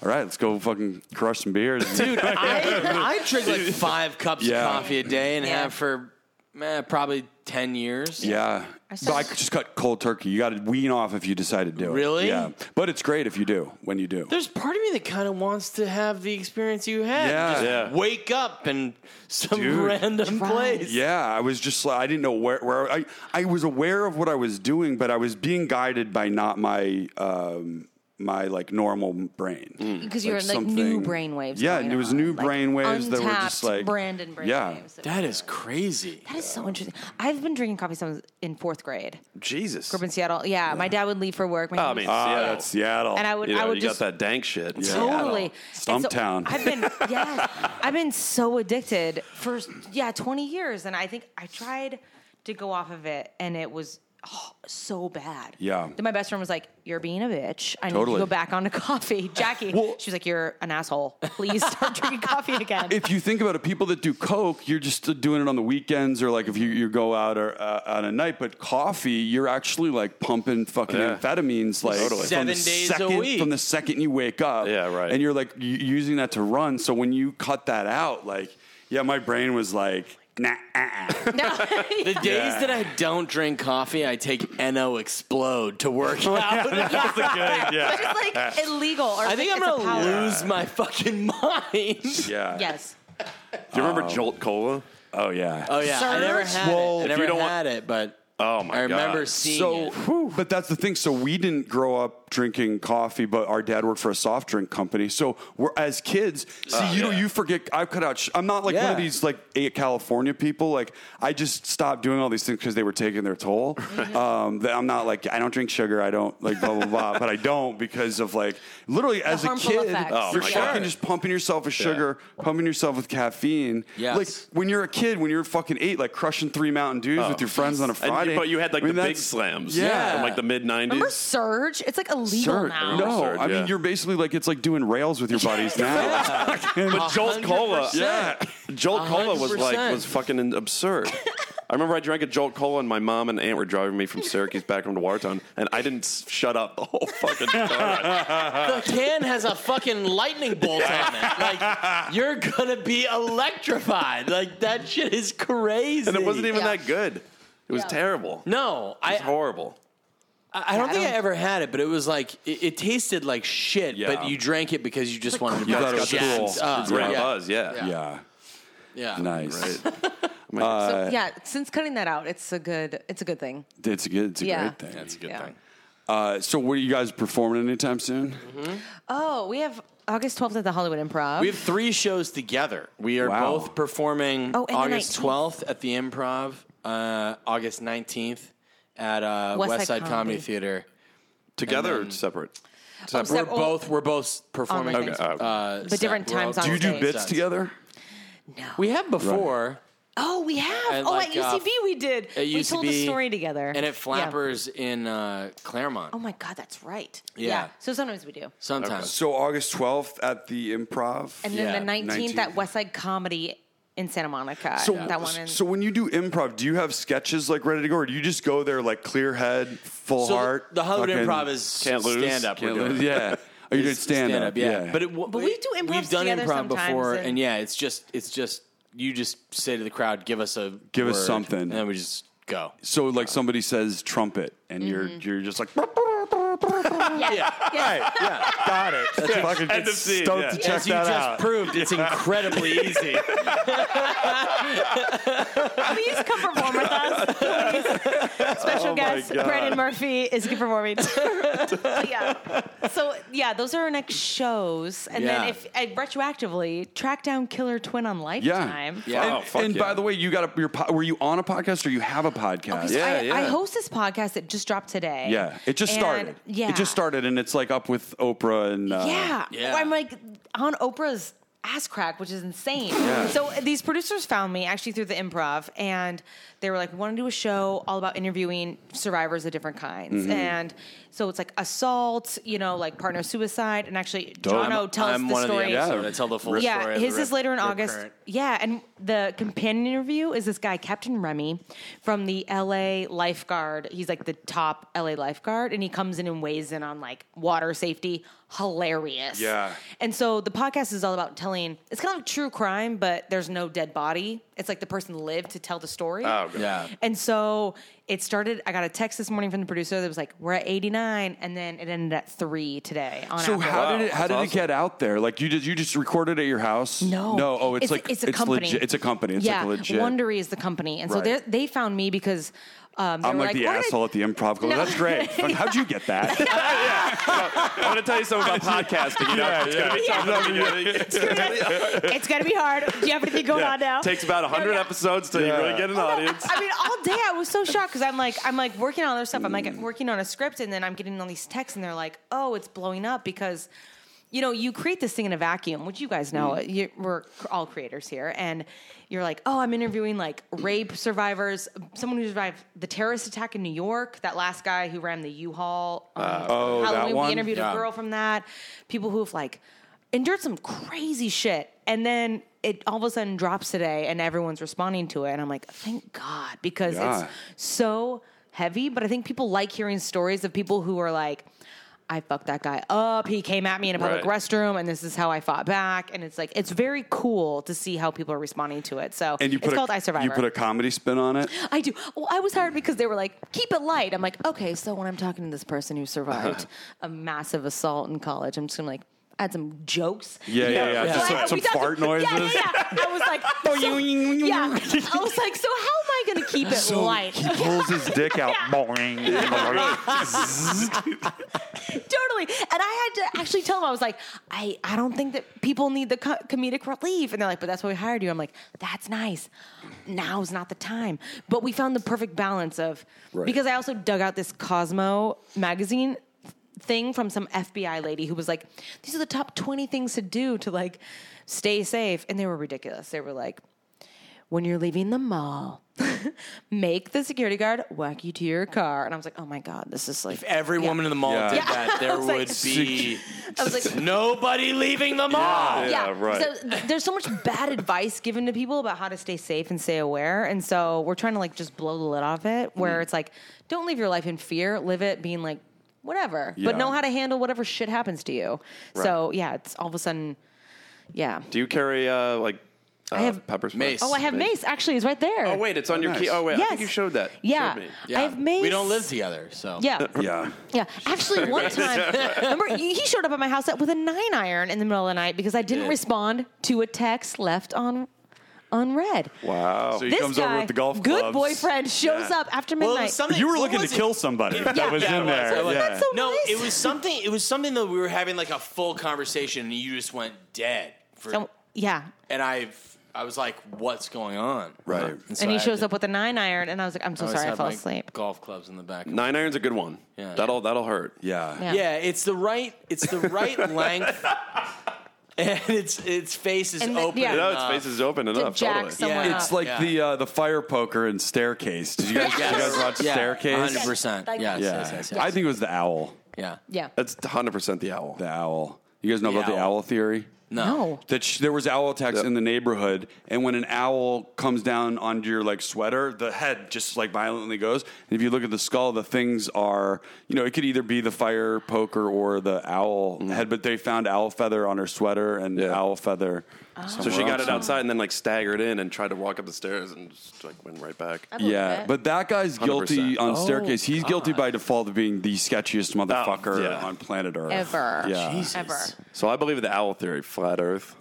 C: All right, let's go fucking crush some beers. Dude,
E: I, I drink like five cups
C: Yeah.
E: of coffee a day and
D: Yeah.
E: have for eh, probably 10 years.
C: Yeah.
D: saw-
C: But I could just cut cold turkey. You got to wean off if you decide to do it.
E: Really?
C: Yeah. But it's great if you do, when you do.
E: There's part of me that kind of wants to have the experience you had.
C: Yeah.
E: Just
B: Yeah.
E: wake up in some
C: Dude.
E: random
D: Try.
E: place.
C: Yeah, I was just like, I didn't know where, where I, I was aware of what I was doing, but I was being guided by not my, um, my like normal brain.
D: because you're in like new
C: something-
D: brain waves.
C: Yeah,
D: going
C: it was
D: on,
C: new
D: like
C: brain waves that were
D: untapped
C: just like
D: Brandon brain
C: Yeah.
D: waves. that
E: That
D: were
E: is crazy.
D: That is so interesting. I've been drinking coffee since I was in fourth grade.
B: Jesus.
D: Grew up in Seattle. Yeah, my dad would leave for work. My
B: I
D: dad
B: mean,
D: was-
C: Ah,
B: Seattle.
C: that's Seattle.
D: and I would,
B: you know,
D: I would
B: you
D: just
B: got that dank shit.
D: totally
C: Seattle.
D: And so
C: Stumptown.
D: I've been, yeah, I've been so addicted for yeah, twenty years, and I think I tried to go off of it, and it was. oh, so bad.
C: Yeah.
D: Then my best friend was like, "You're being a bitch. I need
C: Totally.
D: to go back onto coffee." Jackie,
C: Well-
D: she was like, "You're an asshole. Please start drinking coffee again."
C: if you think about it, people that do coke, you're just doing it on the weekends or like if you, you go out or uh, on a night. But coffee, you're actually like pumping fucking
B: Yeah.
C: amphetamines like
B: Totally.
E: Seven
C: the
E: days a
C: second,
E: week.
C: From the second you wake up,
B: Yeah, right.
C: And you're like u- using that to run. So when you cut that out, like yeah, my brain was like nah. uh-uh.
E: The days
C: Yeah.
E: that I don't drink coffee, I take NO Explode to work out.
D: It's just like illegal. Or
E: I think I'm
D: it's a
E: going
D: power.
E: to lose my fucking mind.
C: yeah.
D: Yes.
B: Do you remember Jolt Cola?
C: Oh yeah.
E: Oh, yeah. I never
D: Surge?
E: had
C: Well,
E: it. I
C: if
E: never
B: you don't want-
E: had it, but
B: Oh, my
E: I remember
B: God.
E: seeing
C: so,
E: it.
C: whew, but that's the thing. So we didn't grow up drinking coffee, but our dad worked for a soft drink company. So we're as kids. See, you know, you forget. I've cut out. Sh- I'm not like one of
E: Yeah.
C: these like eight California people. Like I just stopped doing all these things because they were taking their toll. um, that I'm not like I don't drink sugar. I don't like blah blah blah. but I don't because of like literally as a
D: harmful
C: kid,
D: effects. Oh,
C: you're
B: my
C: fucking
B: God.
C: just pumping yourself with sugar, pumping yourself with caffeine.
E: Yes.
C: Like when you're a kid, when you're fucking eight, like crushing three Mountain Dews with your friends on a
B: And you-
C: Friday.
B: but you had like
C: I mean,
B: the big
C: that's-
B: slams.
C: Yeah.
B: From like the mid 90s.
D: Remember Surge? It's like illegal
C: Sure.
D: now.
C: No,
B: Surge,
C: I mean
B: yeah.
C: you're basically like it's like doing rails with your buddies now.
B: But Jolt Cola,
C: Yeah.
B: Jolt Cola was like
E: 100%.
B: was fucking absurd. I remember I drank a Jolt Cola and my mom and aunt were driving me from Syracuse back home to Watertown, and I didn't s- shut up the whole fucking time. Uh,
E: The can has a fucking lightning bolt on it. Like you're gonna be electrified. Like that shit is crazy.
B: and it wasn't even
D: Yeah.
B: that good. It was
D: Yeah.
B: terrible.
E: No,
B: it was
E: I
B: horrible.
E: I I don't
D: Yeah, I
E: think I,
D: don't-
E: ever had it, but it was like it, it tasted like shit.
C: Yeah.
E: But you drank it because you just wanted to.
C: You
E: be
C: thought it was
E: jacked
C: cool.
E: up.
B: Great
E: Uh, yeah.
B: buzz, yeah.
C: yeah,
E: Yeah.
C: nice. uh,
D: So, yeah, since cutting that out, it's a good it's a good thing.
C: It's a good. It's a
D: Yeah.
C: great thing.
E: That's a good
D: Yeah.
E: thing.
C: Uh, so, what are you guys performing anytime soon?
D: Oh, we have August 12th at the Hollywood Improv.
E: We have three shows together. We are
C: Wow.
E: both performing
D: Oh, and the
E: August
D: 19th.
E: twelfth at the Improv, uh, August nineteenth at uh,
D: West
E: West,
D: Side
E: Side Comedy
D: Comedy.
E: Theater.
B: Together
E: And
B: or
E: then-
B: separate?
D: sep-
B: Separate.
E: We're both we're both performing.
D: Okay, okay.
E: uh,
D: Oh But different
E: we're all-
D: times on
B: do you do
D: stage.
B: bits together?
E: We have before.
D: Oh, we have.
E: And
D: oh,
E: like,
D: at
E: uh,
D: UCB we did.
E: At
D: we told a
E: UCB,
D: story together.
E: And at
D: Yeah.
E: Flappers in uh, Claremont.
D: Oh my God, that's right.
E: Yeah.
D: So sometimes we do.
E: Sometimes.
C: So August 12th at the Improv.
D: And then
E: Yeah,
D: the 19th,
C: 19th.
D: at West Side Comedy in Santa Monica.
C: so,
D: that one. In,
C: so when you do improv, do you have sketches like ready to go, or do you just go there like clear head, full
E: So the-
C: heart?
E: the Hollywood
C: fucking-
E: Improv is
B: Can't lose,
E: stand up. We're
C: can't
E: doing
C: lose, yeah. Oh, you did
E: It's
C: stand up,
E: stand-up,
C: yeah.
E: But, it, w-
D: But we do improvs
E: We've done
D: together
E: improv
D: sometimes,
E: before, and,
D: and-
E: yeah, it's just it's just you just say to the crowd, give us a
C: Give us
E: word,"
C: something.
E: and then we just go.
C: So like somebody says trumpet, and you're
D: Mm-hmm.
C: you're just like,
D: yeah.
C: right, yeah, got it. That's fucking
B: End of scene,
C: stoked
B: yeah.
C: to check
E: As you
C: that
E: just
C: out.
E: proved, it's incredibly easy.
D: Please come perform with us. Please. Special guest
B: God.
D: Brandon Murphy is performing. yeah. So yeah, those are our next shows, and
E: Yeah.
D: then if uh, retroactively track down Killer Twin on Lifetime.
E: Yeah.
C: And,
B: Oh, fuck
C: and
B: yeah.
C: by the way, you got a, your po- were you on a podcast or you have a podcast?
D: So
B: Yeah,
D: Oh, I,
B: yeah.
D: I host this podcast that just dropped today.
C: Yeah, it just
D: And-
C: started.
D: Yeah,
C: it just started, and it's like up with Oprah and uh,
D: yeah.
E: Yeah.
D: I'm like on Oprah's ass crack, which is insane. So uh, these producers found me actually through the improv and they were like, we want to do a show all about interviewing survivors of different kinds.
E: Mm-hmm.
D: And so it's like assault, you know, like partner suicide. And actually, John O tells
E: I'm
D: the
E: one
D: story.
E: of the episode. I tell the full
D: yeah,
E: story. of the
D: his is
E: rep-
D: later in
E: rep
D: August.
E: current.
D: Yeah, and the companion interview is this guy Captain Remy from the LA lifeguard. He's like the top LA lifeguard and he comes in and weighs in on like water safety. Hilarious.
C: Yeah.
D: And so the podcast is all about telling it's kind of like true crime but there's no dead body. It's like the person lived to tell the story.
B: Oh, God.
E: Yeah.
D: And so it started. I got a text this morning from the producer that was like, "We're at 89," and then it ended at three today. On
C: So
D: Apple.
C: how did it how
B: that's
C: did it
B: awesome.
C: get out there? Like you just you just recorded at your house?
D: No,
C: no. Oh, it's, like
D: it's a company.
C: Legit, it's a company. It's
D: yeah,
C: like a legit.
D: Wondery is the company, and so
C: Right.
D: they they found me because um, they
C: I'm
D: were
C: like, the
D: "We're gonna-
C: asshole at the improv. Going,
D: No.
C: That's great. Fuck, How'd you get that?
B: I'm going to tell you something about podcasting. You know, it's going to be tough at the beginning.
D: It's gonna be hard. Do you have anything going on now?
B: It takes about 100
D: yeah.
B: episodes till
C: Yeah.
B: you really get an
D: No,
B: audience.
D: I mean, all day I was so shocked because I'm like, I'm like working on other stuff. I'm like working on a script, and then I'm getting all these texts, and they're like, "Oh, it's blowing up because." You know, you create this thing in a vacuum, which you guys know.
C: Mm.
D: You, we're all creators here, and you're like, "Oh, I'm interviewing like rape survivors, someone who survived the terrorist attack in New York. That last guy who ran the U-Haul. on
C: oh, that
D: Halloween.
C: one?
D: We interviewed
E: Yeah.
D: a girl from that. People who have like endured some crazy shit, and then it all of a sudden drops today, and everyone's responding to it. And I'm like, thank God, because
C: Yeah.
D: it's so heavy. But I think people like hearing stories of people who are like. I fucked that guy up. He came at me in a public
B: Right.
D: restroom, and this is how I fought back. And it's like it's very cool to see how people are responding to it. So
C: and you put
D: it's
C: a,
D: called I Survivor.
C: You put a comedy spin on it.
D: I do. Well, I was hired because they were like, keep it light. I'm like, okay, so when I'm talking to this person who survived
C: Uh-huh.
D: a massive assault in college, I'm just gonna like add some jokes.
C: Yeah, yeah, yeah.
D: So
C: Just
D: I-
C: some, some
D: we talked-
C: fart noises.
D: Yeah, yeah, yeah. I was like, so, yeah. I was like, so how am I gonna keep it light?
C: He pulls his dick out. Boing.
D: totally. And I had to actually tell them, I was like, I, I don't think that people need the co- comedic relief. And they're like, but that's why we hired you. I'm like, that's nice. Now's not the time. But we found the perfect balance of, because I also dug out this Cosmo magazine thing from some FBI lady who was like, these are the top 20 things to do to like stay safe. And they were ridiculous. They were like, when you're leaving the mall, make the security guard walk you to your car. And I was like, oh my God, this is like.
E: Every woman in the mall
C: Yeah.
E: did
C: Yeah.
E: that.
D: I
E: There
D: was like-
E: would be
D: I was like,
E: nobody leaving the mall.
B: Yeah, right.
D: So th- there's so much bad advice given to people about how to stay safe and stay aware, and so we're trying to like just blow the lid off it,
B: Mm-hmm.
D: where it's like, don't live your life in fear, live it being like, whatever,
C: Yeah.
D: but know how to handle whatever shit happens to you. So yeah, it's all of a sudden, yeah.
B: Do you carry, uh, like, uh,
D: have-
B: pepper spray?
E: Mace.
D: Oh, I have mace. Actually, it's right there.
B: Oh, wait, it's on your
C: nice.
B: key. Oh, wait, I
D: Yes.
B: think you showed that.
D: Yeah.
B: Showed me.
D: I have mace.
E: We don't live together, so
D: Yeah.
C: Yeah.
D: Yeah, actually, one time, remember he showed up at my house with a nine iron in the middle of the night because I didn't
E: did.
D: respond to a text left on unread.
C: Wow. So he
D: This
C: comes
D: guy,
C: over with the golf
D: good
C: clubs.
D: boyfriend, shows up after
E: Well,
D: midnight.
E: something-
C: You were
E: what
C: looking to
E: was it?
C: kill somebody that was
E: Yeah,
C: in
E: it was.
C: there.
E: It was.
C: Yeah.
D: That's so
E: No,
D: nice.
E: it was something. It was something that we were having like a full conversation, and you just went dead. For,
D: So- yeah,
E: and I've I was like, "What's going on?"
B: Right.
E: so
D: and he
E: I
D: shows
E: had
D: up with a nine iron, and I was like, I'm so
E: to- always
D: sorry, I
E: had
D: fell
E: my
D: asleep.
E: Golf clubs in the back.
B: Nine iron's a good one.
E: Yeah.
B: that'll that'll hurt.
C: Yeah.
D: Yeah.
E: Yeah, it's the right. It's the right length, and its its face is
D: And the-
E: open.
D: yeah.
B: You know,
E: enough.
B: its face is open
D: To
B: enough.
D: jack
B: Totally.
D: someone
E: Yeah.
D: up.
C: It's like
E: Yeah.
C: the uh, the fire poker and staircase. Did you guys,
E: Yes.
C: you guys watch
E: Yeah,
C: Staircase?
E: 100%.
F: Like-
E: yes,
C: Yeah.
E: yes, yes, yes.
C: I think it was the owl.
E: yeah.
D: yeah.
B: That's 100 percent the owl.
C: The owl. You guys know
E: The
C: about the
E: owl.
C: owl theory?
D: No.
C: that sh- there was owl attacks
B: Yep.
C: in the neighborhood, and when an owl comes down onto your like sweater, the head just like violently goes. And if you look at the skull, the things are you know it could either be the fire poker or the owl head, but they found owl feather on her sweater and
B: Mm-hmm. Yeah.
C: owl feather.
D: Oh.
B: So she got it outside and then like staggered in and tried to walk up the stairs and just like went right back.
D: Uh,
F: I believe
C: Yeah,
F: it.
C: but that guy's guilty
B: 100%.
C: on
E: Oh,
C: staircase. He's guilty by default of being the sketchiest motherfucker
B: Oh, yeah.
C: on planet Earth
D: Ever.
C: Yeah.
D: Ever.
B: So I believe the owl theory, flat Earth.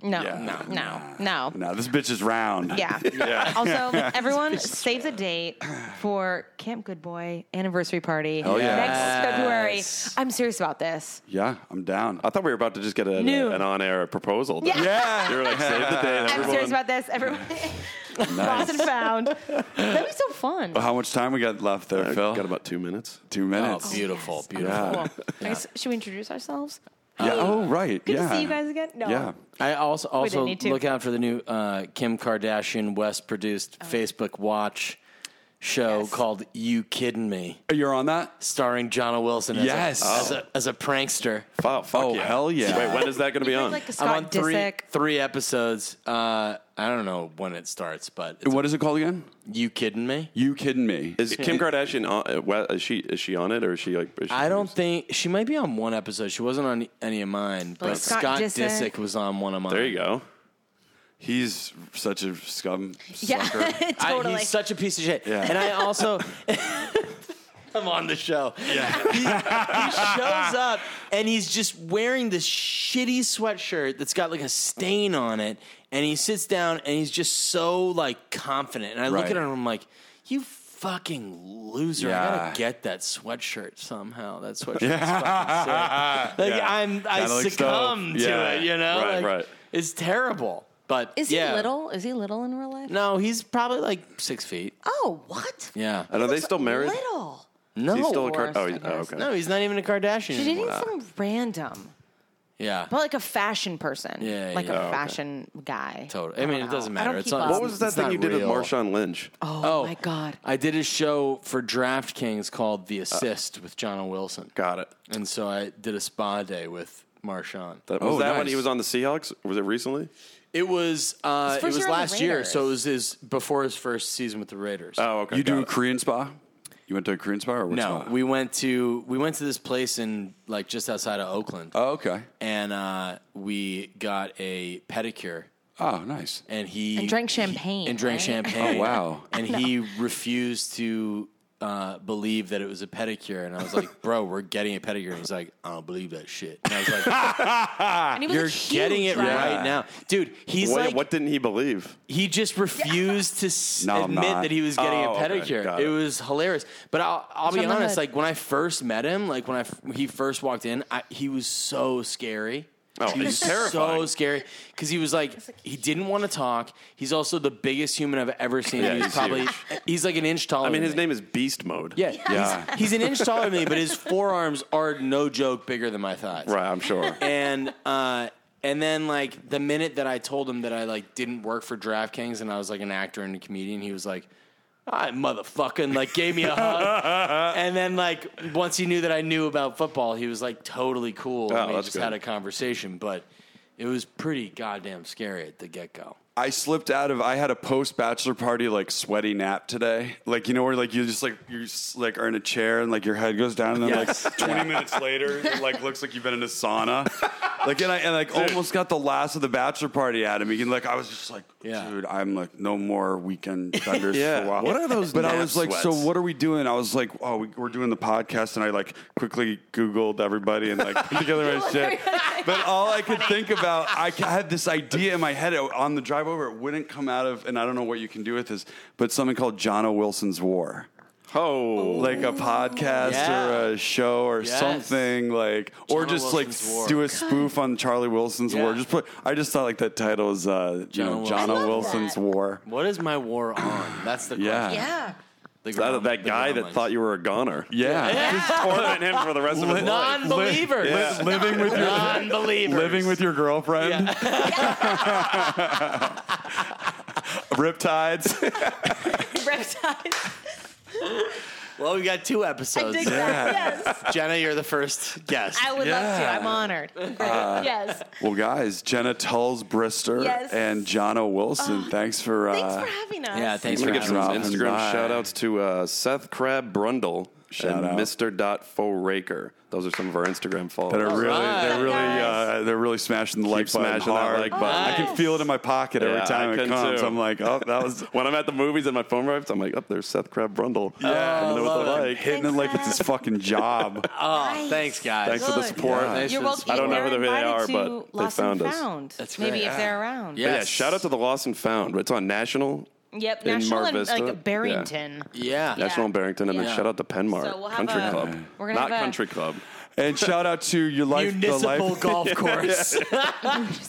D: No.
C: Yeah.
D: No. No. No.
C: Now this bitch is round.
D: Yeah.
C: Yeah.
D: Also, everyone save the date for Camp Good Boy anniversary party
C: Hell yeah.
D: next February.
E: Yes.
D: I'm serious about this.
C: Yeah, I'm down.
B: I thought we were about to just get a,
D: New.
B: an on-air proposal.
D: Yeah.
C: Yeah.
B: You were like, save the date,
D: I'm serious
B: everyone.
D: about this. Everyone, lost and found. That'd be so fun.
C: How much time we got left there,
B: I
C: Phil?
B: got about two minutes.
C: Two
E: Oh,
C: minutes.
E: beautiful, beautiful.
D: Cool. I guess, should we introduce ourselves?
C: Yeah. Oh, right.
D: Good
C: yeah.
D: to see you guys again. No.
C: Yeah.
E: I also also
D: didn't need to.
E: look out for the new uh, Kim Kardashian West produced Facebook Watch show
D: Oh. Yes.
E: called "You Kidding Me,"
C: You're on that?
E: starring Jonah Wilson. As
C: Yes.
E: a, as, a, as a prankster.
B: Wow, fuck
C: Oh,
B: yeah.
C: hell yeah.
B: Wait, when is that going to be on?
D: Like a
E: I'm
D: Scott
E: on three
D: Disick.
E: three episodes. Uh, I don't know when it starts, but it's,
C: What is it called again?
E: you kidding me?
C: You kidding me?
B: is Kim Kardashian on? uh, well, Is she is she on it or is she like? Is she
E: I don't think she might be on one episode. She wasn't on any of mine, but,
D: Scott
E: Scott,
D: Disick.
E: Disick. was on one of mine.
B: There you go.
C: He's such a scum
D: Yeah.
C: sucker.
E: I-
D: totally.
E: he's such a piece of shit.
C: Yeah.
E: And I also. I'm on the show. Yeah. He, he shows up and he's just wearing this shitty sweatshirt that's got like a stain on it. And he sits down and he's just so like confident. And I look
C: Right.
E: at him and I'm like, you fucking loser. I
C: Yeah.
E: gotta get that sweatshirt somehow. That sweatshirt is fucking sick. Like
C: Yeah.
E: I'm I
C: Kinda like
E: succumb
C: stove.
E: to
C: Yeah.
E: it, you know?
B: Right,
E: Like,
B: right.
E: It's terrible. But
F: is
E: yeah.
F: he little? Is he little in real life?
E: No, he's probably like six feet.
F: Oh, what?
E: Yeah.
B: And are they still married?
F: Little.
E: No.
B: He's still a Kar-
D: Divorced,
B: oh,
D: I
B: he's- oh,
D: guess.
B: okay.
E: no, he's not even a Kardashian.
D: She's dating
E: anymore.
D: some random,
E: Yeah.
D: but like a fashion person.
E: Yeah,
D: Like
E: yeah. Oh,
D: a
E: okay.
D: fashion guy.
E: Totally. I mean,
D: don't
E: it doesn't
D: know. I
E: matter.
D: don't
E: It's
D: keep
E: on-
D: up.
B: What was that
E: It's
B: thing
E: not
B: you did with
E: real.
B: Marshawn Lynch?
D: Oh, my God.
E: I did a show for DraftKings called The Assist with John O. Wilson.
B: Got it.
E: And so I did a spa day with Marshawn.
B: That, was
C: Oh,
B: that
C: nice.
B: when he was on the Seahawks? Was it recently?
E: It was uh,
D: His
E: it
D: first
E: was
D: year on the
E: last year,
D: Raiders.
E: so it was his before his first season with the Raiders.
B: Oh, okay.
C: you
B: got
C: do a
B: it.
C: Korean spa? You went to a Korean spa or which
E: no,
C: spa?
E: we went to we went to this place in like just outside of Oakland,
C: Oh, okay.
E: and uh, we got a pedicure,
C: Oh, nice.
E: and he
D: And drank
E: he-
D: champagne,
E: and drank
D: right?
E: champagne.
C: Oh, wow.
E: And he refused to uh, believe that it was a pedicure, and I was like, "Bro, we're getting a pedicure." And he's like, "I don't believe that shit." And I was like,
D: And he was,
E: Ah, "You're
D: like, huge,
E: getting it
D: right?
E: right now, dude." He's
B: What,
E: like,
B: what didn't he believe?
E: he just refused to s-
C: No, I'm
E: admit
C: not.
E: that he was getting
B: Oh,
E: a
B: okay.
E: pedicure.
B: Got it.
E: it. was hilarious. But I'll, I'll be
D: Turn the
E: honest,
D: hood.
E: like when I first met him, like when I f- when he first walked in, I, he was so scary.
B: Oh,
E: he
B: he's
E: was
B: terrifying.
E: so scary because he was like he didn't want to talk. He's also the biggest human I've ever seen.
B: Yeah,
E: he's,
B: he's
E: probably
B: huge.
E: he's like an inch taller.
B: I mean,
E: than
B: his
E: me.
B: name is Beast Mode.
E: Yeah,
C: Yeah.
E: He's, he's an inch taller than me, but his forearms are no joke bigger than my thighs
B: Right, I'm sure.
E: and uh, and then like the minute that I told him that I like didn't work for DraftKings and I was like an actor and a comedian, he was like, "I motherfucker," and like gave me a hug. and then like once he knew that I knew about football, he was like totally cool.
B: Oh,
E: and we
B: that's
E: just
B: good.
E: had a conversation, but it was pretty goddamn scary at the get go.
C: I slipped out of. I had a post bachelor party like sweaty nap today. Like you know where like you just like you s- like are in a chair and like your head goes down and then like twenty minutes later it like looks like you've been in a sauna. Like and I and like almost got the last of the bachelor party out of me. And like I was just like,
E: Yeah.
C: dude, I'm like no more weekend thunders.
B: Yeah.
C: for a while.
B: What are those
C: But I
B: nap
C: was like, so
B: sweats?
C: what are we doing? I was like, oh, we, we're doing the podcast, and I like quickly Googled everybody and like put together my shit. But all I could think about, I ca- had this idea in my head uh, on the drive over. It wouldn't come out of, and I don't know what you can do with this, but something called John O. Wilson's War.
B: Oh,
C: like a podcast
E: Yeah.
C: or a show or
E: Yes.
C: something like or
E: Jonah
C: just like
E: Wilson's War.
C: do a spoof on Charlie Wilson's
E: Yeah.
C: War. Just put I just thought like that title is uh you know
E: Jonah
C: John
F: Wilson. I love
C: Wilson's
F: that.
C: War.
E: What is my war on? That's the
C: Yeah.
E: question.
F: Yeah.
E: The
B: that,
E: grom-
B: that
E: the
B: guy that
E: gremlins.
B: thought you were a goner.
C: Yeah.
B: Just torment him for the rest of his life.
E: non-believer,
C: Li- living with your
E: non-believer,
C: living with your girlfriend. Riptides.
F: Reptiles.
E: Well, we got two
F: I
E: episodes.
F: dig that. Yes.
E: Jenna, you're the first guest.
D: I would love to. I'm honored. Great.
E: Uh,
F: yes.
C: well guys, Jenna Tulls Brister
F: Yes.
C: and Jono Wilson. thanks for uh
F: Thanks for having us.
E: yeah, thanks
B: I'm
E: for
B: gonna give
E: having
B: some
E: me.
C: Dropping
B: Instagram
C: by.
B: shout outs to uh, Seth Crab Brundle
C: Shout
B: and
C: out.
B: Mr. Dot Fo Raker. Those are some of our Instagram followers.
C: that are really,
E: right.
C: they're really,
F: Guys.
C: uh, they're really smashing the like button
B: smashing that
C: hard.
B: like button.
C: I can
F: Nice.
C: feel it in my pocket every
B: Yeah, I
C: time it
B: can
C: comes.
B: too.
C: I'm like, oh, that was
B: when I'm at the movies and my phone ripes, I'm like, up oh, there's Seth Crab Brundle.
C: Yeah,
B: I know what they like.
C: hitting it like it's his fucking job.
E: Oh, thanks, guys.
B: Thanks for the
D: Good.
B: support.
E: Yeah.
D: You're
E: Nice
D: welcome.
E: to- I
B: don't know who
D: They're
B: they are,
D: invited
B: but
D: to
B: they
D: Lost and
B: found us.
D: Found.
E: That's
D: Maybe
E: great.
D: if they're around.
B: But
E: Yeah.
B: yeah, shout out to the Lost and Found. It's on National.
D: Yep.
B: In
D: National
B: Mar
D: and
B: Vista? Yeah.
D: like Barrington.
E: Yeah.
B: National in Barrington, and
D: Yeah.
B: then shout out to Penmar
D: So we'll have
B: Country
D: a-
B: Club,
D: we're gonna
B: not
D: have a-
B: Country Club.
C: And shout out to your life, the
E: Municipal
C: life,
E: golf course.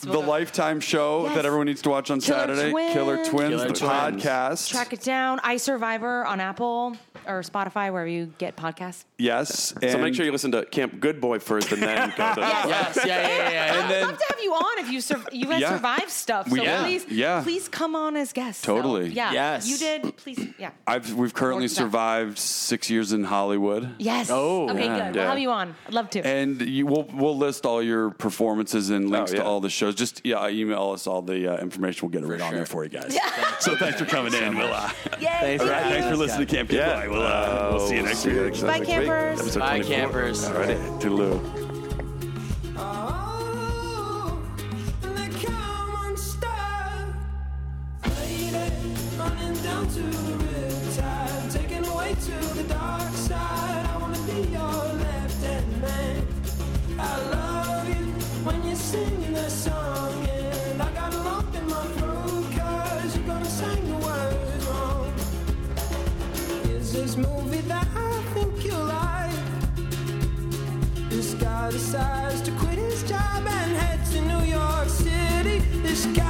C: the lifetime show
D: Yes.
C: that everyone needs to watch on
D: Killer
C: Saturday.
D: Twins.
C: Killer Twins,
E: Killer
C: the
E: Twins.
C: podcast.
D: Track it down. I Survivor on Apple or Spotify, wherever you get podcasts.
C: Yes, and
B: So make sure you listen to Camp Good Boy first, and then go to
D: Yes.
E: yes. Yeah. Yeah. Yeah. yeah.
D: I'd love to have you on if you sur- you guys
C: Yeah.
D: survived stuff. So
C: We- Yeah.
D: please,
C: Yeah.
D: please come on as guests. So,
C: Totally.
D: yeah.
E: Yes. Oh,
D: You did. Please. Yeah.
C: I've we've currently
D: Worked out.
C: survived six years in Hollywood.
D: yes.
E: Oh.
D: Okay.
E: Yeah.
D: Good. We'll
B: Yeah.
D: have you on. I'd love to.
C: And you, we'll we'll list all your performances and links
B: yeah.
C: to all the shows. Just yeah, email us all the uh, information. We'll get it right on
E: sure.
C: there for you guys. so thanks for coming in, Willa.
F: Yay.
E: Thanks, guys.
C: Thanks for listening, to Camp Good
B: Yeah.
C: Boy. We'll, uh, we'll see you next week.
D: Bye, campers.
B: Episode
E: Bye,
B: 24.
E: campers.
B: Alrighty.
C: Toodaloo.
A: Oh, and I come unstuck. Faded, running down to the riptide, taken away to the dark side. I wanna be your left hand man. I love you when you're singing that song, and I got locked in my throat, cause you're gonna sing the words wrong. Is this movie that I think you like? This guy decides to quit his job and head to New York City. This guy Oh. Oh.